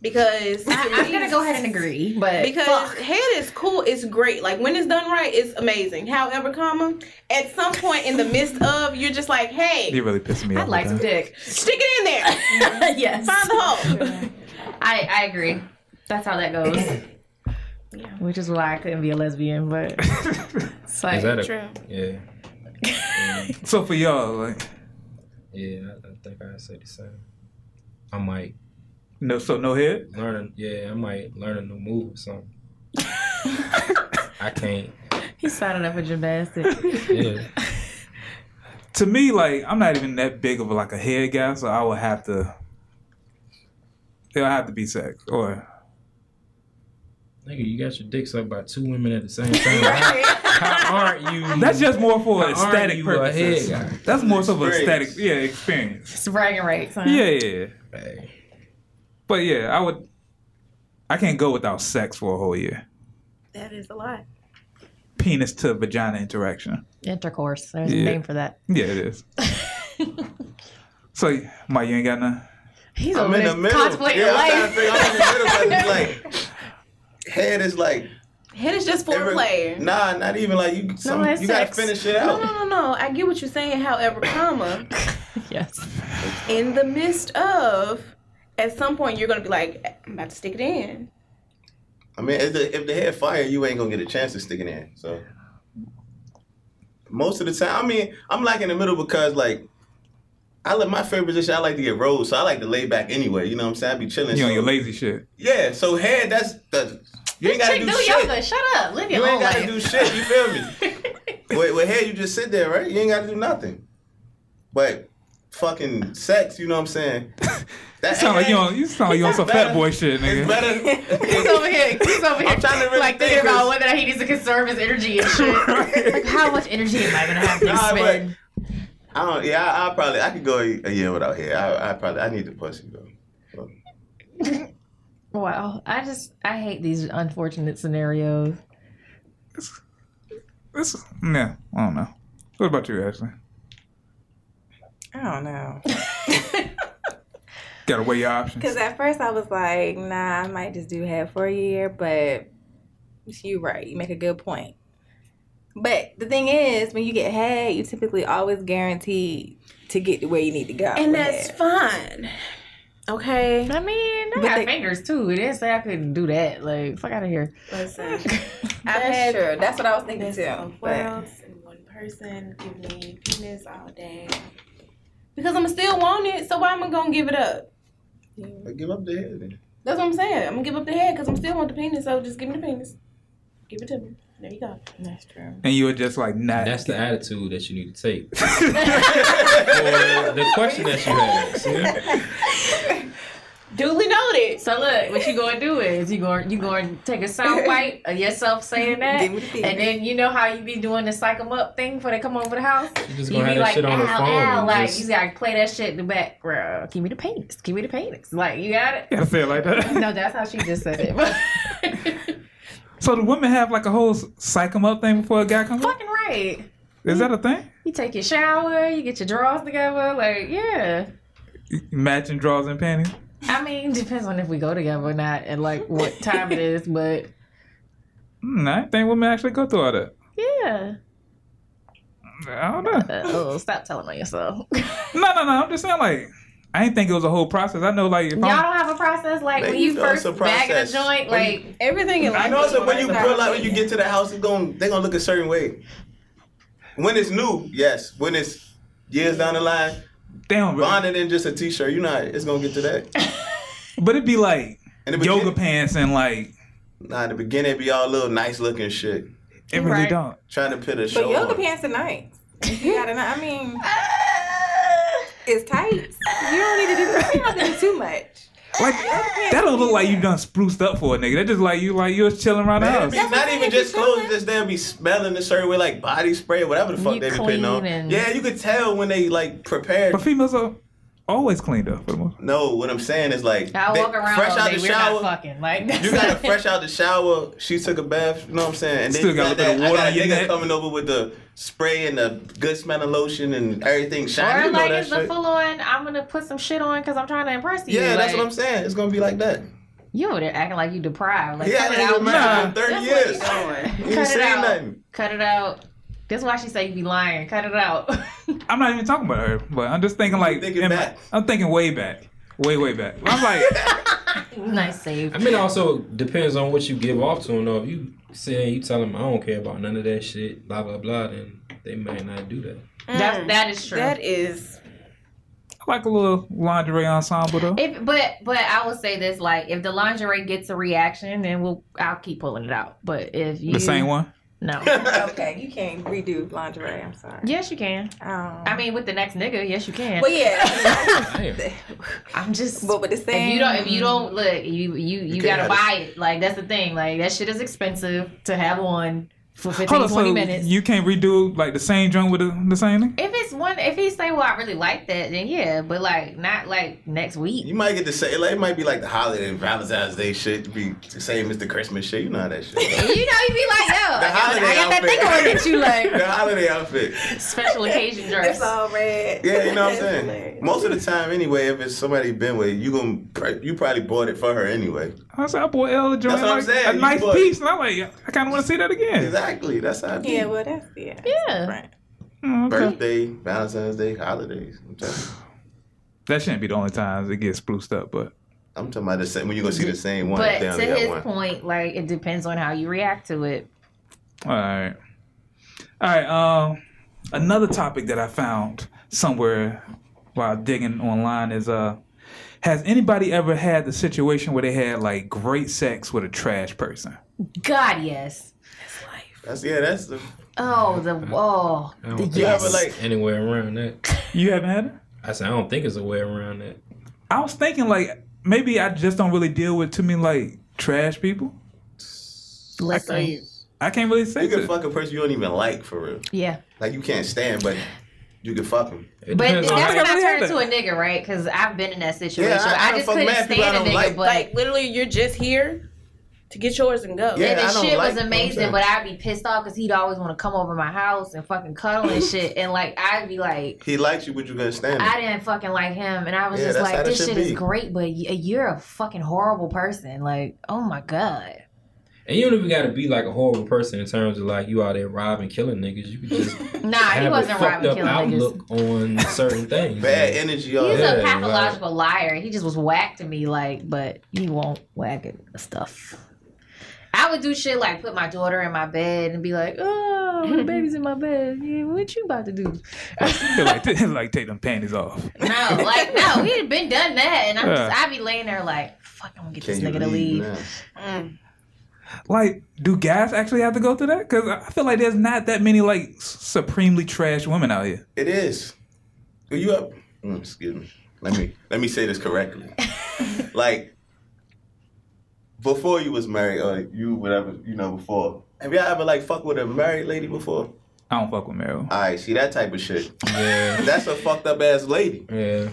Speaker 5: because
Speaker 3: I, I'm gonna go ahead and agree, but
Speaker 5: Because
Speaker 3: fuck.
Speaker 5: head is cool, it's great. Like when it's done right, it's amazing. However, comma, at some point in the midst of, you're just like, hey,
Speaker 2: You really pissing me off.
Speaker 3: I'd like some
Speaker 2: with that.
Speaker 3: dick.
Speaker 5: stick it in there,
Speaker 3: yes,
Speaker 5: find the hole.
Speaker 3: I I agree. That's how that goes. yeah, which is why I couldn't be a lesbian, but it's like
Speaker 4: Is that a
Speaker 5: True.
Speaker 4: yeah?
Speaker 2: So for y'all, like
Speaker 4: Yeah, I, I think I say the same. I might
Speaker 2: no, so no head.
Speaker 4: learn. A, yeah, I might learn a new move or something. I can't.
Speaker 3: he's signing up for gymnastics.
Speaker 4: Yeah,
Speaker 2: To me, like I'm not even that big of a, like a head guy, so I would have to. It'll have to be sex, or
Speaker 4: nigga, you got your dick sucked by two women at the same time. How, how aren't you?
Speaker 2: that's just more for
Speaker 4: How aren't
Speaker 2: aesthetic
Speaker 4: you a head
Speaker 2: purposes.
Speaker 4: guy?
Speaker 2: That's more so of an
Speaker 6: Experience.
Speaker 2: aesthetic, yeah, experience.
Speaker 3: it's bragging rights. Huh?
Speaker 2: Yeah, yeah, yeah.
Speaker 4: Hey,
Speaker 2: But yeah, I would. I can't go without sex for a whole year.
Speaker 5: That is a lot.
Speaker 2: Penis to vagina interaction.
Speaker 3: intercourse. There's
Speaker 2: Yeah.
Speaker 3: a name for that.
Speaker 2: Yeah, it is. so, Mike, you ain't got none.
Speaker 3: He's
Speaker 6: I'm
Speaker 3: over
Speaker 6: in
Speaker 3: there
Speaker 6: the middle.
Speaker 3: contemplating
Speaker 6: yeah, I'm trying to
Speaker 3: life.
Speaker 6: figure I'm in the middle. But it's like, head is like.
Speaker 5: Head is just
Speaker 6: every-
Speaker 5: foreplay.
Speaker 6: Nah, not even like you. Some,
Speaker 3: No,
Speaker 6: you
Speaker 3: it's
Speaker 6: gotta
Speaker 3: sex.
Speaker 6: finish it
Speaker 5: No,
Speaker 6: out.
Speaker 5: no, no, no. I get what you're saying. However, comma,
Speaker 3: yes.
Speaker 5: in the midst of, at some point, you're gonna be like, I'm about to stick it in.
Speaker 6: I mean, if the, if the head fire, you ain't gonna get a chance to stick it in. So most of the time, I mean, I'm like in the middle because like I like my favorite position. I like to get rolled, so I like to lay back anyway. You know what I'm saying? I be chilling.
Speaker 2: You
Speaker 6: so,
Speaker 2: on your lazy shit.
Speaker 6: yeah. So head, that's the you ain't gotta
Speaker 3: Chick,
Speaker 6: do
Speaker 3: do
Speaker 6: shit.
Speaker 3: yoga. Shut up. Live your
Speaker 6: You
Speaker 2: Oh,
Speaker 3: own
Speaker 6: ain't gotta
Speaker 3: life.
Speaker 6: do shit. You feel me? with, with head, you just sit there, right? You ain't gotta do nothing. But fucking sex, you know what I'm saying? That
Speaker 2: Sound like you
Speaker 6: ain't-
Speaker 2: on. You sound like you on some
Speaker 6: better.
Speaker 2: fat boy shit,
Speaker 6: It's
Speaker 2: nigga.
Speaker 3: He's
Speaker 6: better.
Speaker 3: over here. He's over here.
Speaker 6: I'm trying to really
Speaker 3: like
Speaker 6: think,
Speaker 3: thinking about
Speaker 6: 'cause-
Speaker 3: whether he needs to conserve his energy and shit. like how much energy am I gonna have to
Speaker 6: Nah, but-
Speaker 3: spend?
Speaker 6: I don't. Yeah, I, I probably I could go a, a year without hair. I, I probably I need the pussy though.
Speaker 3: Wow. I just I hate these unfortunate scenarios.
Speaker 2: This, yeah, I don't know. What about you, Ashley?
Speaker 7: I don't know.
Speaker 2: Gotta weigh your options.
Speaker 7: Because at first I was like, nah, I might just do half for a year, but you right. You make a good point. But the thing is, when you get head, you typically always guaranteed to get to where you need to go.
Speaker 5: And
Speaker 7: with
Speaker 5: that's
Speaker 7: it.
Speaker 5: fine. Okay.
Speaker 3: I mean, I
Speaker 7: But
Speaker 3: got
Speaker 7: they-
Speaker 3: fingers too. It is that I could do that. Like, fuck out of here.
Speaker 5: Listen.
Speaker 7: I've
Speaker 5: That's
Speaker 7: had-
Speaker 5: true.
Speaker 7: That's what I was thinking
Speaker 5: There's
Speaker 7: too.
Speaker 5: some
Speaker 7: But
Speaker 5: worlds and one person. Give me penis all day. Because I'm still want it, so why am I gonna give it up?
Speaker 6: Like, give up the head. then.
Speaker 5: That's what I'm saying. I'm gonna give up the head because I'm still want the penis. So just give me the penis. Give it to me. There you go.
Speaker 3: That's true.
Speaker 2: and you were just like, nah.
Speaker 4: That's the attitude that you need to take. Or the question that you asked. Yeah?
Speaker 5: Duly noted.
Speaker 3: So look, what you gonna do is you going you going to take a sound bite of yourself saying that,
Speaker 7: Give me the penis.
Speaker 3: and then you know how you be doing the psych 'em up thing before they come over the house.
Speaker 4: You just
Speaker 3: You be
Speaker 4: gonna have that
Speaker 3: like,
Speaker 4: shit on the
Speaker 3: ow,
Speaker 4: phone.
Speaker 3: ow,
Speaker 4: You
Speaker 3: like
Speaker 4: just-
Speaker 3: you gotta play that shit in the background. Give me the penis. Give me the penis. Like you got it.
Speaker 2: I say it like that.
Speaker 3: No, that's how she just said it.
Speaker 2: So the women have like a whole s- psych 'em up thing before a guy comes. up?
Speaker 3: Fucking right.
Speaker 2: Is that a thing?
Speaker 3: You take your shower. You get your drawers together. Like yeah.
Speaker 2: Matching drawers and panties.
Speaker 3: I mean, depends on if we go together or not, and like what time it is. But
Speaker 2: Hmm, I think women actually go through all that.
Speaker 3: yeah.
Speaker 2: I don't know.
Speaker 3: Uh, oh, stop telling on yourself.
Speaker 2: No, no, no. I'm just saying like, I didn't think it was a whole process. I know like if
Speaker 3: Y'all
Speaker 2: I'm
Speaker 3: don't have a process like when
Speaker 6: Ladies
Speaker 3: you
Speaker 6: know
Speaker 3: first
Speaker 6: it's a
Speaker 3: back in the
Speaker 6: process.
Speaker 3: joint,
Speaker 6: When
Speaker 3: like
Speaker 5: Everything in life.
Speaker 6: I know
Speaker 5: is
Speaker 6: so when you
Speaker 5: about
Speaker 6: grow like when you get to the house, it's going they're gonna look a certain way. When it's new, yes. When it's years down the line,
Speaker 2: damn, really.
Speaker 6: bonded in just a t-shirt, you know how it's gonna get to that.
Speaker 2: but it'd be like
Speaker 6: And the
Speaker 2: yoga
Speaker 6: begin-
Speaker 2: pants and like
Speaker 6: Nah, in the beginning it'd be all little nice looking shit.
Speaker 2: it really
Speaker 3: Right.
Speaker 2: don't.
Speaker 6: Trying to put a
Speaker 7: but
Speaker 6: show
Speaker 7: yoga
Speaker 6: on.
Speaker 7: pants are nice. You gotta know. I mean, it's tight. You don't need to do. You don't have to do too much.
Speaker 2: Like that don't look like you done spruced up for a nigga. That just like you like you're chilling around the
Speaker 6: Man, it'd
Speaker 2: house.
Speaker 6: be
Speaker 7: That's what
Speaker 6: not
Speaker 7: I'm
Speaker 6: even
Speaker 7: saying,
Speaker 6: just
Speaker 7: if you
Speaker 6: clothes,
Speaker 7: feeling-
Speaker 6: just they'll be smelling a certain way, like body spray, whatever the fuck
Speaker 3: You
Speaker 6: they be putting on.
Speaker 3: clean and-
Speaker 6: Yeah, you could tell when they like prepared.
Speaker 2: But females are always cleaned up for the most.
Speaker 6: No, what I'm saying is like
Speaker 3: I
Speaker 6: they-
Speaker 3: walk around
Speaker 6: fresh
Speaker 3: all
Speaker 6: out
Speaker 3: day,
Speaker 6: the
Speaker 3: we're
Speaker 6: shower.
Speaker 3: not fucking. Like that's
Speaker 6: You got to fresh out the shower. She took a bath. You know what I'm saying? And then
Speaker 2: Still
Speaker 6: you
Speaker 2: got a
Speaker 6: got,
Speaker 2: bit of
Speaker 6: that. I
Speaker 2: water
Speaker 6: got
Speaker 2: on
Speaker 6: a
Speaker 2: your
Speaker 6: nigga
Speaker 2: neck.
Speaker 6: coming over with the spray and the good smelling lotion and everything shiny.
Speaker 3: Or
Speaker 6: You know
Speaker 3: like
Speaker 6: that
Speaker 3: it's the
Speaker 6: shit.
Speaker 3: full on. I'm gonna put some shit on because I'm trying to impress you.
Speaker 6: yeah, that's
Speaker 3: like,
Speaker 6: what I'm saying. It's gonna be like that.
Speaker 3: You over there acting like you deprived. Like
Speaker 6: yeah,
Speaker 3: cut
Speaker 6: that
Speaker 3: it out.
Speaker 6: ain't matched in
Speaker 2: Nah.
Speaker 6: 30 years.
Speaker 5: That's what you're doing.
Speaker 6: You ain't
Speaker 3: Cut it
Speaker 6: seen
Speaker 3: out.
Speaker 6: nothing.
Speaker 3: Cut it out. That's why she say you be lying. Cut it out.
Speaker 2: I'm not even talking about her, but I'm just thinking like
Speaker 6: thinking
Speaker 2: in my-
Speaker 6: back.
Speaker 2: I'm thinking way back, way way back. I'm like,
Speaker 3: nice save.
Speaker 4: I mean, it also depends on what you give off to them. Though, if you saying you tell them I don't care about none of that shit, blah blah blah, then they might not do that.
Speaker 3: That's that is true.
Speaker 5: That is.
Speaker 2: I like a little lingerie ensemble though.
Speaker 3: If but but I will say this like if the lingerie gets a reaction then we'll I'll keep pulling it out. But if you
Speaker 2: The same one.
Speaker 3: no.
Speaker 7: Okay, you can't redo lingerie. I'm sorry.
Speaker 3: Yes, you can.
Speaker 7: Um,
Speaker 3: I mean, with the next nigga, yes, you can.
Speaker 7: but yeah,
Speaker 4: Damn.
Speaker 3: I'm just.
Speaker 7: but with the same.
Speaker 3: if you don't, if you don't look, you you you,
Speaker 6: can't
Speaker 3: gotta
Speaker 6: have
Speaker 3: buy it. Like that's the thing. Like that shit is expensive to have on for 15,
Speaker 2: Hold on,
Speaker 3: 20
Speaker 2: so
Speaker 3: minutes.
Speaker 2: you can't redo like the same drum with the, the same thing.
Speaker 3: if it's one, if he say, "Well, I really like that," then yeah, but like not like next week.
Speaker 6: You might get the same. Like, it might be like the holiday and Valentine's Day shit. to Be the same as the Christmas shit. You know how that shit.
Speaker 3: You know, you be like, "Yo, I got,
Speaker 6: holiday
Speaker 3: I got that
Speaker 6: outfit.
Speaker 3: thing on that you like
Speaker 6: the holiday outfit.
Speaker 3: special occasion dress."
Speaker 7: It's all red.
Speaker 6: Yeah, you know what I'm
Speaker 7: It's
Speaker 6: saying.
Speaker 7: hilarious.
Speaker 6: Most of the time, anyway, if it's somebody you been with, you gonna pr- you probably bought it for her anyway.
Speaker 2: I said, I bought El a joint,
Speaker 6: That's what I'm
Speaker 2: like,
Speaker 6: saying.
Speaker 2: a
Speaker 6: You
Speaker 2: nice
Speaker 6: bought-
Speaker 2: piece, and I'm like, I kind of want to see that again.
Speaker 6: Exactly. That's how. It be.
Speaker 7: Yeah, well, that's yeah.
Speaker 3: Yeah,
Speaker 7: Right.
Speaker 2: Mm, okay.
Speaker 6: Birthday, Valentine's Day, holidays. I'm telling you.
Speaker 2: That shouldn't be the only times it gets spruced up, but
Speaker 6: I'm talking about the same. When you gonna see the same one?
Speaker 3: but
Speaker 6: damn,
Speaker 3: to
Speaker 6: they got
Speaker 3: his
Speaker 6: one.
Speaker 3: point, like it depends on how you react to it.
Speaker 2: all right, all right. Um, another topic that I found somewhere while digging online is uh, has anybody ever had the situation where they had like great sex with a trash person?
Speaker 3: God, yes.
Speaker 6: That's yeah. That's the.
Speaker 3: Oh, the oh,
Speaker 4: I don't
Speaker 3: the
Speaker 4: think
Speaker 6: You
Speaker 3: yes.
Speaker 6: ever, like-
Speaker 4: Anywhere around that.
Speaker 2: You haven't had it?
Speaker 4: I said I don't think it's a way around that.
Speaker 2: I was thinking like maybe I just don't really deal with too many like trash people.
Speaker 3: Listen.
Speaker 2: I can't really say
Speaker 6: You can
Speaker 2: that.
Speaker 6: fuck a person you don't even like for real.
Speaker 3: Yeah.
Speaker 6: Like you can't stand, but you can fuck them.
Speaker 4: It
Speaker 3: But
Speaker 4: depends
Speaker 3: that's
Speaker 4: on
Speaker 2: I
Speaker 3: when
Speaker 2: think
Speaker 3: I
Speaker 2: I've
Speaker 3: turned
Speaker 2: had
Speaker 3: into a nigga, right? Because I've been in that situation.
Speaker 6: Yeah, I-
Speaker 3: I,
Speaker 6: I
Speaker 3: just
Speaker 6: fuck
Speaker 3: couldn't
Speaker 6: mad people I
Speaker 3: stand a
Speaker 6: don't
Speaker 3: nigga,
Speaker 6: like.
Speaker 3: but
Speaker 5: Like literally, you're just here to get yours and go.
Speaker 6: Yeah,
Speaker 3: and
Speaker 6: I
Speaker 3: his
Speaker 6: don't
Speaker 3: shit
Speaker 6: like
Speaker 3: was
Speaker 6: them,
Speaker 3: amazing,
Speaker 6: yeah.
Speaker 3: but I'd be pissed off because he'd always want to come over my house and fucking cuddle and shit. And like I'd be like,
Speaker 6: He likes you, but you couldn't stand him.
Speaker 3: I didn't fucking like him, and I was
Speaker 6: Yeah,
Speaker 3: just
Speaker 6: that's how
Speaker 3: like,
Speaker 6: that
Speaker 3: this
Speaker 6: should
Speaker 3: shit is
Speaker 6: be.
Speaker 3: great, but y- you're a fucking horrible person. Like, oh my god.
Speaker 4: And you don't even gotta be like a horrible person in terms of like you out there robbing, killing niggas. You could just
Speaker 3: Nah,
Speaker 4: have
Speaker 3: he
Speaker 4: a
Speaker 3: wasn't
Speaker 4: fucked
Speaker 3: robbing
Speaker 4: up
Speaker 3: killing niggas.
Speaker 4: outlook on certain things.
Speaker 6: Bad
Speaker 4: Like,
Speaker 6: energy,
Speaker 3: He's
Speaker 6: y'all.
Speaker 4: Yeah,
Speaker 3: a pathological liar. He just was whack to me, like, but he won't whack at stuff. I would do shit like put my daughter in my bed and be like, "Oh, the baby's in my bed. Yeah, what you about to do?"
Speaker 2: like, like take them panties off.
Speaker 3: No, like no, we had been done that, and I'm just
Speaker 2: Yeah.
Speaker 3: I'd be laying there like, "Fuck, I'm gonna get
Speaker 6: Can
Speaker 3: this
Speaker 6: you
Speaker 3: nigga to
Speaker 6: leave
Speaker 3: leave."
Speaker 6: now?
Speaker 5: Mm.
Speaker 2: Like, do guys actually have to go through that? Because I feel like there's not that many like s- supremely trash women out here.
Speaker 6: It is. Are you up? Mm, excuse me. Let me let me say this correctly. like before you was married or you whatever you know before. Have y'all ever like fucked with a married lady before?
Speaker 2: I don't fuck with Meryl.
Speaker 6: All right, see that type of shit.
Speaker 4: Yeah,
Speaker 6: That's a fucked up ass lady.
Speaker 4: yeah.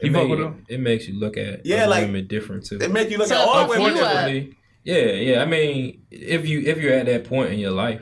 Speaker 2: You fuck
Speaker 4: It, make-
Speaker 2: with them?
Speaker 4: it makes you look at
Speaker 6: Yeah,
Speaker 4: other
Speaker 6: like-
Speaker 4: women different too.
Speaker 6: It make you look
Speaker 3: So
Speaker 6: at
Speaker 3: it
Speaker 6: all
Speaker 3: fucks you
Speaker 6: women.
Speaker 3: up.
Speaker 6: different.
Speaker 4: Unfortunately, yeah, yeah. I mean, if you if you're at that point in your life,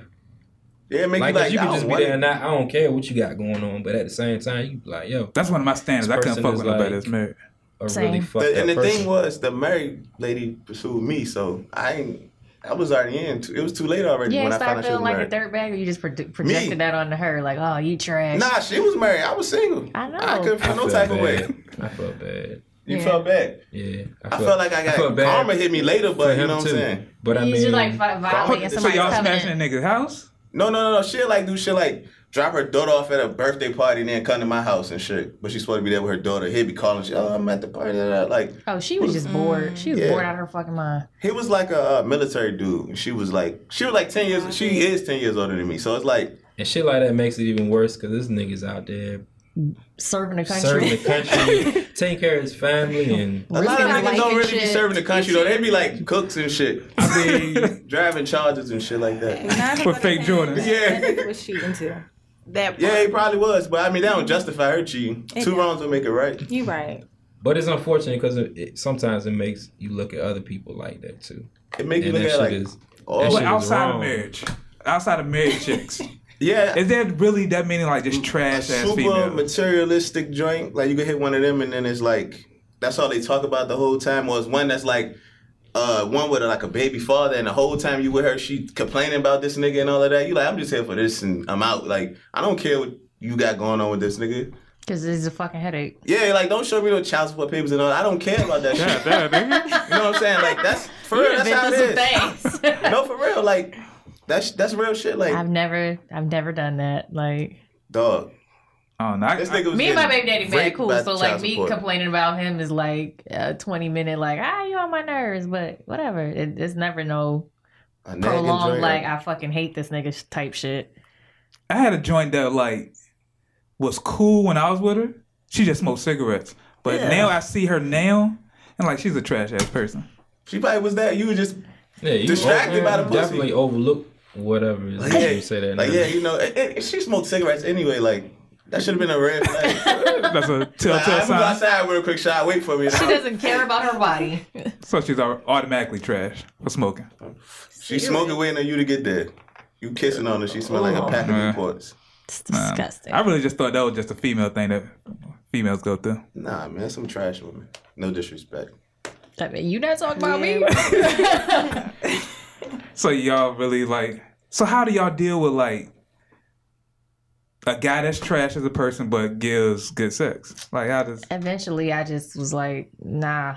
Speaker 6: Yeah, it make
Speaker 4: like,
Speaker 6: you
Speaker 4: if
Speaker 6: like
Speaker 4: you
Speaker 6: I
Speaker 4: can just
Speaker 6: don't
Speaker 4: be
Speaker 6: want
Speaker 4: there
Speaker 6: it.
Speaker 4: and not, I don't care what you got going on, but at the same time, you be like, yo,
Speaker 2: That's one of my standards.
Speaker 4: This
Speaker 2: I couldn't
Speaker 4: person
Speaker 2: fuck
Speaker 4: is
Speaker 2: with nobody
Speaker 4: like-
Speaker 2: that's married.
Speaker 4: a
Speaker 3: Same.
Speaker 4: really
Speaker 6: The-
Speaker 4: fucked up
Speaker 6: and the
Speaker 4: person.
Speaker 6: thing was, the married lady pursued me, so I ain't. I was already in. Too, it was too late already
Speaker 3: Yeah,
Speaker 6: when I found
Speaker 3: start
Speaker 6: out she was
Speaker 3: feeling like
Speaker 6: married.
Speaker 3: a dirtbag, or you just pro- projected that onto her, like, "Oh, you trash."
Speaker 6: Nah, she was married. I was single.
Speaker 3: I know.
Speaker 6: I couldn't
Speaker 4: I
Speaker 6: feel no
Speaker 4: felt
Speaker 6: type
Speaker 4: bad.
Speaker 6: of way.
Speaker 4: I felt bad.
Speaker 6: You
Speaker 3: Yeah.
Speaker 6: felt bad.
Speaker 4: Yeah,
Speaker 6: I felt like I got
Speaker 4: felt bad
Speaker 6: karma hit me later,
Speaker 4: for
Speaker 6: but you
Speaker 4: him
Speaker 6: know what I'm
Speaker 4: too.
Speaker 6: saying?
Speaker 4: But I
Speaker 3: you
Speaker 4: mean,
Speaker 3: just like vi- violating
Speaker 2: so
Speaker 3: somebody's
Speaker 2: y'all
Speaker 3: covenant.
Speaker 2: smashing a nigga's house?
Speaker 6: No, no, no, no. She like do shit like drop her daughter off at a birthday party and then come to my house and shit. But she's supposed to be there with her daughter. He'd be calling. She, oh, I'm at the party. da, da, da." Like
Speaker 3: Oh, she was just bored. She was
Speaker 6: Mm, yeah.
Speaker 3: bored out of her fucking mind.
Speaker 6: he was like a uh, military dude. And she was like, she was like ten years. She is ten years older than me. So it's like,
Speaker 4: and shit like that makes it even worse because this nigga's out there
Speaker 3: Serving the country.
Speaker 4: serving the country, taking care of his family, and
Speaker 6: a lot of
Speaker 3: Risking our
Speaker 6: niggas
Speaker 3: life
Speaker 6: don't
Speaker 3: and
Speaker 6: really be
Speaker 3: shit.
Speaker 6: serving the country though. They be like cooks and shit. I mean, driving charges and shit like that.
Speaker 7: Not
Speaker 2: For
Speaker 7: for
Speaker 2: fake
Speaker 7: the-
Speaker 2: Jordans.
Speaker 7: That
Speaker 6: Yeah.
Speaker 7: nigga was cheating too.
Speaker 5: That
Speaker 6: Yeah, he
Speaker 5: part.
Speaker 6: probably was, but I mean that don't justify her cheating.
Speaker 7: It
Speaker 6: Two
Speaker 7: don't.
Speaker 6: wrongs don't make it right.
Speaker 7: You right.
Speaker 4: but it's unfortunate because it, it, sometimes it makes you look at other people like that too.
Speaker 6: It make you
Speaker 4: And
Speaker 6: look
Speaker 4: that
Speaker 6: at
Speaker 4: shit
Speaker 6: like,
Speaker 4: is
Speaker 6: oh,
Speaker 4: shit
Speaker 2: Well,
Speaker 4: was
Speaker 2: outside
Speaker 4: wrong.
Speaker 2: of marriage, outside of married chicks,
Speaker 6: yeah,
Speaker 2: is there really that many like just
Speaker 6: a
Speaker 2: trash ass
Speaker 6: super
Speaker 2: females?
Speaker 6: materialistic joint. Like you can hit one of them, and then it's like that's all they talk about the whole time. Or it's one that's like uh, one with like a baby father, and the whole time you with her, she complaining about this nigga and all of that. You like, I'm just here for this, and I'm out. Like I don't care what you got going on with this nigga.
Speaker 3: Because it's a fucking headache.
Speaker 6: Yeah, like don't show me no child support papers and all. that. I don't care about that shit.
Speaker 2: Yeah, nigga.
Speaker 6: You know what I'm saying? Like that's for real. That's how it is.
Speaker 3: some things.
Speaker 6: No, for real. Like that's that's real shit. Like
Speaker 3: I've never, I've never done that. Like
Speaker 6: dog,
Speaker 2: Oh no, I,
Speaker 6: this nigga was
Speaker 3: me and my
Speaker 6: getting
Speaker 3: baby daddy very
Speaker 6: raped
Speaker 3: cool.
Speaker 6: by
Speaker 3: So like
Speaker 6: child
Speaker 3: me
Speaker 6: support.
Speaker 3: complaining about him is like a twenty minute like ah you on my nerves, but whatever. It, it's never no
Speaker 6: A nagging
Speaker 3: prolonged
Speaker 6: joint.
Speaker 3: like I fucking hate this nigga sh- type shit.
Speaker 2: I had a joint that like was cool when I was with her. She just smoked cigarettes, but now I see her now, and like she's a trash ass person.
Speaker 6: She probably was that. You were just
Speaker 4: Yeah, you
Speaker 6: Distracted by the pussy.
Speaker 4: Definitely overlook whatever it is
Speaker 6: like,
Speaker 4: that
Speaker 6: yeah,
Speaker 4: you say that.
Speaker 6: like
Speaker 4: now.
Speaker 6: yeah, you know, and- and she smoked cigarettes anyway. Like that should have been a red flag. like,
Speaker 2: That's a
Speaker 6: I
Speaker 2: telltale
Speaker 6: move
Speaker 2: sign.
Speaker 6: outside real quick, shot. Wait for me.
Speaker 3: She doesn't care about her body.
Speaker 2: So she's au- automatically trash for smoking.
Speaker 6: She smoking waiting on you to get there. You kissing on her. She smell like a pack of
Speaker 2: man.
Speaker 6: reports.
Speaker 3: It's disgusting.
Speaker 2: I really just thought that was just a female thing that females go through.
Speaker 6: Nah, man, some trash woman. No disrespect.
Speaker 3: I mean, you not talking about me?
Speaker 2: So y'all really like. So how do y'all deal with like a guy that's trash as a person but gives good sex? Like how does
Speaker 3: Eventually, I just was like, nah.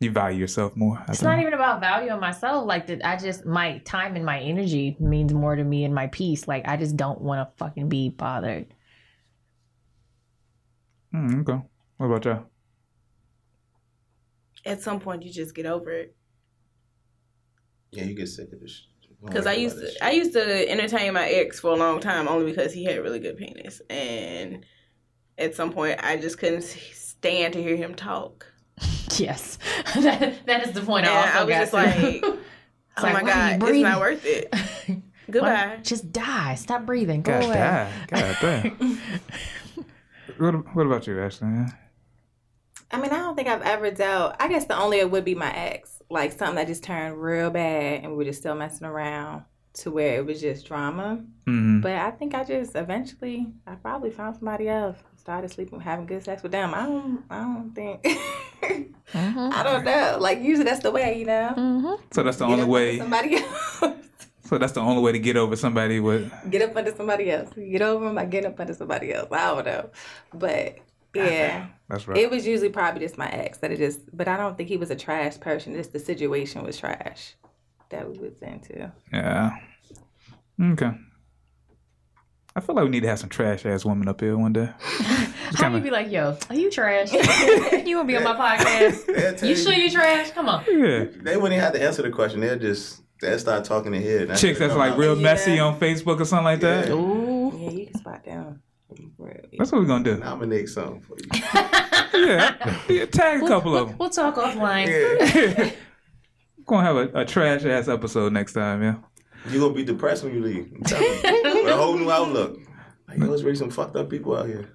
Speaker 2: you value yourself more? I
Speaker 3: It's
Speaker 2: think?
Speaker 3: not even about value on myself. Like that, I just my time and my energy means more to me and my peace. Like I just don't want to fucking be bothered.
Speaker 2: Mm, okay. What about y'all?
Speaker 5: At some point, you just get over it.
Speaker 6: Yeah, you get sick of this. shit. Don't
Speaker 5: Because I
Speaker 6: worry
Speaker 5: used
Speaker 6: about this
Speaker 5: to, I used to entertain my ex for a long time only because he had really good penis, and at some point, I just couldn't s- stand to hear him talk.
Speaker 3: Yes, that, that is the point.
Speaker 5: And
Speaker 3: I also
Speaker 5: I
Speaker 3: got
Speaker 5: was just
Speaker 3: to.
Speaker 5: like,
Speaker 3: It's
Speaker 5: oh my
Speaker 3: like, why are you
Speaker 5: god, it's
Speaker 3: breathing?
Speaker 5: not worth it. Goodbye.
Speaker 3: Just die. Stop breathing. Go
Speaker 2: God,
Speaker 3: away.
Speaker 2: damn. God damn. what, what about you, Ashley? Yeah.
Speaker 7: I mean, I don't think I've ever dealt. I guess the only it would be my ex, like something that just turned real bad, and we were just still messing around to where it was just drama.
Speaker 2: Mhm.
Speaker 7: But I think I just eventually, I probably found somebody else, started sleeping, having good sex with them. I don't, I don't think. I don't know. Like usually that's the way, you know.
Speaker 2: So that's the
Speaker 7: Get
Speaker 2: only
Speaker 7: up
Speaker 2: way.
Speaker 7: under Somebody else.
Speaker 2: So that's the only way to get over somebody with.
Speaker 7: get up under somebody else. You Get over them by getting up under somebody else. I don't know, but yeah.
Speaker 2: That's
Speaker 7: It was usually probably just my ex that it just, but I don't think he was a trash person. Just the situation was trash that we was into.
Speaker 2: Yeah. Okay. I feel like we need to have some trash ass women up here one day.
Speaker 3: How do you be like, yo, are you trash? you wanna be on my podcast?
Speaker 6: They'll tell
Speaker 3: You sure you trash? Come on.
Speaker 2: Yeah.
Speaker 6: They wouldn't even have to answer the question. They'll just they'll start talking to head.
Speaker 2: Chicks that's like real messy on Facebook or something like that.
Speaker 6: Yeah.
Speaker 3: Ooh.
Speaker 7: Yeah, you can spot down.
Speaker 2: That's what we're gonna do.
Speaker 6: nominate something for you.
Speaker 2: Yeah. yeah. Tag a couple of them.
Speaker 3: We'll talk offline.
Speaker 6: Yeah.
Speaker 2: Gonna have a, a trash ass episode next time, yeah.
Speaker 6: You gonna be depressed when you leave. I'm telling you. With a whole new outlook. Like, yo, it's really some fucked up people out here.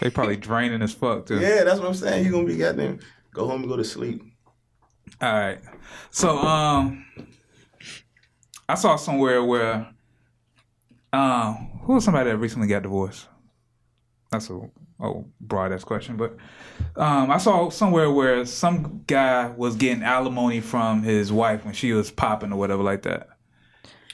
Speaker 2: They probably draining as fuck too.
Speaker 6: Yeah, that's what I'm saying. You gonna be goddamn. Go home and go to sleep.
Speaker 2: All right. So um I saw somewhere where um who was somebody that recently got divorced? That's a, a broad ass question, but um I saw somewhere where some guy was getting alimony from his wife when she was popping or whatever like that.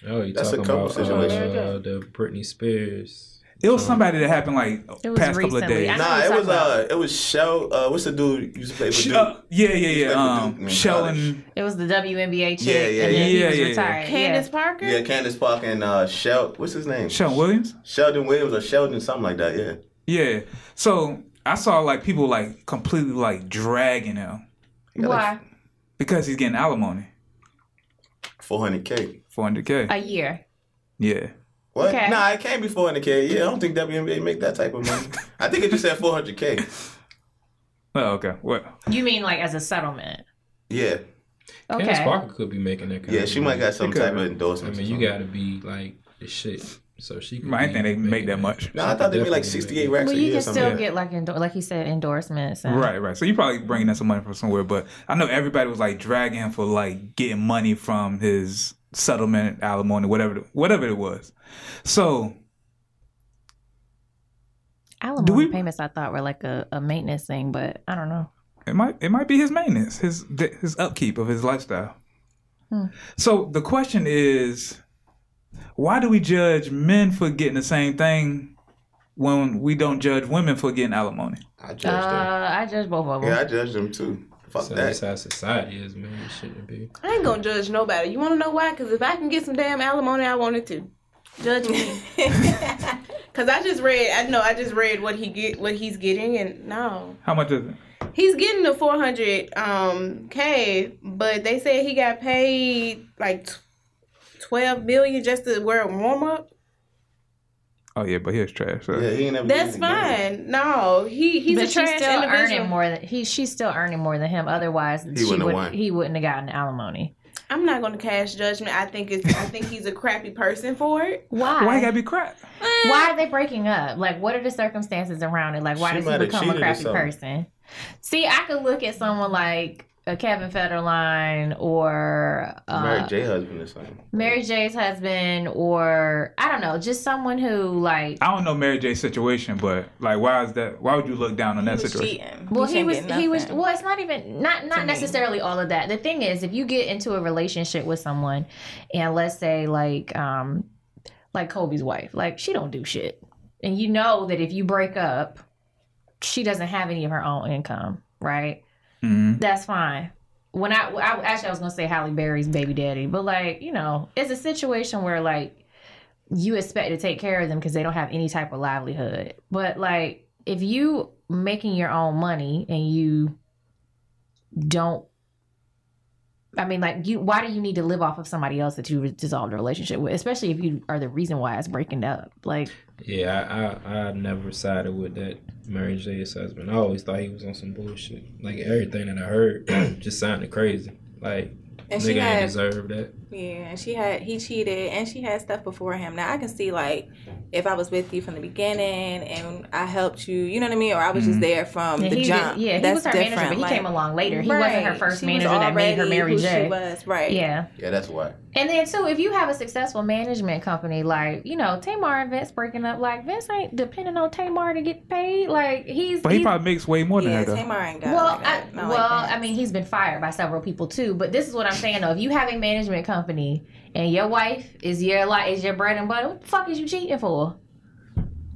Speaker 4: Oh, you
Speaker 6: That's a
Speaker 4: talking
Speaker 6: couple
Speaker 4: about
Speaker 6: situation.
Speaker 4: Uh, the Britney Spears?
Speaker 2: It was somebody that happened like
Speaker 3: It was
Speaker 2: past couple of
Speaker 3: recently.
Speaker 2: days.
Speaker 3: I know
Speaker 6: Nah,
Speaker 3: what
Speaker 6: it
Speaker 3: you're
Speaker 6: was
Speaker 3: talking
Speaker 6: uh, it was Shell. Uh, what's the dude you used to play for?
Speaker 2: Sh-
Speaker 6: Duke?
Speaker 2: uh, yeah, yeah,
Speaker 6: He's
Speaker 2: yeah.
Speaker 6: like a
Speaker 2: Um,
Speaker 6: Duke in
Speaker 2: Shell
Speaker 6: college.
Speaker 2: and
Speaker 3: It was the WNBA chick.
Speaker 6: Yeah, yeah,
Speaker 3: and then he
Speaker 2: yeah.
Speaker 3: was
Speaker 2: Yeah, yeah,
Speaker 3: retired.
Speaker 5: Candace Parker.
Speaker 6: yeah, Candace Park and uh, Shell. What's his name?
Speaker 2: Shell Williams.
Speaker 6: Sheldon Williams or Sheldon, something like that. Yeah.
Speaker 2: Yeah. So I saw like people like completely like dragging him
Speaker 6: He got
Speaker 3: Why?
Speaker 2: because he's getting alimony.
Speaker 6: Four hundred k.
Speaker 2: 400k.
Speaker 3: A year.
Speaker 2: yeah.
Speaker 6: What?
Speaker 3: Okay.
Speaker 6: Nah, it can't be four hundred k. Yeah, I don't think WNBA make that type of money. I think it just said four hundred k.
Speaker 2: Oh, okay. What?
Speaker 3: You mean like as a settlement?
Speaker 6: Yeah,
Speaker 3: Okay.
Speaker 4: Candace Parker could be making that. Kind
Speaker 6: yeah.
Speaker 4: of
Speaker 6: She might
Speaker 4: money.
Speaker 6: got some
Speaker 2: Because-
Speaker 6: type of
Speaker 4: I
Speaker 6: endorsement.
Speaker 4: mean, you gotta be like the shit, so she. Could
Speaker 2: I didn't
Speaker 4: be
Speaker 2: think they make
Speaker 4: making
Speaker 2: that much.
Speaker 6: No, I thought they made like
Speaker 4: Definitely.
Speaker 6: sixty eight racks
Speaker 3: Well,
Speaker 6: a
Speaker 3: you
Speaker 6: year. or
Speaker 3: can
Speaker 6: something.
Speaker 3: still get like endor- like you said endorsements. and-
Speaker 2: Right, right. So you probably bringing in some money from somewhere, but I know everybody was like dragging him for like getting money from his settlement, alimony, whatever, whatever it was. So Do
Speaker 3: Alimony
Speaker 2: we-
Speaker 3: payments I thought were like a, a maintenance thing, but I don't know.
Speaker 2: It might it might be his maintenance, his his upkeep of his lifestyle. So the question is, why do we judge men for getting the same thing when we don't judge women for getting alimony?
Speaker 6: I judged
Speaker 3: Uh,
Speaker 6: them.
Speaker 3: I judge both of them.
Speaker 6: Yeah, I judged them too. Fuck
Speaker 4: So that's
Speaker 6: that.
Speaker 4: how society is, man. It shouldn't be.
Speaker 5: I ain't gonna judge nobody. You wanna know why? Cause if I can get some damn alimony, I wanted to. Judge me. Cause I just read. I know. I just read what he get, what he's getting, and no,
Speaker 2: How much is it?
Speaker 5: he's getting the four hundred um k. But they said he got paid like tw- twelve million just to wear a warm up.
Speaker 2: Oh yeah, but here's trash. So.
Speaker 6: Yeah, he ain't never.
Speaker 5: That's
Speaker 6: did it again.
Speaker 5: fine. No, he he's
Speaker 3: but
Speaker 5: a
Speaker 3: she's
Speaker 5: trash
Speaker 3: still
Speaker 5: individual.
Speaker 3: earning more than he. She's still earning more than him. Otherwise, she
Speaker 6: wouldn't have
Speaker 3: would-
Speaker 6: won.
Speaker 3: he wouldn't have gotten alimony.
Speaker 5: I'm not gonna cash judgment. I think it's. I think he's a crappy person for it.
Speaker 3: Why?
Speaker 2: Why you gotta be crap?
Speaker 3: Why are they breaking up? Like, what are the circumstances around it? Like, why
Speaker 6: She
Speaker 3: does
Speaker 6: might
Speaker 3: he
Speaker 6: have
Speaker 3: become a
Speaker 6: cheated or
Speaker 3: crappy
Speaker 6: something.
Speaker 3: person? See, I could look at someone like a Kevin Federline or uh,
Speaker 6: Married J husband or something.
Speaker 3: Mary J's husband, or I don't know, just someone who like.
Speaker 2: I don't know Mary J's situation, but like, why is that? Why would you look down on that situation?
Speaker 3: Well, he was he was well. It's not even not not necessarily all of that. The thing is, if you get into a relationship with someone, and let's say like um like Kobe's wife, like she don't do shit, and you know that if you break up, she doesn't have any of her own income, right?
Speaker 2: Mhm.
Speaker 3: That's fine. When I, I actually I was gonna say Halle Berry's baby daddy, but like you know, it's a situation where like you expect to take care of them because they don't have any type of livelihood. But like if you making your own money and you don't I mean like you why do you need to live off of somebody else that you re- dissolved a relationship with, especially if you are the reason why it's breaking up. Like
Speaker 4: Yeah, I, I I never sided with that Mary J's husband. I always thought he was on some bullshit. Like everything that I heard just sounded crazy. Like
Speaker 7: And she
Speaker 4: nigga ain't
Speaker 7: had
Speaker 4: deserve that.
Speaker 7: Yeah, and she had he cheated and she had stuff before him. Now I can see like if I was with you from the beginning and I helped you, you know what I mean, or I was just there from
Speaker 3: Yeah,
Speaker 7: the
Speaker 3: he
Speaker 7: jump.
Speaker 3: did- yeah, he
Speaker 7: That's
Speaker 3: was her
Speaker 7: different.
Speaker 3: manager, but he
Speaker 7: like-
Speaker 3: came along later. He wasn't her
Speaker 7: Right.
Speaker 3: first
Speaker 7: She was
Speaker 3: manager that made her
Speaker 7: already
Speaker 3: marry
Speaker 7: who She
Speaker 3: J.
Speaker 7: was right.
Speaker 3: Yeah.
Speaker 6: Yeah, that's why.
Speaker 3: And then too, if you have a successful management company, like you know Tamar and Vince breaking up, like Vince ain't depending on Tamar to get paid. Like he's
Speaker 2: But he
Speaker 3: he's-
Speaker 2: probably makes way more than
Speaker 7: Yeah,
Speaker 2: that though.
Speaker 7: Tamar ain't got
Speaker 3: well,
Speaker 7: like
Speaker 3: I,
Speaker 7: that. Not
Speaker 3: well,
Speaker 7: like that.
Speaker 3: I mean he's been fired by several people too. But this is what I'm saying though: if you have a management company and your wife is your like is your bread and butter, what the fuck is you cheating for?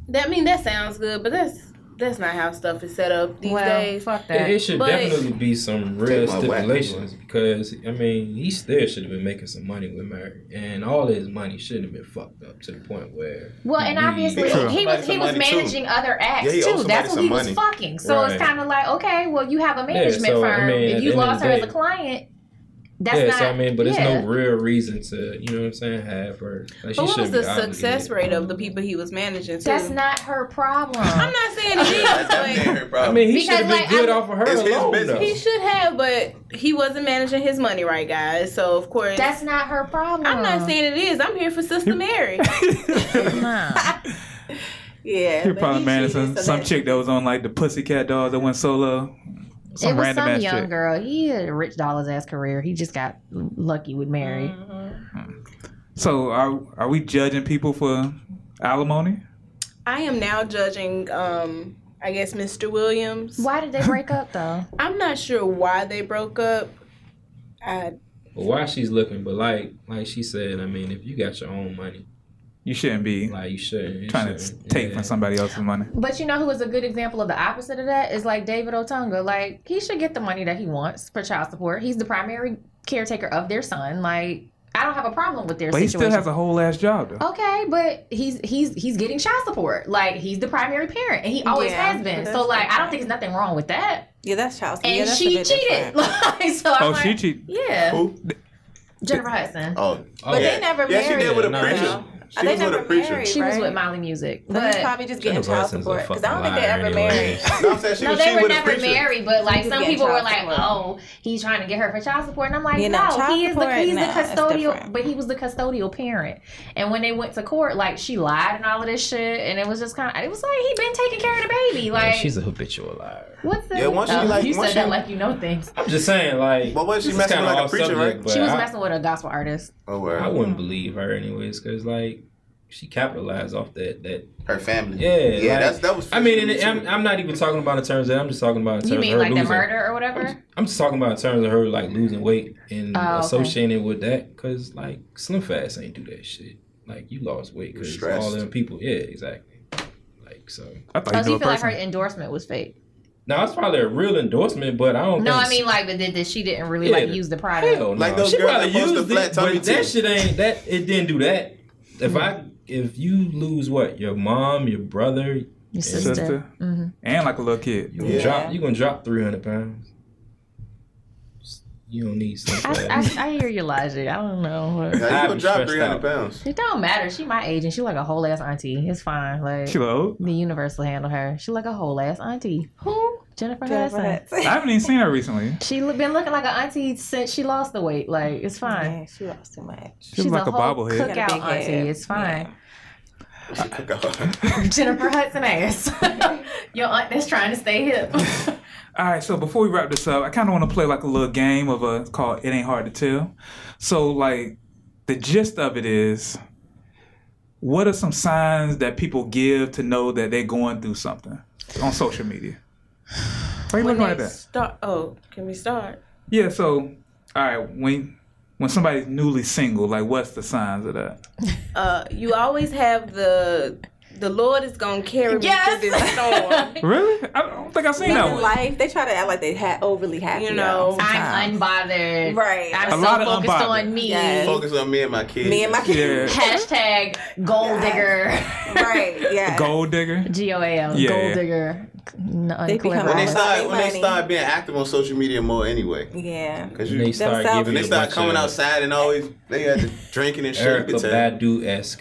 Speaker 5: That I mean that sounds good, but that's that's not how stuff is set up these
Speaker 3: well,
Speaker 5: days.
Speaker 3: fuck
Speaker 4: It,
Speaker 3: that.
Speaker 4: it should
Speaker 5: But-
Speaker 4: definitely be some real
Speaker 6: Take my whack
Speaker 4: stipulations because I mean he still should have been making some money with Mary, and all his money shouldn't have been fucked up to the point where
Speaker 3: Well, and
Speaker 4: Mm.
Speaker 3: obviously
Speaker 6: True.
Speaker 3: he was he was
Speaker 6: Somebody too.
Speaker 3: managing other acts
Speaker 6: Yeah, he owed
Speaker 3: too.
Speaker 6: somebody
Speaker 3: That's who he
Speaker 6: some
Speaker 3: was
Speaker 6: money.
Speaker 3: fucking. So it's
Speaker 4: Right.
Speaker 3: kind of like, okay, well, you have a management
Speaker 4: so, I
Speaker 3: firm.
Speaker 4: mean, at
Speaker 3: if
Speaker 4: the
Speaker 3: you
Speaker 4: end of
Speaker 3: lost
Speaker 4: the
Speaker 3: her as
Speaker 4: day-
Speaker 3: a client, that's
Speaker 4: yeah.
Speaker 3: not.
Speaker 4: so I mean, but it's
Speaker 3: yeah.
Speaker 4: no real reason to you know what I'm saying have her. Like, she
Speaker 5: But what was
Speaker 4: shouldn't
Speaker 5: the
Speaker 4: be obligated.
Speaker 5: success rate of the people he was managing? Too?
Speaker 3: That's not her problem.
Speaker 5: I'm not saying it
Speaker 6: Yeah, that, that ain't
Speaker 5: is. Like,
Speaker 6: her
Speaker 4: I
Speaker 6: problem.
Speaker 4: mean, he
Speaker 3: Because,
Speaker 4: should have been
Speaker 3: like,
Speaker 4: good
Speaker 3: I'm-
Speaker 4: off of her
Speaker 6: It's his
Speaker 4: alone.
Speaker 6: business.
Speaker 4: though.
Speaker 5: he should have, but he wasn't managing his money right, guys. So of course,
Speaker 3: that's not her problem.
Speaker 5: I'm
Speaker 7: Uh-huh.
Speaker 5: not saying it is. I'm here for Sister Mary.
Speaker 3: No.
Speaker 7: yeah,
Speaker 2: He
Speaker 7: but
Speaker 2: probably
Speaker 7: he
Speaker 2: married
Speaker 7: cheated,
Speaker 2: some,
Speaker 7: so
Speaker 2: some
Speaker 7: that-
Speaker 2: chick that was on like the Pussycat Dolls that went solo.
Speaker 3: it
Speaker 2: Some
Speaker 3: was
Speaker 2: random
Speaker 3: some
Speaker 2: ass
Speaker 3: young
Speaker 2: chick.
Speaker 3: girl. He had a rich dollar's ass career. He just got lucky with Mary.
Speaker 5: Mm.
Speaker 2: So are are we judging people for alimony?
Speaker 5: I am now judging. um I guess Mr. Williams.
Speaker 3: Why did they break up though?
Speaker 5: I'm not sure why they broke up. I,
Speaker 4: But why she's looking, but like like she said, I mean, if you got your own money,
Speaker 2: You shouldn't be
Speaker 4: like you shouldn't you
Speaker 2: trying to
Speaker 4: shouldn't.
Speaker 2: take
Speaker 4: Yeah.
Speaker 2: from somebody else's money.
Speaker 3: But you know who is a good example of the opposite of that is like David Otunga. Like he should get the money that he wants for child support. He's the primary caretaker of their son. Like I don't have a problem with their
Speaker 2: But he
Speaker 3: situation. Oh,
Speaker 2: still has a whole ass job though.
Speaker 3: okay, but he's he's he's getting child support. Like he's the primary parent, and he always
Speaker 7: Yeah,
Speaker 3: has been.
Speaker 7: but
Speaker 3: So
Speaker 7: that's
Speaker 3: like I don't think there's nothing wrong with that.
Speaker 7: Yeah, that's child.
Speaker 3: And
Speaker 7: yeah, that's a
Speaker 3: she
Speaker 7: bit
Speaker 3: cheated.
Speaker 7: different.
Speaker 3: Like so. I'm
Speaker 2: Oh,
Speaker 3: like,
Speaker 2: she cheated.
Speaker 3: Yeah,
Speaker 6: Who?
Speaker 3: Jennifer Hudson.
Speaker 6: Oh,
Speaker 4: Oh,
Speaker 7: But
Speaker 4: yeah.
Speaker 7: they never
Speaker 6: yeah, she
Speaker 7: married.
Speaker 6: did with a
Speaker 4: No,
Speaker 6: preacher.
Speaker 4: no.
Speaker 6: She
Speaker 7: They
Speaker 6: was with a
Speaker 7: never
Speaker 6: preacher.
Speaker 7: married.
Speaker 3: She was
Speaker 7: right?
Speaker 3: with Molly Music,
Speaker 7: So he's
Speaker 3: but
Speaker 7: probably just getting
Speaker 4: Jennifer
Speaker 7: child
Speaker 4: Hudson's a
Speaker 7: support because I don't
Speaker 4: fucking
Speaker 7: think they
Speaker 4: liar
Speaker 7: ever
Speaker 4: anyway.
Speaker 7: married.
Speaker 6: No, I'm saying she
Speaker 3: no,
Speaker 6: was
Speaker 3: they
Speaker 6: she
Speaker 3: were
Speaker 6: with a
Speaker 3: never
Speaker 6: preacher.
Speaker 3: married. But like
Speaker 7: He was
Speaker 3: some
Speaker 7: getting
Speaker 3: people were
Speaker 7: child
Speaker 3: like,
Speaker 7: support.
Speaker 3: "Oh, he's trying to get her for child support," and I'm like,
Speaker 7: You know,
Speaker 3: "No,
Speaker 7: child
Speaker 3: he is the
Speaker 7: support,
Speaker 3: he's
Speaker 7: nah,
Speaker 3: the
Speaker 7: it's
Speaker 3: custodial,
Speaker 7: different.
Speaker 3: but he was the custodial parent." And when they went to court, like she lied and all of this shit, and it was just kind of it was like he been taking care of the baby.
Speaker 4: Yeah,
Speaker 3: Like
Speaker 4: she's a habitual liar.
Speaker 3: what's the
Speaker 6: Yeah, once she,
Speaker 3: Oh,
Speaker 6: like-
Speaker 3: you said
Speaker 6: once
Speaker 3: that
Speaker 6: she-
Speaker 3: like you know things.
Speaker 4: I'm just saying, like,
Speaker 6: But wasn't she
Speaker 4: this is
Speaker 6: messing
Speaker 4: kinda
Speaker 6: with, like, a
Speaker 4: off
Speaker 6: preacher, right?
Speaker 4: but
Speaker 3: she was
Speaker 4: I,
Speaker 3: messing with a gospel artist.
Speaker 6: Oh,
Speaker 4: I
Speaker 6: word.
Speaker 4: wouldn't believe her anyways, because like she capitalized off that that.
Speaker 6: Her family.
Speaker 4: Yeah,
Speaker 6: Yeah,
Speaker 4: like-
Speaker 6: that's, that was.
Speaker 4: I mean, and it- I'm, I'm not even talking about in terms of. I'm just talking about in terms
Speaker 3: You
Speaker 4: of
Speaker 3: mean
Speaker 4: her
Speaker 3: like
Speaker 4: losing.
Speaker 3: the murder or whatever?
Speaker 4: I'm just talking about in terms of her like losing weight and
Speaker 3: Oh, okay.
Speaker 4: associating it with that, because like Slim Fast ain't do that shit. Like you lost weight because
Speaker 6: Stressed.
Speaker 4: all them people. Yeah, exactly. Like so.
Speaker 2: I thought
Speaker 3: Oh,
Speaker 2: you
Speaker 3: so
Speaker 2: knew
Speaker 3: you
Speaker 2: a
Speaker 3: feel like her
Speaker 2: person.
Speaker 3: endorsement was fake?
Speaker 4: Now it's probably a real endorsement, but I don't.
Speaker 3: No,
Speaker 4: think
Speaker 3: I mean like, but that that she didn't really
Speaker 4: Yeah,
Speaker 3: like
Speaker 4: the-
Speaker 3: use the product.
Speaker 4: Hell no.
Speaker 6: Like those
Speaker 4: she
Speaker 6: girls
Speaker 4: probably
Speaker 6: that post
Speaker 4: used
Speaker 6: the flat
Speaker 4: it,
Speaker 6: tummy
Speaker 4: but that
Speaker 6: too.
Speaker 4: shit ain't that. It didn't do that. If I if you lose what your mom, your brother,
Speaker 3: Your
Speaker 2: Sister.
Speaker 3: sister. hmm
Speaker 2: and like a little kid.
Speaker 4: you gonna
Speaker 6: Yeah.
Speaker 4: drop. You gonna drop three hundred pounds. You don't need
Speaker 3: I,
Speaker 4: something.
Speaker 3: I, I hear your logic. I don't know. what-
Speaker 6: Now, you
Speaker 4: I'd
Speaker 6: gonna
Speaker 4: be
Speaker 6: drop
Speaker 4: stressed
Speaker 6: 300
Speaker 4: out.
Speaker 6: pounds.
Speaker 3: It don't matter. She my age and she like a whole ass auntie. It's fine. Like
Speaker 2: She like, oh,
Speaker 3: the universe will handle her. She like a whole ass auntie. Who? Jennifer,
Speaker 7: Jennifer
Speaker 3: Hudson.
Speaker 2: I
Speaker 7: Hudson.
Speaker 2: haven't even seen her recently.
Speaker 3: She look- been looking like an auntie since she lost the weight. Like it's fine.
Speaker 7: Yeah, she lost too much.
Speaker 2: She was like a
Speaker 3: whole
Speaker 2: bobblehead.
Speaker 7: Got a big
Speaker 3: Cookout auntie.
Speaker 7: head.
Speaker 3: It's fine.
Speaker 6: God.
Speaker 3: Jennifer Hudson ass. Your aunt that's trying to stay hip.
Speaker 2: All right, so before we wrap this up, I kind of want to play like a little game of a called "It Ain't Hard to Tell." So, like, the gist of it is, what are some signs that people give to know that they're going through something on social media? Why you
Speaker 5: when
Speaker 2: looking like
Speaker 5: they
Speaker 2: that?
Speaker 5: start, oh, can we start?
Speaker 2: Yeah. So, all right, when when somebody's newly single, like, what's the signs of that?
Speaker 5: Uh, you always have the the Lord is gonna carry
Speaker 3: Yes.
Speaker 5: me through this storm.
Speaker 2: Really? I don't think I've seen that
Speaker 7: Living
Speaker 2: one.
Speaker 7: life, they try to act like they ha- overly happy.
Speaker 5: You know,
Speaker 7: y'all,
Speaker 3: I'm
Speaker 7: sometimes.
Speaker 3: unbothered.
Speaker 7: Right.
Speaker 3: I'm
Speaker 2: A
Speaker 3: so
Speaker 2: lot of
Speaker 3: focused
Speaker 2: unbothered.
Speaker 3: on me.
Speaker 7: Yes.
Speaker 6: Focus on me and my kids.
Speaker 7: me and my
Speaker 2: Yeah.
Speaker 7: kids.
Speaker 3: Hashtag gold digger.
Speaker 7: right? Yeah.
Speaker 2: Gold digger.
Speaker 3: G O A L.
Speaker 2: Yeah.
Speaker 3: Gold digger. No,
Speaker 7: They become
Speaker 6: When
Speaker 3: unclever.
Speaker 6: they
Speaker 7: All
Speaker 6: start,
Speaker 7: about
Speaker 6: when they
Speaker 7: money.
Speaker 6: start being active on social media more anyway,
Speaker 7: Yeah.
Speaker 6: because
Speaker 4: And they
Speaker 6: you.
Speaker 4: start
Speaker 7: Themselves.
Speaker 4: giving
Speaker 6: When they
Speaker 4: you a
Speaker 6: start
Speaker 4: bunch
Speaker 6: coming
Speaker 4: of
Speaker 6: outside and always they had the drinking and shit.
Speaker 4: Erica
Speaker 6: You could tell.
Speaker 4: Badu esque,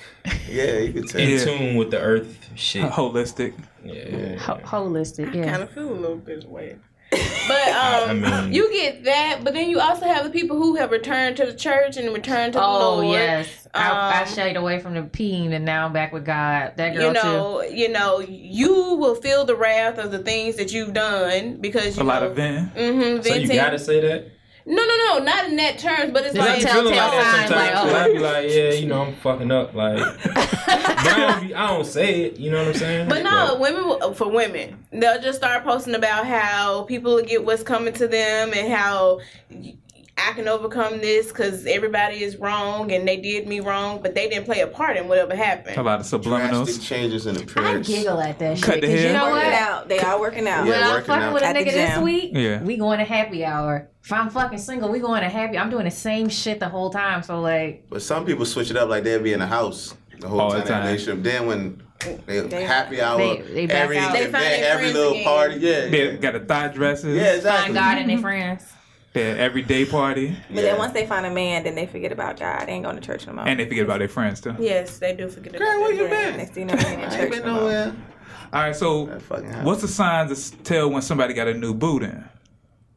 Speaker 6: Yeah, Oh. you could tell.
Speaker 4: in
Speaker 2: Yeah.
Speaker 4: tune with the earth shit.
Speaker 2: Holistic.
Speaker 4: Yeah.
Speaker 3: Ho- holistic. Yeah.
Speaker 5: kind of feel a little bit way, but um,
Speaker 4: I mean,
Speaker 5: You get that, but then you also have the people who have returned to the church and returned to the
Speaker 3: Oh
Speaker 5: Lord.
Speaker 3: yes, I, I
Speaker 5: Um,
Speaker 3: shied away from the peeing, and now I'm back with God. That girl
Speaker 5: you know, you know, you will feel the wrath of the things that you've done because
Speaker 2: a
Speaker 5: you
Speaker 2: lot
Speaker 5: know,
Speaker 2: of then.
Speaker 5: Mm-hmm,
Speaker 4: so you gotta say that.
Speaker 5: no, no, no, not in that terms, but it's
Speaker 3: There's a
Speaker 5: like
Speaker 3: tell-
Speaker 4: feeling like
Speaker 3: telltale
Speaker 4: that
Speaker 3: sign, like,
Speaker 4: sometimes.
Speaker 3: oh.
Speaker 4: I'd be like, yeah, you know, I'm fucking up. Like, but I don't, be, I don't say it. You know what I'm saying?
Speaker 5: But no, women will- for women, they'll just start posting about how people will get what's coming to them and how I can overcome this because everybody is wrong and they did me wrong, but they didn't play a part in whatever
Speaker 2: A
Speaker 5: happened.
Speaker 2: lot of
Speaker 6: Drastic
Speaker 2: subliminals.
Speaker 6: changes in
Speaker 3: too. I
Speaker 6: appearance.
Speaker 3: giggle at that shit
Speaker 2: Cut the
Speaker 3: because you
Speaker 2: hair.
Speaker 3: know
Speaker 7: Working
Speaker 3: what?
Speaker 7: out. They are working out.
Speaker 3: When
Speaker 6: Yeah,
Speaker 3: I'm
Speaker 6: working
Speaker 3: fucking
Speaker 6: out.
Speaker 3: with a
Speaker 7: At the
Speaker 3: nigga this
Speaker 7: gym.
Speaker 3: week,
Speaker 2: Yeah.
Speaker 3: we going to happy hour. If I'm fucking single, we going to happy. I'm doing the same shit the whole time. So like,
Speaker 6: But some people switch it up, like they'll be in the house the whole
Speaker 2: All the
Speaker 6: time,
Speaker 2: time.
Speaker 6: time. relationship. Then when they,
Speaker 7: They-
Speaker 6: happy hour,
Speaker 3: they- they back
Speaker 6: every
Speaker 3: out. They
Speaker 6: event,
Speaker 5: find their
Speaker 6: every
Speaker 5: friends
Speaker 6: little
Speaker 5: again.
Speaker 6: party, yeah,
Speaker 2: They
Speaker 6: yeah,
Speaker 2: got the thigh dresses.
Speaker 6: yeah,
Speaker 3: find
Speaker 6: exactly.
Speaker 3: God and their friends.
Speaker 2: Their everyday party.
Speaker 7: But then once they find a man, then they forget about God. They ain't going to church no more.
Speaker 2: And they forget about their friends too.
Speaker 5: Yes, they do forget about
Speaker 6: Girl, where
Speaker 5: that.
Speaker 6: you
Speaker 7: Yeah,
Speaker 6: been?
Speaker 7: Next thing you know, they ain't in
Speaker 6: I ain't
Speaker 7: church
Speaker 6: been
Speaker 7: no more.
Speaker 6: nowhere.
Speaker 2: All right, so
Speaker 6: That fucking happened.
Speaker 2: what's the signs to tell when somebody got a new boot in?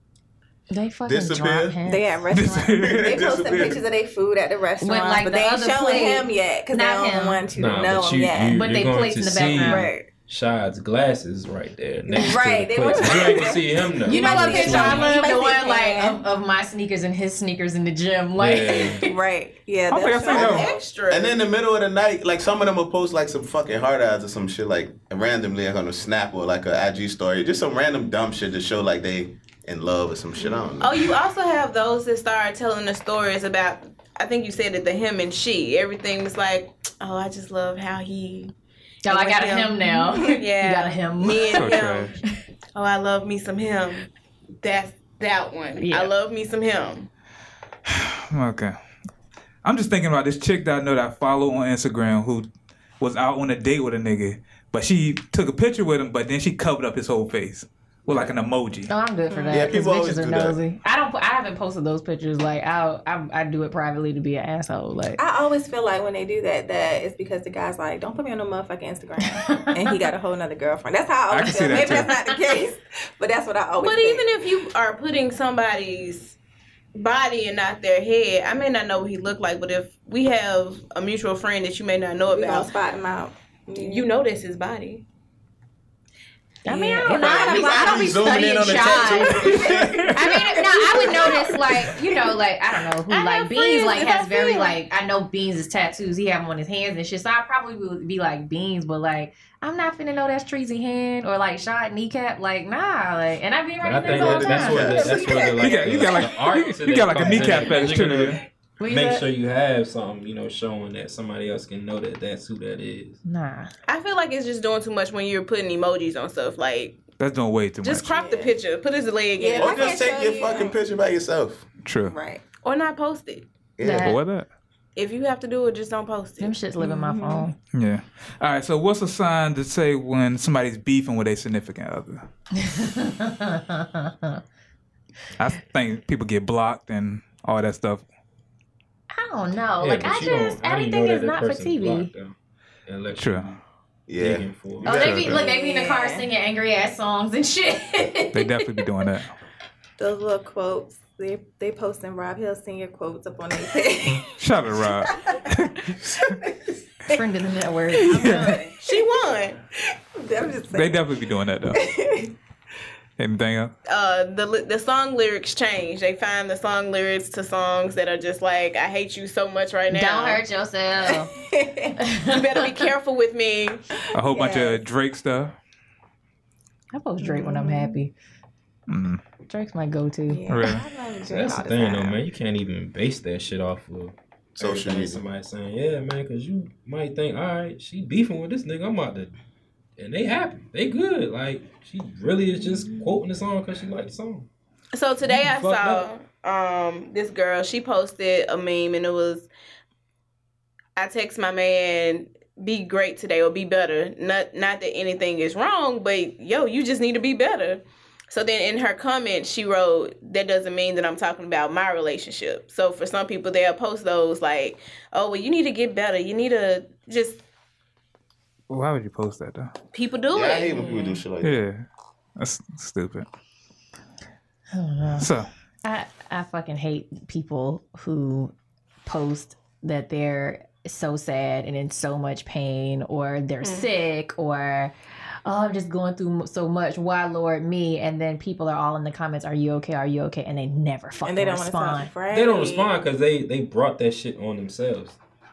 Speaker 3: They fucking
Speaker 6: Disappear.
Speaker 3: drop him.
Speaker 7: They at restaurants. they posting
Speaker 6: Disappeared.
Speaker 7: pictures of their food at the restaurant,
Speaker 3: With, like,
Speaker 7: but
Speaker 3: the
Speaker 7: they ain't
Speaker 3: other
Speaker 7: showing
Speaker 3: plate.
Speaker 7: him yet because they
Speaker 3: Not
Speaker 7: don't
Speaker 3: him.
Speaker 7: want you to
Speaker 4: Nah,
Speaker 7: know
Speaker 4: but
Speaker 7: him
Speaker 4: you,
Speaker 7: yet.
Speaker 4: you,
Speaker 3: But
Speaker 4: you're
Speaker 3: they
Speaker 4: going
Speaker 3: plates
Speaker 4: to
Speaker 3: in the
Speaker 4: see
Speaker 3: background.
Speaker 7: right.
Speaker 4: Shad's glasses right there. Next
Speaker 7: Right,
Speaker 4: To
Speaker 7: they
Speaker 4: the plates.
Speaker 7: want-
Speaker 4: you ain't gonna see him though.
Speaker 7: You know
Speaker 3: I
Speaker 7: what
Speaker 3: love
Speaker 7: I'm saying?
Speaker 3: picture. I love the one like
Speaker 7: Yeah.
Speaker 3: of, of my sneakers and his sneakers in the gym. Like,
Speaker 4: Yeah.
Speaker 7: Right. Yeah.
Speaker 2: I think I
Speaker 7: that's
Speaker 2: seen
Speaker 7: right.
Speaker 2: that
Speaker 5: Oh,
Speaker 2: one.
Speaker 5: extra.
Speaker 6: And then in the middle of the night, like some of them will post like some fucking hard eyes or some shit like randomly like on a snap or like a IG story, just some random dumb shit to show like they in love or some shit. I don't know.
Speaker 5: Oh, you also have those that start telling the stories about. I think you said it, the him and she. Everything was like, oh, I just love how he.
Speaker 3: y'all, I got a him now.
Speaker 5: Yeah.
Speaker 3: You got a him.
Speaker 5: Me
Speaker 2: So
Speaker 5: and him.
Speaker 2: trash.
Speaker 5: Oh, I love me some him. That's that one.
Speaker 3: Yeah.
Speaker 5: I love me some him.
Speaker 2: Okay. I'm just thinking about this chick that I know that I follow on Instagram who was out on a date with a nigga, but she took a picture with him, but then she covered up his whole face with like an emoji.
Speaker 3: No, I'm good for that.
Speaker 6: Yeah,
Speaker 3: 'cause
Speaker 6: people always
Speaker 3: bitches are
Speaker 6: do that.
Speaker 3: nosy. I don't. I haven't posted those pictures. Like, I, I I do it privately to be an asshole. Like,
Speaker 7: I always feel like when they do that, that it's because the guy's like, "Don't put me on no motherfucking Instagram," and he got a whole nother girlfriend. That's how I
Speaker 2: I
Speaker 7: always
Speaker 2: can see
Speaker 7: feel.
Speaker 2: that
Speaker 7: Maybe
Speaker 2: too.
Speaker 7: that's not the case, but that's what I always.
Speaker 5: But
Speaker 7: think.
Speaker 5: even if you are putting somebody's body and not their head, I may not know what he looked like, but if we have a mutual friend that you may not know
Speaker 7: we gonna
Speaker 5: about,
Speaker 7: spot him out, Mm-hmm.
Speaker 5: you know that's his body.
Speaker 3: I mean, I
Speaker 7: Yeah.
Speaker 3: don't know. I don't be, I don't be studying shy. I mean, no, I would notice like you know, like I don't know who
Speaker 5: I have
Speaker 3: like Beans
Speaker 5: friends
Speaker 3: like
Speaker 5: that
Speaker 3: has
Speaker 5: I
Speaker 3: very
Speaker 5: feel.
Speaker 3: like I know Beans is tattoos. He have them on his hands and shit. So I probably would be like Beans, but like I'm not finna know that's Treasy hand or like shot kneecap. Like nah, like and I be
Speaker 4: But I
Speaker 3: right there
Speaker 4: think
Speaker 3: all the
Speaker 4: that, that's
Speaker 3: time.
Speaker 4: where the, that's where the like
Speaker 2: You got- you
Speaker 4: the,
Speaker 2: got like-
Speaker 4: the art to
Speaker 2: you got
Speaker 4: that
Speaker 2: like a
Speaker 4: comes in.
Speaker 2: kneecap
Speaker 4: You're
Speaker 2: fetish, too,
Speaker 4: gonna
Speaker 2: yeah.
Speaker 3: What you
Speaker 4: Make
Speaker 3: said?
Speaker 4: sure you have something, you know, showing that somebody else can know that that's who that is.
Speaker 3: Nah,
Speaker 5: I feel like it's just doing too much when you're putting emojis on stuff. Like,
Speaker 2: That's doing way too
Speaker 5: just
Speaker 2: much.
Speaker 5: crop the picture, put his leg in,
Speaker 7: Yeah.
Speaker 6: Or just
Speaker 7: I
Speaker 6: take
Speaker 7: can't tell
Speaker 6: your
Speaker 7: you.
Speaker 6: fucking picture by yourself.
Speaker 2: True.
Speaker 7: right.
Speaker 5: or not post it.
Speaker 6: Yeah.
Speaker 3: That-
Speaker 2: What that?
Speaker 5: If you have to do it, just don't post
Speaker 3: them
Speaker 5: it.
Speaker 3: shits live in my phone.
Speaker 2: Yeah. All right. So, what's a sign to say when somebody's beefing with a significant other? I think people get blocked and all that stuff.
Speaker 3: I don't know.
Speaker 4: Yeah,
Speaker 3: Oh, like
Speaker 4: but
Speaker 3: I
Speaker 4: you don't-
Speaker 3: just
Speaker 4: how do you know
Speaker 3: everything
Speaker 4: that
Speaker 3: is
Speaker 4: that
Speaker 3: not for
Speaker 4: person's
Speaker 3: TV.
Speaker 4: blocked, though? Unless
Speaker 2: True.
Speaker 4: you're
Speaker 6: Yeah.
Speaker 4: digging for it.
Speaker 3: Oh, they be
Speaker 6: Yeah.
Speaker 3: look, they be in the car
Speaker 7: Yeah.
Speaker 3: singing angry ass songs and shit.
Speaker 2: They definitely be doing that.
Speaker 7: Those little quotes. They they posting Rob Hill senior quotes up on their page.
Speaker 2: Shout out to Rob.
Speaker 3: friend of the network.
Speaker 5: She won.
Speaker 7: I'm just
Speaker 2: They
Speaker 7: saying.
Speaker 2: definitely be doing that though. Anything else?
Speaker 5: uh, the li- the song lyrics change. They find the song lyrics to songs that are just like, "I hate you so much right now."
Speaker 3: Don't hurt yourself.
Speaker 5: You better be careful with me.
Speaker 2: A whole bunch
Speaker 7: Yes.
Speaker 2: of Drake stuff.
Speaker 3: I post Drake when I'm happy.
Speaker 2: Mm.
Speaker 3: Drake's my go-to.
Speaker 7: yeah,
Speaker 2: Really?
Speaker 7: I
Speaker 4: So
Speaker 7: love Drake
Speaker 4: that's
Speaker 7: all
Speaker 4: the thing,
Speaker 7: time.
Speaker 4: though, man. You can't even base that shit off of
Speaker 6: Social
Speaker 4: everything Somebody
Speaker 6: media.
Speaker 4: saying, "Yeah, man," because you might think, "All right, she beefing with this nigga. I'm about to," and they happy, they good. Like she really is just quoting the song because she liked the song.
Speaker 5: So today I
Speaker 4: Fuck
Speaker 5: saw um, this girl. She posted a meme, and it was, "I text my man." Be great today or be better. Not not that anything is wrong, but yo, you just need to be better. So then in her comment, she wrote, That doesn't mean that I'm talking about my relationship. So for some people, they'll post those like, Oh, well, you need to get better. You need to just
Speaker 2: Why would you post that though?
Speaker 5: people do
Speaker 6: Yeah, I
Speaker 5: it.
Speaker 6: hate when people do shit like that.
Speaker 2: Yeah, that's stupid.
Speaker 3: I don't know.
Speaker 2: So
Speaker 3: I, I fucking hate people who post that they're so sad and in so much pain or they're
Speaker 7: Mm-hmm.
Speaker 3: sick or oh i'm just going through so much why lord me and then people are all in the comments are you okay are you okay and they never fucking
Speaker 7: and they don't want to
Speaker 3: respond
Speaker 7: sound afraid.
Speaker 4: They don't respond because they they brought that shit on themselves.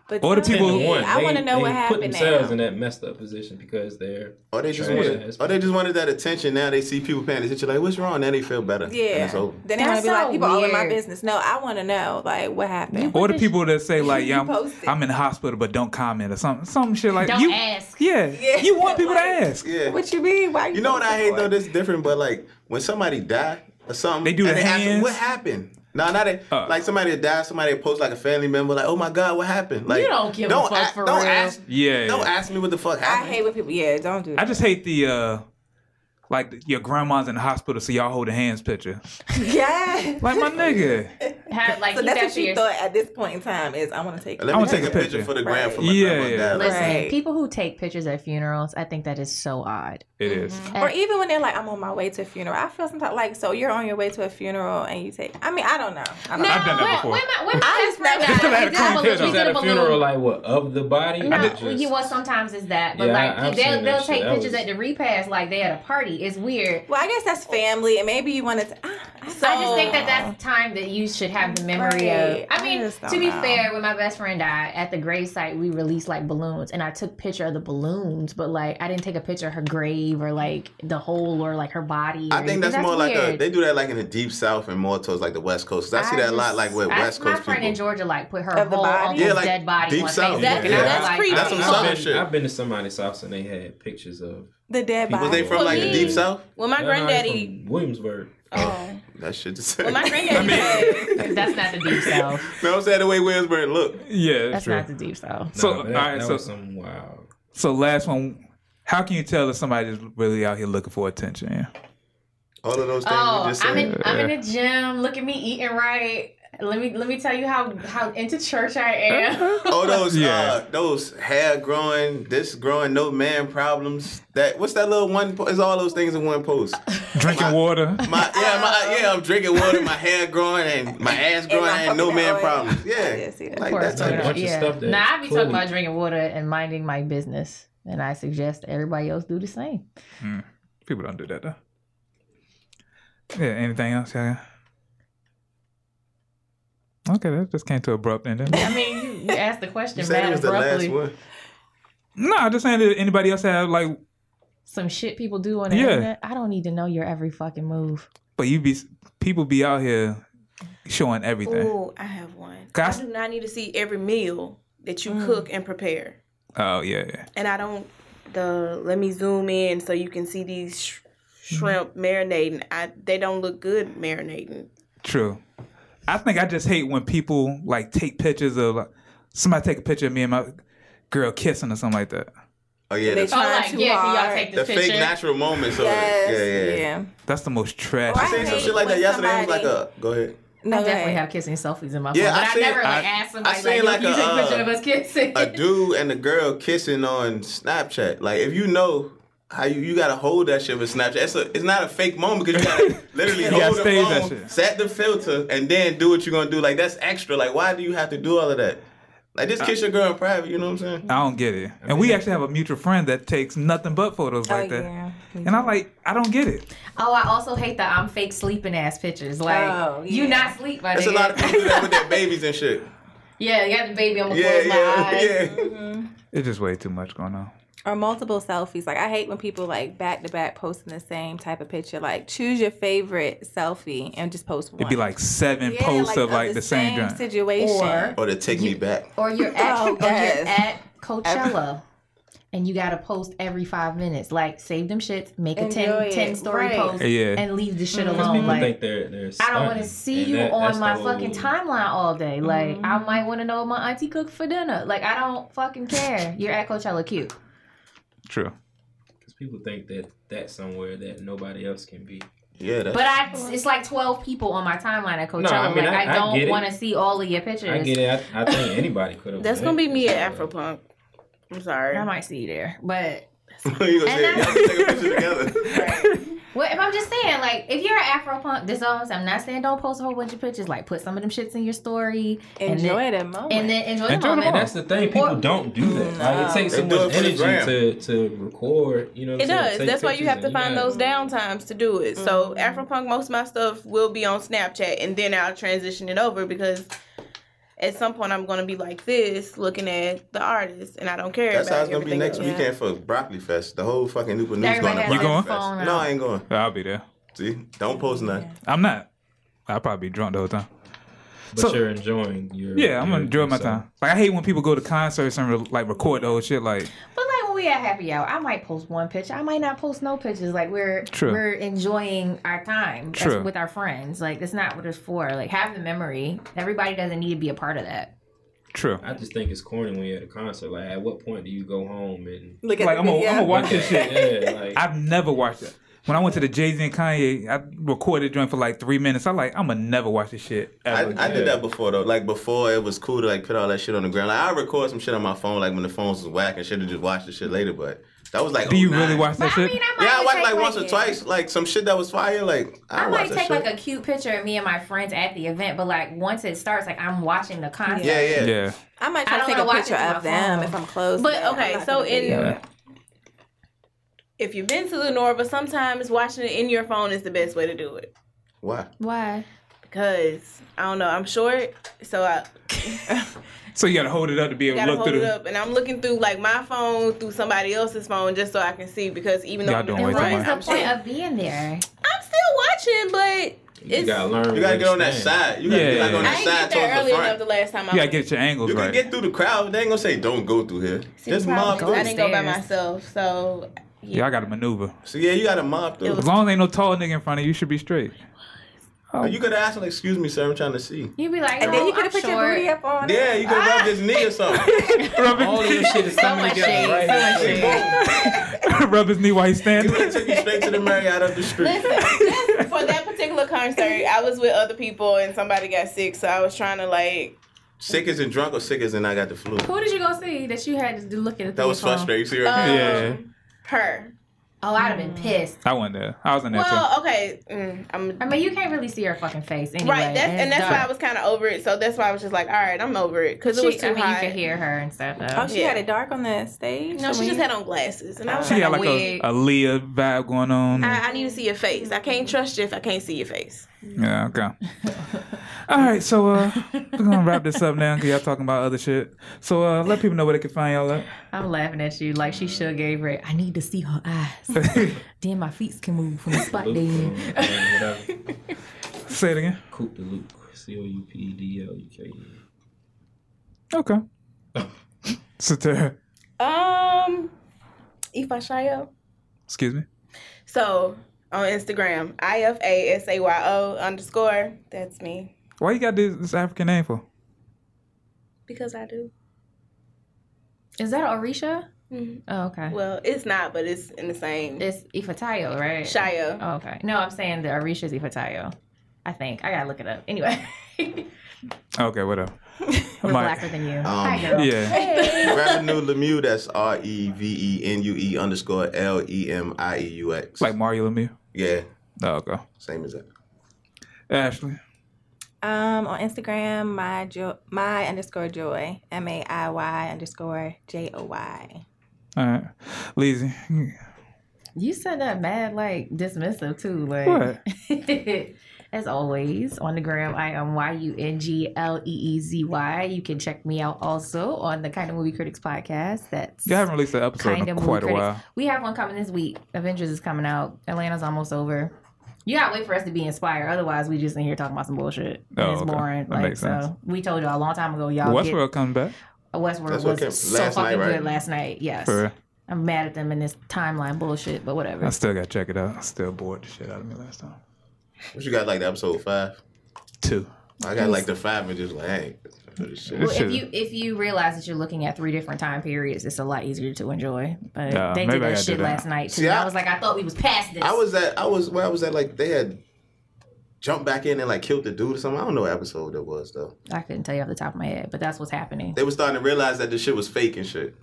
Speaker 7: But
Speaker 2: Or the
Speaker 7: tell
Speaker 2: people-
Speaker 7: me,
Speaker 4: Ten to one,
Speaker 7: I
Speaker 4: they-
Speaker 7: want to know
Speaker 4: they
Speaker 7: what
Speaker 4: Put
Speaker 7: happened
Speaker 4: themselves
Speaker 7: now.
Speaker 4: in that messed up position because they're
Speaker 6: Or they just
Speaker 4: Trash.
Speaker 6: wanted, or they just wanted that attention. Now they see people paying attention. Like, what's wrong? Now they feel better. And
Speaker 7: yeah.
Speaker 6: it's over.
Speaker 7: Then they want
Speaker 3: That's
Speaker 7: to be like,
Speaker 3: so
Speaker 7: people all in my
Speaker 3: weird.
Speaker 7: business. No, I want to know like what happened.
Speaker 2: or the people that say like yeah, I'm,
Speaker 7: Post it.
Speaker 2: I'm in the hospital but don't comment or something some shit like
Speaker 3: don't
Speaker 2: you
Speaker 3: ask
Speaker 2: Yeah.
Speaker 7: Yeah.
Speaker 2: You want people to ask.
Speaker 6: Yeah.
Speaker 7: What you mean? Why you?
Speaker 6: You know what I
Speaker 7: posting
Speaker 6: hate
Speaker 7: for
Speaker 6: though?
Speaker 7: it?
Speaker 6: This different, but like when somebody die or something,
Speaker 2: They do
Speaker 6: and
Speaker 2: the
Speaker 6: ask them,
Speaker 2: hands.
Speaker 6: What happened? No, not that.
Speaker 2: Uh.
Speaker 6: like somebody died. Somebody post like a family member, like, "Oh my God, what happened?" Like,
Speaker 3: don't give a fuck for
Speaker 6: don't
Speaker 3: real.
Speaker 6: Ask,
Speaker 2: Yeah.
Speaker 6: Don't ask me what the fuck
Speaker 7: I
Speaker 6: happened.
Speaker 7: hate when people. Yeah, don't do.
Speaker 2: I
Speaker 7: That.
Speaker 2: just hate the uh like your grandma's in the hospital, so y'all holding hands picture.
Speaker 7: yeah.
Speaker 2: Like my nigga.
Speaker 3: Mm-hmm. Have, like
Speaker 7: So
Speaker 3: keep
Speaker 7: that's
Speaker 3: that
Speaker 7: what
Speaker 3: to
Speaker 7: you
Speaker 3: your-
Speaker 7: thought at this point in time is I want to take.
Speaker 6: Let
Speaker 2: I
Speaker 6: me
Speaker 2: wanna
Speaker 6: take a picture, for the gram
Speaker 7: Right.
Speaker 6: for my
Speaker 2: Yeah,
Speaker 6: grandma
Speaker 2: yeah.
Speaker 6: died.
Speaker 7: Let's-
Speaker 3: listen
Speaker 7: Right.
Speaker 3: people who take pictures at funerals i think that is so odd
Speaker 2: It is.
Speaker 7: Or even when they're like, I'm on my way to a funeral. I feel sometimes like, so you're on your way to a funeral and you take. I mean, I don't know. I don't
Speaker 3: No,
Speaker 7: know.
Speaker 2: I've done that
Speaker 3: when-
Speaker 2: before.
Speaker 3: When my, when my
Speaker 7: I
Speaker 3: best
Speaker 7: just
Speaker 3: friend
Speaker 7: never-
Speaker 3: died,
Speaker 2: I
Speaker 3: we
Speaker 2: just
Speaker 3: did
Speaker 2: never had a
Speaker 3: a balloon- we
Speaker 4: at
Speaker 3: did a
Speaker 4: a
Speaker 3: balloon.
Speaker 4: funeral like what of the body.
Speaker 3: No,
Speaker 4: Or
Speaker 3: well,
Speaker 4: just-
Speaker 3: you well sometimes it's that, but
Speaker 4: Yeah,
Speaker 3: like
Speaker 4: I- I've
Speaker 3: they'll,
Speaker 4: seen
Speaker 3: they'll
Speaker 4: that
Speaker 3: take
Speaker 4: shit. That
Speaker 3: pictures
Speaker 4: was-
Speaker 3: at the repast like they at a party. It's weird.
Speaker 7: Well, I guess that's family, and maybe you wanted to. I, so,
Speaker 3: I just think that that's time that you should have the memory
Speaker 7: Oh. Right.
Speaker 3: of. I
Speaker 7: I
Speaker 3: mean,
Speaker 7: just
Speaker 3: to
Speaker 7: don't
Speaker 3: be
Speaker 7: know.
Speaker 3: fair, when my best friend died at the gravesite, we released like balloons, and I took picture of the balloons, but like I didn't take a picture of her grave or like the hole or like her body. or
Speaker 6: I think
Speaker 3: anything.
Speaker 6: that's, more like a,
Speaker 3: weird.
Speaker 6: they do that like in the deep south and more towards like the west coast. 'Cause I see that a lot
Speaker 3: just-
Speaker 6: like with
Speaker 3: I-
Speaker 6: west
Speaker 3: My
Speaker 6: coast
Speaker 3: friend in
Speaker 6: people.
Speaker 3: Georgia like put her
Speaker 7: Of the
Speaker 3: whole
Speaker 7: body?
Speaker 3: uncle's
Speaker 6: Yeah, like,
Speaker 3: dead body
Speaker 6: deep
Speaker 3: on
Speaker 6: south.
Speaker 3: Facebook,
Speaker 6: That's-
Speaker 3: and I
Speaker 6: that's
Speaker 3: was like,
Speaker 5: creepy.
Speaker 6: That's some
Speaker 3: "Oh,
Speaker 6: southern
Speaker 4: I've, been,
Speaker 6: shit.
Speaker 4: I've been to somebody's house and they had pictures of.
Speaker 7: the dead
Speaker 4: People-
Speaker 7: body.
Speaker 6: Was they from
Speaker 5: For
Speaker 6: like the
Speaker 5: me-
Speaker 6: deep south?
Speaker 5: When my
Speaker 4: No, no, it's
Speaker 5: granddaddy,
Speaker 4: from Williamsburg.
Speaker 5: oh,
Speaker 6: That shit just.
Speaker 5: when my
Speaker 6: no,
Speaker 5: granddaddy died,
Speaker 3: That's not the deep south.
Speaker 6: I'm saying the way Williamsburg look.
Speaker 2: Yeah,
Speaker 3: That's
Speaker 2: true.
Speaker 3: not the deep south.
Speaker 2: So,
Speaker 4: So that,
Speaker 2: all right,
Speaker 4: that
Speaker 2: so-
Speaker 4: was some wow.
Speaker 2: so last one. How can you tell if somebody's really out here looking for attention? Yeah.
Speaker 6: All of those things you
Speaker 3: Oh,
Speaker 6: just said.
Speaker 3: I'm in, I'm in the gym. Look at me eating right. Let me let me tell you how how into church I am.
Speaker 6: Oh, those
Speaker 2: Yeah.
Speaker 6: uh, those hair growing, this growing, no man problems. That what's that little one? Po- it's all those things in one post.
Speaker 2: Drinking water.
Speaker 6: My yeah, my yeah, I'm drinking water, my hair growing, and my ass growing,
Speaker 7: my
Speaker 6: and, no
Speaker 7: coconut
Speaker 6: man
Speaker 7: oil.
Speaker 6: problems.
Speaker 7: I
Speaker 6: Yeah,
Speaker 7: did see that.
Speaker 6: like
Speaker 3: Poor
Speaker 6: that's
Speaker 4: like
Speaker 3: soda.
Speaker 4: a
Speaker 6: type
Speaker 4: bunch of stuff that
Speaker 3: Nah, I be talking
Speaker 4: clearly-
Speaker 3: about drinking water and minding my business, and I suggest everybody else do the same.
Speaker 2: People don't do that though. Yeah. Anything else? Yeah. Okay, that just came to abrupt ending.
Speaker 3: I mean, you asked the question
Speaker 6: You said it
Speaker 3: mad
Speaker 6: was the last
Speaker 3: abruptly.
Speaker 6: one.
Speaker 2: no, I'm just saying that anybody else have like,
Speaker 3: Some shit people do on the
Speaker 2: Yeah.
Speaker 3: internet. I don't need to know your every fucking move.
Speaker 2: but you be people be out here showing everything.
Speaker 5: ooh, I have one.
Speaker 2: Gosh.
Speaker 5: I do not need to see every meal that
Speaker 6: Mm.
Speaker 5: you cook and prepare.
Speaker 2: Oh yeah, yeah.
Speaker 5: and I don't the let me zoom in so you can see these sh- shrimp
Speaker 6: Mm-hmm.
Speaker 5: marinating. I they don't look good marinating.
Speaker 2: True. I think I just hate when people like take pictures of like, somebody take a picture of me and my girl kissing or something like that.
Speaker 6: Oh yeah,
Speaker 7: They
Speaker 6: the,
Speaker 7: trying too hard.
Speaker 6: the fake natural moments. Of
Speaker 7: Yes,
Speaker 6: it. Yeah, yeah.
Speaker 7: yeah.
Speaker 2: That's the most trash.
Speaker 7: Right.
Speaker 6: I seen some
Speaker 7: hate
Speaker 6: shit like that
Speaker 7: when
Speaker 6: yesterday. It was like
Speaker 7: somebody-
Speaker 6: a go ahead.
Speaker 7: No,
Speaker 3: I definitely
Speaker 7: way.
Speaker 3: have kissing selfies in my phone,
Speaker 6: Yeah,
Speaker 3: but
Speaker 6: I
Speaker 3: I,
Speaker 6: seen-
Speaker 3: never like
Speaker 2: I-
Speaker 3: asked
Speaker 6: I
Speaker 3: somebody
Speaker 6: seen
Speaker 3: like,
Speaker 6: like
Speaker 3: "Yo,
Speaker 6: a,
Speaker 3: can you take a picture
Speaker 6: uh,
Speaker 3: of us kissing.
Speaker 6: a dude and a girl kissing on Snapchat. Like if you know how you, you gotta hold that shit with Snapchat. It's, a, it's not a fake moment because you gotta literally
Speaker 2: gotta
Speaker 6: hold the
Speaker 2: stage that
Speaker 6: phone,
Speaker 2: shit.
Speaker 6: set the filter, and then do what you're gonna do. Like that's extra. Like why do you have to do all of that? Like just kiss your girl in private. You know what I'm saying?
Speaker 2: I don't get it. And we actually have a mutual friend that takes nothing but photos
Speaker 7: Oh,
Speaker 2: like that.
Speaker 7: yeah.
Speaker 2: And I'm like, I don't get it.
Speaker 3: Oh, I also hate the I'm fake sleeping ass pictures. Like
Speaker 7: Oh,
Speaker 3: you
Speaker 7: yeah.
Speaker 3: not sleep, my
Speaker 6: That's a
Speaker 3: nigga.
Speaker 6: lot of people do that with their babies and shit.
Speaker 3: yeah, you got the baby. I'm gonna
Speaker 6: Yeah,
Speaker 3: close my
Speaker 6: yeah,
Speaker 3: eyes.
Speaker 6: yeah.
Speaker 2: It's just way too much going on.
Speaker 7: or multiple selfies. Like I hate when people like back to back posting the same type of picture. Like choose your favorite selfie and just post one.
Speaker 2: It'd be like seven
Speaker 7: Yeah,
Speaker 2: posts of like the, same, drink.
Speaker 7: situation.
Speaker 3: Or
Speaker 6: Or to Oh, take me back.
Speaker 3: or you're at
Speaker 7: Oh,
Speaker 3: or you're
Speaker 7: yes.
Speaker 3: at Coachella. And you gotta post every five minutes. Like save them shits, make a
Speaker 7: Enjoy
Speaker 3: 10,
Speaker 7: it.
Speaker 3: 10 story
Speaker 7: Right. Mm-hmm.
Speaker 3: post,
Speaker 2: Yeah.
Speaker 3: and leave the shit
Speaker 4: Because
Speaker 3: alone.
Speaker 4: people
Speaker 3: Like
Speaker 4: think they're they're.
Speaker 3: I don't want
Speaker 4: stunting,
Speaker 3: to see
Speaker 4: and
Speaker 3: you
Speaker 4: that- that's
Speaker 3: on
Speaker 4: the
Speaker 3: my
Speaker 4: whole-
Speaker 3: fucking timeline all day. Like I
Speaker 7: Mm-hmm.
Speaker 3: might want to know what my auntie cooked for dinner. Like I don't fucking care. You're at Coachella, cute.
Speaker 2: True.
Speaker 4: Because people think that that's somewhere that nobody else can be.
Speaker 6: Yeah, that's
Speaker 3: But I, it's like twelve people on my timeline at Coachella.
Speaker 4: No, I mean,
Speaker 3: like
Speaker 4: I-
Speaker 3: I,
Speaker 4: I get
Speaker 3: don't
Speaker 4: it.
Speaker 3: want to see all of your pictures.
Speaker 4: I get it. I, I think anybody could have.
Speaker 5: That's gonna be me at Afropunk. I'm sorry.
Speaker 3: I might see you there, but
Speaker 6: you gonna say
Speaker 3: And I-
Speaker 6: y'all can take a picture together.
Speaker 3: Well, if I'm just saying, like, if you're an Afro punk, this all I'm saying. I'm not saying don't post a whole bunch of pictures. Like, put some of them shits in your story. and then-
Speaker 7: Enjoy the moment.
Speaker 3: And then enjoy,
Speaker 2: Oh Enjoy the
Speaker 3: the moment.
Speaker 2: moment.
Speaker 4: That's the thing. People
Speaker 3: Or-
Speaker 4: don't do that. Like it takes so
Speaker 6: They do
Speaker 4: much
Speaker 6: it for the
Speaker 4: energy
Speaker 6: gram.
Speaker 4: to to record. You know, what
Speaker 5: It
Speaker 4: I'm saying?
Speaker 5: does.
Speaker 4: Take
Speaker 5: That's why you
Speaker 4: pictures
Speaker 5: have to
Speaker 4: and
Speaker 5: find
Speaker 4: yeah.
Speaker 5: those downtimes to do it. So
Speaker 6: Mm-hmm.
Speaker 5: Afropunk, most of my stuff will be on Snapchat, and then I'll transition it over because at some point I'm gonna be like this, looking at the artist, and I don't care.
Speaker 6: That's
Speaker 5: about
Speaker 6: how it's gonna be
Speaker 5: everything
Speaker 6: next
Speaker 5: else.
Speaker 6: weekend for Broccoli Fest. The whole fucking Newport News
Speaker 3: Everybody
Speaker 6: going to
Speaker 3: has
Speaker 6: Broccoli
Speaker 2: their
Speaker 6: Fest.
Speaker 3: phone
Speaker 6: No,
Speaker 3: out.
Speaker 6: I ain't going.
Speaker 2: I'll be there.
Speaker 6: See, don't post nothing.
Speaker 2: I'm not. I'll probably be drunk the whole time.
Speaker 4: But
Speaker 2: So-
Speaker 4: you're enjoying your.
Speaker 2: Yeah, I'm gonna
Speaker 4: your-
Speaker 2: enjoy my
Speaker 4: yourself.
Speaker 2: time. Like I hate when people go to concerts and re- like record the whole shit. Like
Speaker 3: But like when we at happy hour, I might post one picture. I might not post no pictures. Like we're
Speaker 2: True.
Speaker 3: we're enjoying our time as-
Speaker 2: True.
Speaker 3: with our friends. Like that's not what it's for. Like have the memory. Everybody doesn't need to be a part of that.
Speaker 2: true.
Speaker 4: I just think it's corny when you're at a concert. Like, at what point do you go home and
Speaker 7: Look
Speaker 2: Like I'm
Speaker 7: the
Speaker 2: gonna I'm
Speaker 7: video.
Speaker 2: gonna watch
Speaker 4: Yeah,
Speaker 2: this shit.
Speaker 4: Yeah, like,
Speaker 2: I've never watched it. When I went to the Jay Z and Kanye, I recorded joint for like three minutes. I'm like, I'm gonna never watch this shit
Speaker 6: I,
Speaker 2: ever.
Speaker 6: I did that before though. Like before, it was cool to like put all that shit on the ground. Like I record some shit on my phone, like when the phones was whack, and should have just watched the shit later. But that was like,
Speaker 2: Do you
Speaker 6: 09.
Speaker 2: really watch that
Speaker 3: But I
Speaker 2: shit?
Speaker 3: mean, I might
Speaker 6: Yeah, I
Speaker 3: just
Speaker 6: watched
Speaker 3: take,
Speaker 6: like once or
Speaker 7: yeah.
Speaker 6: twice, like some shit that was fire. Like I,
Speaker 3: I might
Speaker 6: don't watch that
Speaker 3: take like
Speaker 6: shit.
Speaker 3: a cute picture of me and my friends at the event, but like once it starts, like I'm watching the concert.
Speaker 6: yeah, yeah,
Speaker 2: yeah.
Speaker 7: I might
Speaker 3: I
Speaker 7: try to
Speaker 3: don't
Speaker 7: take
Speaker 3: wanna
Speaker 7: a
Speaker 3: watch
Speaker 7: picture
Speaker 3: it on
Speaker 7: of
Speaker 3: my
Speaker 7: them
Speaker 3: phone.
Speaker 7: if I'm close.
Speaker 5: But,
Speaker 7: I'm
Speaker 5: okay,
Speaker 7: not
Speaker 5: so
Speaker 7: gonna
Speaker 5: in-
Speaker 7: video it.
Speaker 5: If you've been to the Norva, sometimes watching it in your phone is the best way to do it.
Speaker 6: Why?
Speaker 3: Why?
Speaker 5: Because I don't know, I'm short, so I
Speaker 2: So you gotta hold it up to be able
Speaker 5: gotta
Speaker 2: to look
Speaker 5: hold
Speaker 2: through.
Speaker 5: it
Speaker 2: The,
Speaker 5: up, and I'm looking through like my phone through somebody else's phone just so I can see. Because even though
Speaker 2: Y'all
Speaker 5: I'm in
Speaker 2: doing way
Speaker 5: the
Speaker 2: too
Speaker 5: front,
Speaker 2: much.
Speaker 5: I'm
Speaker 3: What's the
Speaker 5: short.
Speaker 3: point of being there?
Speaker 5: I'm still watching, but
Speaker 4: you
Speaker 5: it's
Speaker 4: gotta learn.
Speaker 6: You
Speaker 4: where
Speaker 6: gotta get
Speaker 4: to
Speaker 6: on that
Speaker 4: stand.
Speaker 6: side. You gotta
Speaker 2: Yeah.
Speaker 6: get like on
Speaker 5: I
Speaker 6: that
Speaker 5: didn't
Speaker 6: side
Speaker 5: get there
Speaker 6: towards
Speaker 5: early
Speaker 6: the
Speaker 5: enough
Speaker 6: front.
Speaker 5: the last time I
Speaker 2: you gotta
Speaker 5: went.
Speaker 2: get your angles
Speaker 6: you
Speaker 2: right.
Speaker 6: can get through the crowd. They ain't gonna say don't go through here.
Speaker 3: See,
Speaker 6: just
Speaker 3: the crowd
Speaker 6: mob
Speaker 3: goes
Speaker 6: through.
Speaker 5: I didn't go by
Speaker 3: Upstairs.
Speaker 5: myself, so
Speaker 2: Y'all gotta maneuver.
Speaker 6: So yeah, you gotta mob through.
Speaker 2: As long as ain't no tall nigga in front of you, you should be straight.
Speaker 6: Or you could ask him, "Excuse me, sir, I'm trying to see."
Speaker 3: You'd be like, "Oh,
Speaker 7: And then you
Speaker 3: could
Speaker 7: could
Speaker 3: have
Speaker 7: put your booty up on it.
Speaker 6: Yeah, you could rub his knee or something.
Speaker 2: Rub
Speaker 4: All of
Speaker 2: his,
Speaker 4: this shit is
Speaker 3: So
Speaker 4: coming
Speaker 3: much shade.
Speaker 4: together
Speaker 3: So
Speaker 4: right
Speaker 3: much
Speaker 4: here.
Speaker 3: shade.
Speaker 2: rub his knee while he's
Speaker 6: he
Speaker 2: standing.
Speaker 6: would have took you straight to the Marriott up the street.
Speaker 5: for that particular concert, I was with other people and somebody got sick, so I was trying to like.
Speaker 6: Sick as in drunk or sick as in I got the flu.
Speaker 3: Who did you go see that you had to look at? it
Speaker 6: That
Speaker 3: through
Speaker 6: was
Speaker 3: your phone?
Speaker 6: frustrating. You see her
Speaker 5: Um,
Speaker 6: hand?
Speaker 2: Yeah.
Speaker 5: Her.
Speaker 3: Oh, I'd have been pissed.
Speaker 2: I went there. I was in there
Speaker 5: Well, okay. mm, I'm
Speaker 3: I mean, you can't really see her fucking face anyway.
Speaker 5: right. That's and that's why I
Speaker 3: dark.
Speaker 5: was kind of over it. So that's why I was just like, all right, I'm over it because it
Speaker 3: She-
Speaker 5: was too
Speaker 3: I mean, you could
Speaker 5: hot.
Speaker 3: hear her and stuff.
Speaker 7: Oh, she
Speaker 5: Yeah.
Speaker 7: had it dark on the stage.
Speaker 5: No, she
Speaker 7: When
Speaker 5: just
Speaker 7: you-
Speaker 5: had on glasses, and I was
Speaker 2: too. She had
Speaker 5: like,
Speaker 2: like a,
Speaker 3: wig.
Speaker 2: a Leah vibe going on.
Speaker 5: I, I need to see your face. I can't trust you if I can't see your face.
Speaker 2: Yeah, okay. All right, so uh, we're gonna wrap this up now because y'all talking about other shit. So uh, let people know where they can find y'all at.
Speaker 3: I'm laughing at you like she should gave her. I need to see her eyes. then my feet can move from the spot
Speaker 4: Loop,
Speaker 3: they in.
Speaker 4: um, whatever.
Speaker 2: Say it again.
Speaker 4: Coop the Luke. C O U P D L U K E.
Speaker 2: Okay. so Tara,
Speaker 5: Um, Ifa Shayo.
Speaker 2: excuse me.
Speaker 5: So on Instagram, I F A S A Y O underscore. That's me
Speaker 2: Why you got this, this African name for?
Speaker 5: because I do.
Speaker 3: Is that Orisha?
Speaker 5: Mhm.
Speaker 3: Oh, okay.
Speaker 5: Well, it's not, but it's in the same.
Speaker 3: It's Ifatayo, right?
Speaker 5: Shayo.
Speaker 3: Oh, okay. No, I'm saying the Orisha's Ifatayo. I think I gotta look it up. Anyway,
Speaker 2: Okay, whatever.
Speaker 3: we're
Speaker 2: My-
Speaker 3: blacker than you. Hi, girl.
Speaker 2: yeah.
Speaker 3: Uh,
Speaker 6: Revenue Lemieux, that's R E V E N U E underscore L E M I E U X.
Speaker 2: Like Mario Lemieux.
Speaker 6: yeah,
Speaker 2: Oh, okay.
Speaker 6: same as that.
Speaker 2: Ashley.
Speaker 7: Um, on Instagram, my jo- my underscore joy, M A I Y underscore J O Y.
Speaker 2: All right. Lizzie.
Speaker 3: You said that mad, like dismissive too, like as always on the gram. I am y u n g l e e z y. You can check me out also on the Kind of Movie Critics podcast. That's
Speaker 2: You haven't released an episode
Speaker 3: Kind
Speaker 2: in
Speaker 3: of
Speaker 2: quite a
Speaker 3: Movie
Speaker 2: while.
Speaker 3: we have one coming this week. Avengers is coming out. Atlanta's almost over. You gotta wait for us to be inspired. Otherwise, we just in here talking about some bullshit. And
Speaker 2: Oh,
Speaker 3: it's
Speaker 2: okay.
Speaker 3: boring.
Speaker 2: That
Speaker 3: like
Speaker 2: makes
Speaker 3: so,
Speaker 2: sense.
Speaker 3: we told y'all a long time ago. Y'all get-
Speaker 2: Westworld coming back.
Speaker 3: Westworld
Speaker 6: That's what came-
Speaker 3: was so
Speaker 6: last
Speaker 3: fucking
Speaker 6: night, right?
Speaker 3: good last night. Yes,
Speaker 2: For real.
Speaker 3: I'm mad at them in this timeline bullshit, but whatever.
Speaker 2: I still gotta check it out. I still bored the shit out of me last time.
Speaker 6: What you got like the episode five?
Speaker 2: Two.
Speaker 6: I got like the five and just like, hey, shit.
Speaker 2: This
Speaker 3: Well, if
Speaker 2: shit-
Speaker 3: you if you realize that you're looking at three different time periods, it's a lot easier to enjoy. But
Speaker 2: Yeah,
Speaker 3: they
Speaker 2: maybe
Speaker 3: did
Speaker 2: I
Speaker 3: that
Speaker 2: gotta
Speaker 3: shit
Speaker 2: do that.
Speaker 3: last night too.
Speaker 6: See,
Speaker 3: and I,
Speaker 6: I-
Speaker 3: was like, I thought we was past this.
Speaker 6: I was at, I was, where I was at, like, they had jumped back in and like killed the dude or something. I don't know what episode that was though.
Speaker 3: I couldn't tell you off the top of my head, but that's what's happening.
Speaker 6: They were starting to realize that this shit was fake and shit.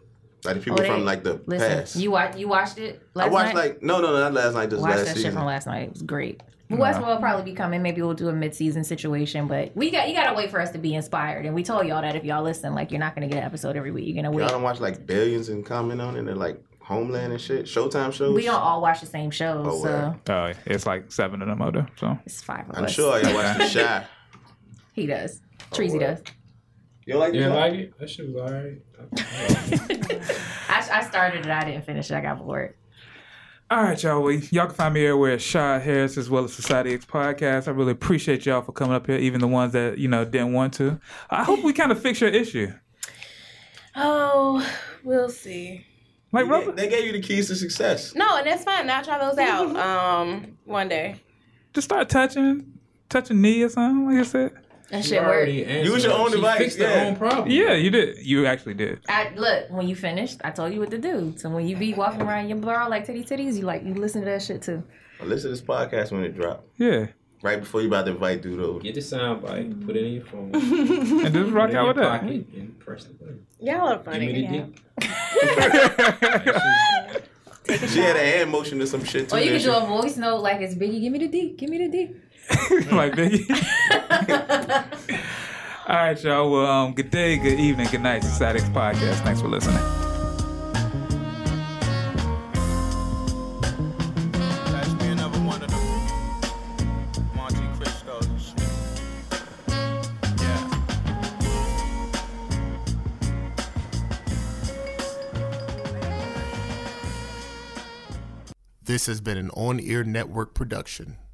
Speaker 6: Like the people
Speaker 3: Oh, they-
Speaker 6: from like the
Speaker 3: Listen,
Speaker 6: past.
Speaker 3: you watch you watched it last
Speaker 6: I watched
Speaker 3: night.
Speaker 6: like no, no, no, not last night. This
Speaker 3: Watch
Speaker 6: last
Speaker 3: that
Speaker 6: season.
Speaker 3: shit from last night. It was great.
Speaker 4: Nah.
Speaker 3: Westworld will probably be coming. Maybe we'll do a mid-season situation, but we got you got to wait for us to be inspired. And we told y'all that if y'all listen, like you're not gonna get an episode every week. You're gonna
Speaker 6: Y'all
Speaker 3: wait.
Speaker 6: don't watch like billions and comment on it. They're like Homeland and shit. Showtime shows.
Speaker 3: We don't all watch the same shows,
Speaker 6: Oh,
Speaker 3: so
Speaker 6: well.
Speaker 2: Uh, it's like seven of them out there. So
Speaker 3: it's five of
Speaker 6: I'm
Speaker 3: us.
Speaker 6: sure y'all watch the Shy.
Speaker 3: he does. Treasy
Speaker 6: well.
Speaker 3: does.
Speaker 6: You don't like
Speaker 4: You
Speaker 6: the
Speaker 4: didn't
Speaker 6: Shy?
Speaker 4: like it? That shit was alright. I-
Speaker 3: I, I started it. I didn't finish it. I got bored.
Speaker 2: All right, y'all. Well, y'all can find me everywhere at Shaw Harris as well as Society X Podcast. I really appreciate y'all for coming up here, even the ones that, you know, didn't want to. I hope we kind of fix your issue.
Speaker 5: Oh, we'll see.
Speaker 2: Like,
Speaker 6: They
Speaker 2: Robert,
Speaker 6: gave- They gave you the keys to success.
Speaker 5: No, and that's fine. I'll try those out um one day.
Speaker 2: just start touching, touching knee or something, like I said.
Speaker 3: That
Speaker 4: She
Speaker 3: shit worked.
Speaker 4: already answered
Speaker 6: Use your
Speaker 4: it.
Speaker 6: own
Speaker 4: She
Speaker 6: device,
Speaker 4: Fixed her
Speaker 6: yeah.
Speaker 4: own problem.
Speaker 2: Yeah, you did. You actually did.
Speaker 3: I look when you finished. I told you what to do. So when you be walking around your bar like titty titties, you like you listen to that shit too.
Speaker 6: Listen to this podcast when it drop.
Speaker 2: Yeah.
Speaker 6: Right before you about to invite dude over.
Speaker 4: Get the sound bite, put it in your phone, put
Speaker 2: And just rock
Speaker 4: it in
Speaker 2: out
Speaker 4: your
Speaker 2: with that.
Speaker 4: pocket, and press the button.
Speaker 5: Y'all are
Speaker 4: Give me the
Speaker 5: funny.
Speaker 4: dick.
Speaker 6: She had a hand motion to some shit too.
Speaker 3: Or you
Speaker 6: didn't
Speaker 3: can
Speaker 6: she?
Speaker 3: do a voice note like it's Biggie. Give me the D. Give me the D.
Speaker 2: like Biggie. All right, y'all. Well, um, good day, good evening, good night, Society X Podcast. Thanks for listening.
Speaker 1: Pass me another one of them. Monte Cristo. and shit. Yeah.
Speaker 8: This has been an on air network production.